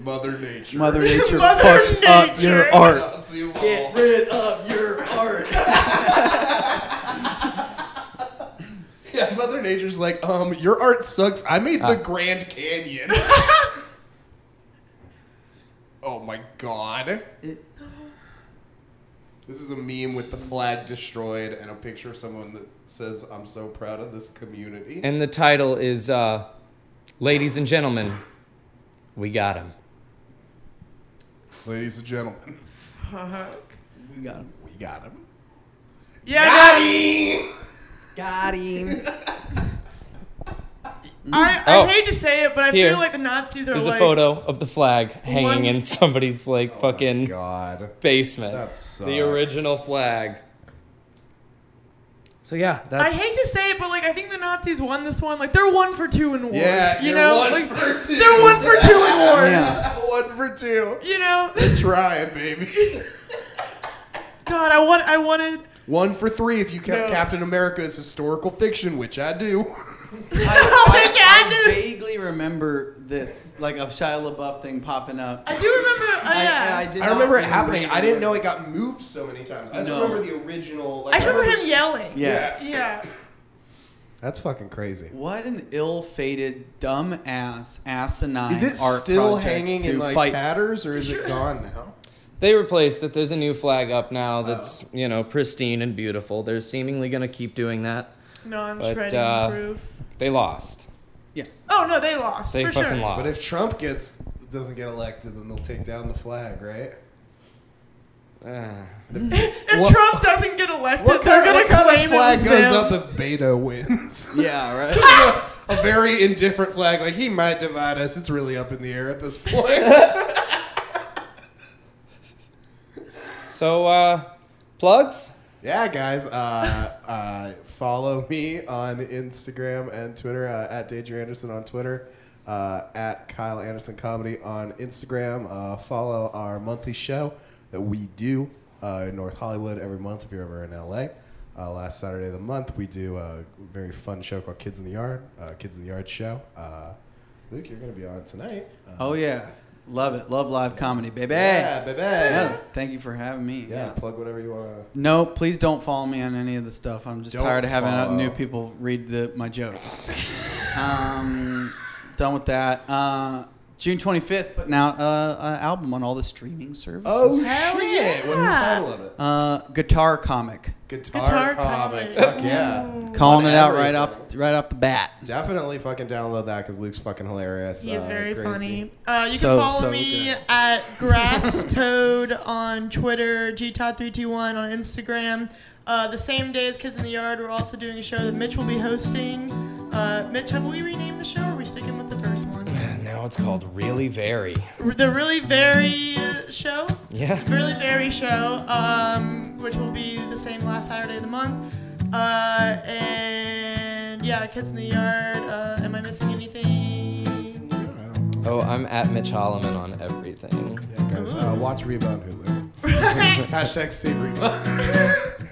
[SPEAKER 2] Mother nature.
[SPEAKER 5] Mother Nature
[SPEAKER 4] Mother
[SPEAKER 5] fucks up
[SPEAKER 4] Nature.
[SPEAKER 5] your art.
[SPEAKER 2] Nazi wall.
[SPEAKER 5] rid of your art.
[SPEAKER 2] Yeah, Mother Nature's like, um, your art sucks. I made
[SPEAKER 3] Ah.
[SPEAKER 2] the Grand Canyon. oh my god. This is a meme with the flag destroyed and a picture of someone that says, I'm so proud of this community.
[SPEAKER 3] And the title is, uh, Ladies and Gentlemen, We Got Him.
[SPEAKER 2] Ladies and gentlemen,
[SPEAKER 4] Fuck.
[SPEAKER 5] We got him.
[SPEAKER 2] we got him.
[SPEAKER 4] Yeah, guys.
[SPEAKER 5] Got him.
[SPEAKER 4] I, I
[SPEAKER 3] Oh.
[SPEAKER 4] hate to say it, but I
[SPEAKER 3] Here.
[SPEAKER 4] feel like the Nazis are
[SPEAKER 3] There's
[SPEAKER 4] like.
[SPEAKER 3] a photo of the flag hanging
[SPEAKER 4] One- Oh
[SPEAKER 3] in somebody's, like, fucking
[SPEAKER 2] Oh God.
[SPEAKER 3] basement.
[SPEAKER 2] That sucks.
[SPEAKER 3] The original flag. So yeah,
[SPEAKER 4] I
[SPEAKER 3] that's
[SPEAKER 4] hate to say it, but like I think the Nazis won this one. Like they're one for two in wars.
[SPEAKER 2] Yeah,
[SPEAKER 4] you
[SPEAKER 2] you're
[SPEAKER 4] know,
[SPEAKER 2] one
[SPEAKER 4] like
[SPEAKER 2] for two.
[SPEAKER 4] they're one for two in wars.
[SPEAKER 5] Yeah.
[SPEAKER 2] One for two.
[SPEAKER 4] You know,
[SPEAKER 2] Trying, baby.
[SPEAKER 4] God, I want, I wanted.
[SPEAKER 2] One for three if you kept
[SPEAKER 4] No.
[SPEAKER 2] Captain America as historical fiction, which I do.
[SPEAKER 5] I,
[SPEAKER 4] I
[SPEAKER 5] I
[SPEAKER 4] do.
[SPEAKER 5] vaguely remember this, like a Shia LaBeouf thing popping up.
[SPEAKER 4] I do remember. Uh, yeah. I,
[SPEAKER 5] did
[SPEAKER 2] I
[SPEAKER 5] not
[SPEAKER 2] remember it happening. I didn't
[SPEAKER 5] it.
[SPEAKER 2] know it got moved so many times. I just
[SPEAKER 5] No.
[SPEAKER 2] remember the original. Like,
[SPEAKER 4] just remember him
[SPEAKER 2] s-
[SPEAKER 4] yelling.
[SPEAKER 5] Yes.
[SPEAKER 4] Yeah.
[SPEAKER 2] That's fucking crazy.
[SPEAKER 5] What an ill-fated, dumb-ass, asinine
[SPEAKER 2] Is it
[SPEAKER 5] art
[SPEAKER 2] still
[SPEAKER 5] project
[SPEAKER 2] hanging
[SPEAKER 5] to
[SPEAKER 2] in like
[SPEAKER 5] fight.
[SPEAKER 2] tatters or is it gone now?
[SPEAKER 3] they replaced it. There's a new flag up now that's you know pristine and beautiful. They're seemingly gonna keep doing that.
[SPEAKER 4] Non-shredding
[SPEAKER 3] uh,
[SPEAKER 4] proof.
[SPEAKER 3] They lost.
[SPEAKER 5] yeah.
[SPEAKER 4] Oh no, they lost.
[SPEAKER 3] They
[SPEAKER 4] for
[SPEAKER 3] fucking
[SPEAKER 4] sure.
[SPEAKER 3] lost.
[SPEAKER 2] But if Trump gets doesn't get elected, then they'll take down the flag, right?
[SPEAKER 3] Ah.
[SPEAKER 4] If
[SPEAKER 2] What-
[SPEAKER 4] Trump doesn't get elected,
[SPEAKER 2] What
[SPEAKER 4] they're
[SPEAKER 2] kind, what
[SPEAKER 4] gonna
[SPEAKER 2] kind
[SPEAKER 4] claim
[SPEAKER 2] of flag
[SPEAKER 4] it was
[SPEAKER 2] goes
[SPEAKER 4] them.
[SPEAKER 2] up if Beto wins?
[SPEAKER 5] Yeah, right.
[SPEAKER 2] a very indifferent flag. Like he might divide us. It's really up in the air at this point.
[SPEAKER 3] So, uh, plugs?
[SPEAKER 2] yeah, guys. Uh, uh, follow me on Instagram and Twitter uh, at Danger Anderson on Twitter. Uh, at Kyle Anderson Comedy on Instagram. Uh, follow our monthly show that we do uh, in North Hollywood every month if you're ever in LA. Uh, last Saturday of the month, we do a very fun show called Kids in the Yard, uh, Kids in the Yard show. Uh, Luke, you're going to be on tonight. Uh,
[SPEAKER 5] Oh yeah, love it. Love live comedy, baby.
[SPEAKER 2] Yeah, baby.
[SPEAKER 5] Yeah, thank you for having me.
[SPEAKER 2] Yeah, plug whatever you want to.
[SPEAKER 5] No, please don't follow me on any of the stuff. I'm just
[SPEAKER 2] Don't
[SPEAKER 5] tired of having
[SPEAKER 2] follow.
[SPEAKER 5] new people read the, my jokes. um, done with that. Uh, June 25th, putting out uh, an album on all the streaming services.
[SPEAKER 2] hell
[SPEAKER 4] yeah.
[SPEAKER 2] What's the title of it?
[SPEAKER 5] Uh, guitar comic.
[SPEAKER 2] Guitar,
[SPEAKER 4] Guitar
[SPEAKER 2] comic.
[SPEAKER 4] Comic.
[SPEAKER 2] Fuck yeah.
[SPEAKER 5] Calling
[SPEAKER 2] On
[SPEAKER 5] it out right off,
[SPEAKER 2] everything.
[SPEAKER 5] right off the bat.
[SPEAKER 2] Definitely fucking download that because Luke's fucking hilarious.
[SPEAKER 4] He is
[SPEAKER 2] uh,
[SPEAKER 4] very
[SPEAKER 2] crazy.
[SPEAKER 4] funny. Uh, you
[SPEAKER 5] So,
[SPEAKER 4] can follow
[SPEAKER 5] so
[SPEAKER 4] me
[SPEAKER 5] good.
[SPEAKER 4] at Grass Toad on Twitter, GTOD321 on Instagram. Uh, the same day as Kids in the Yard, we're also doing a show that Mitch will be hosting. Uh, Mitch, have we renamed the show? Or are we sticking with the first one?
[SPEAKER 3] And now it's called Really Vary.
[SPEAKER 4] The Really Very uh, Show?
[SPEAKER 3] Yeah.
[SPEAKER 4] Really Very Show, um, which will be the same last Saturday of the month. Uh, and yeah, Kids in the Yard. Uh, am I missing anything?
[SPEAKER 2] I don't know.
[SPEAKER 3] Oh, I'm at Mitch Holloman on everything.
[SPEAKER 2] Yeah, guys, uh, watch Reba on Hulu. Hashtag Steve Reba.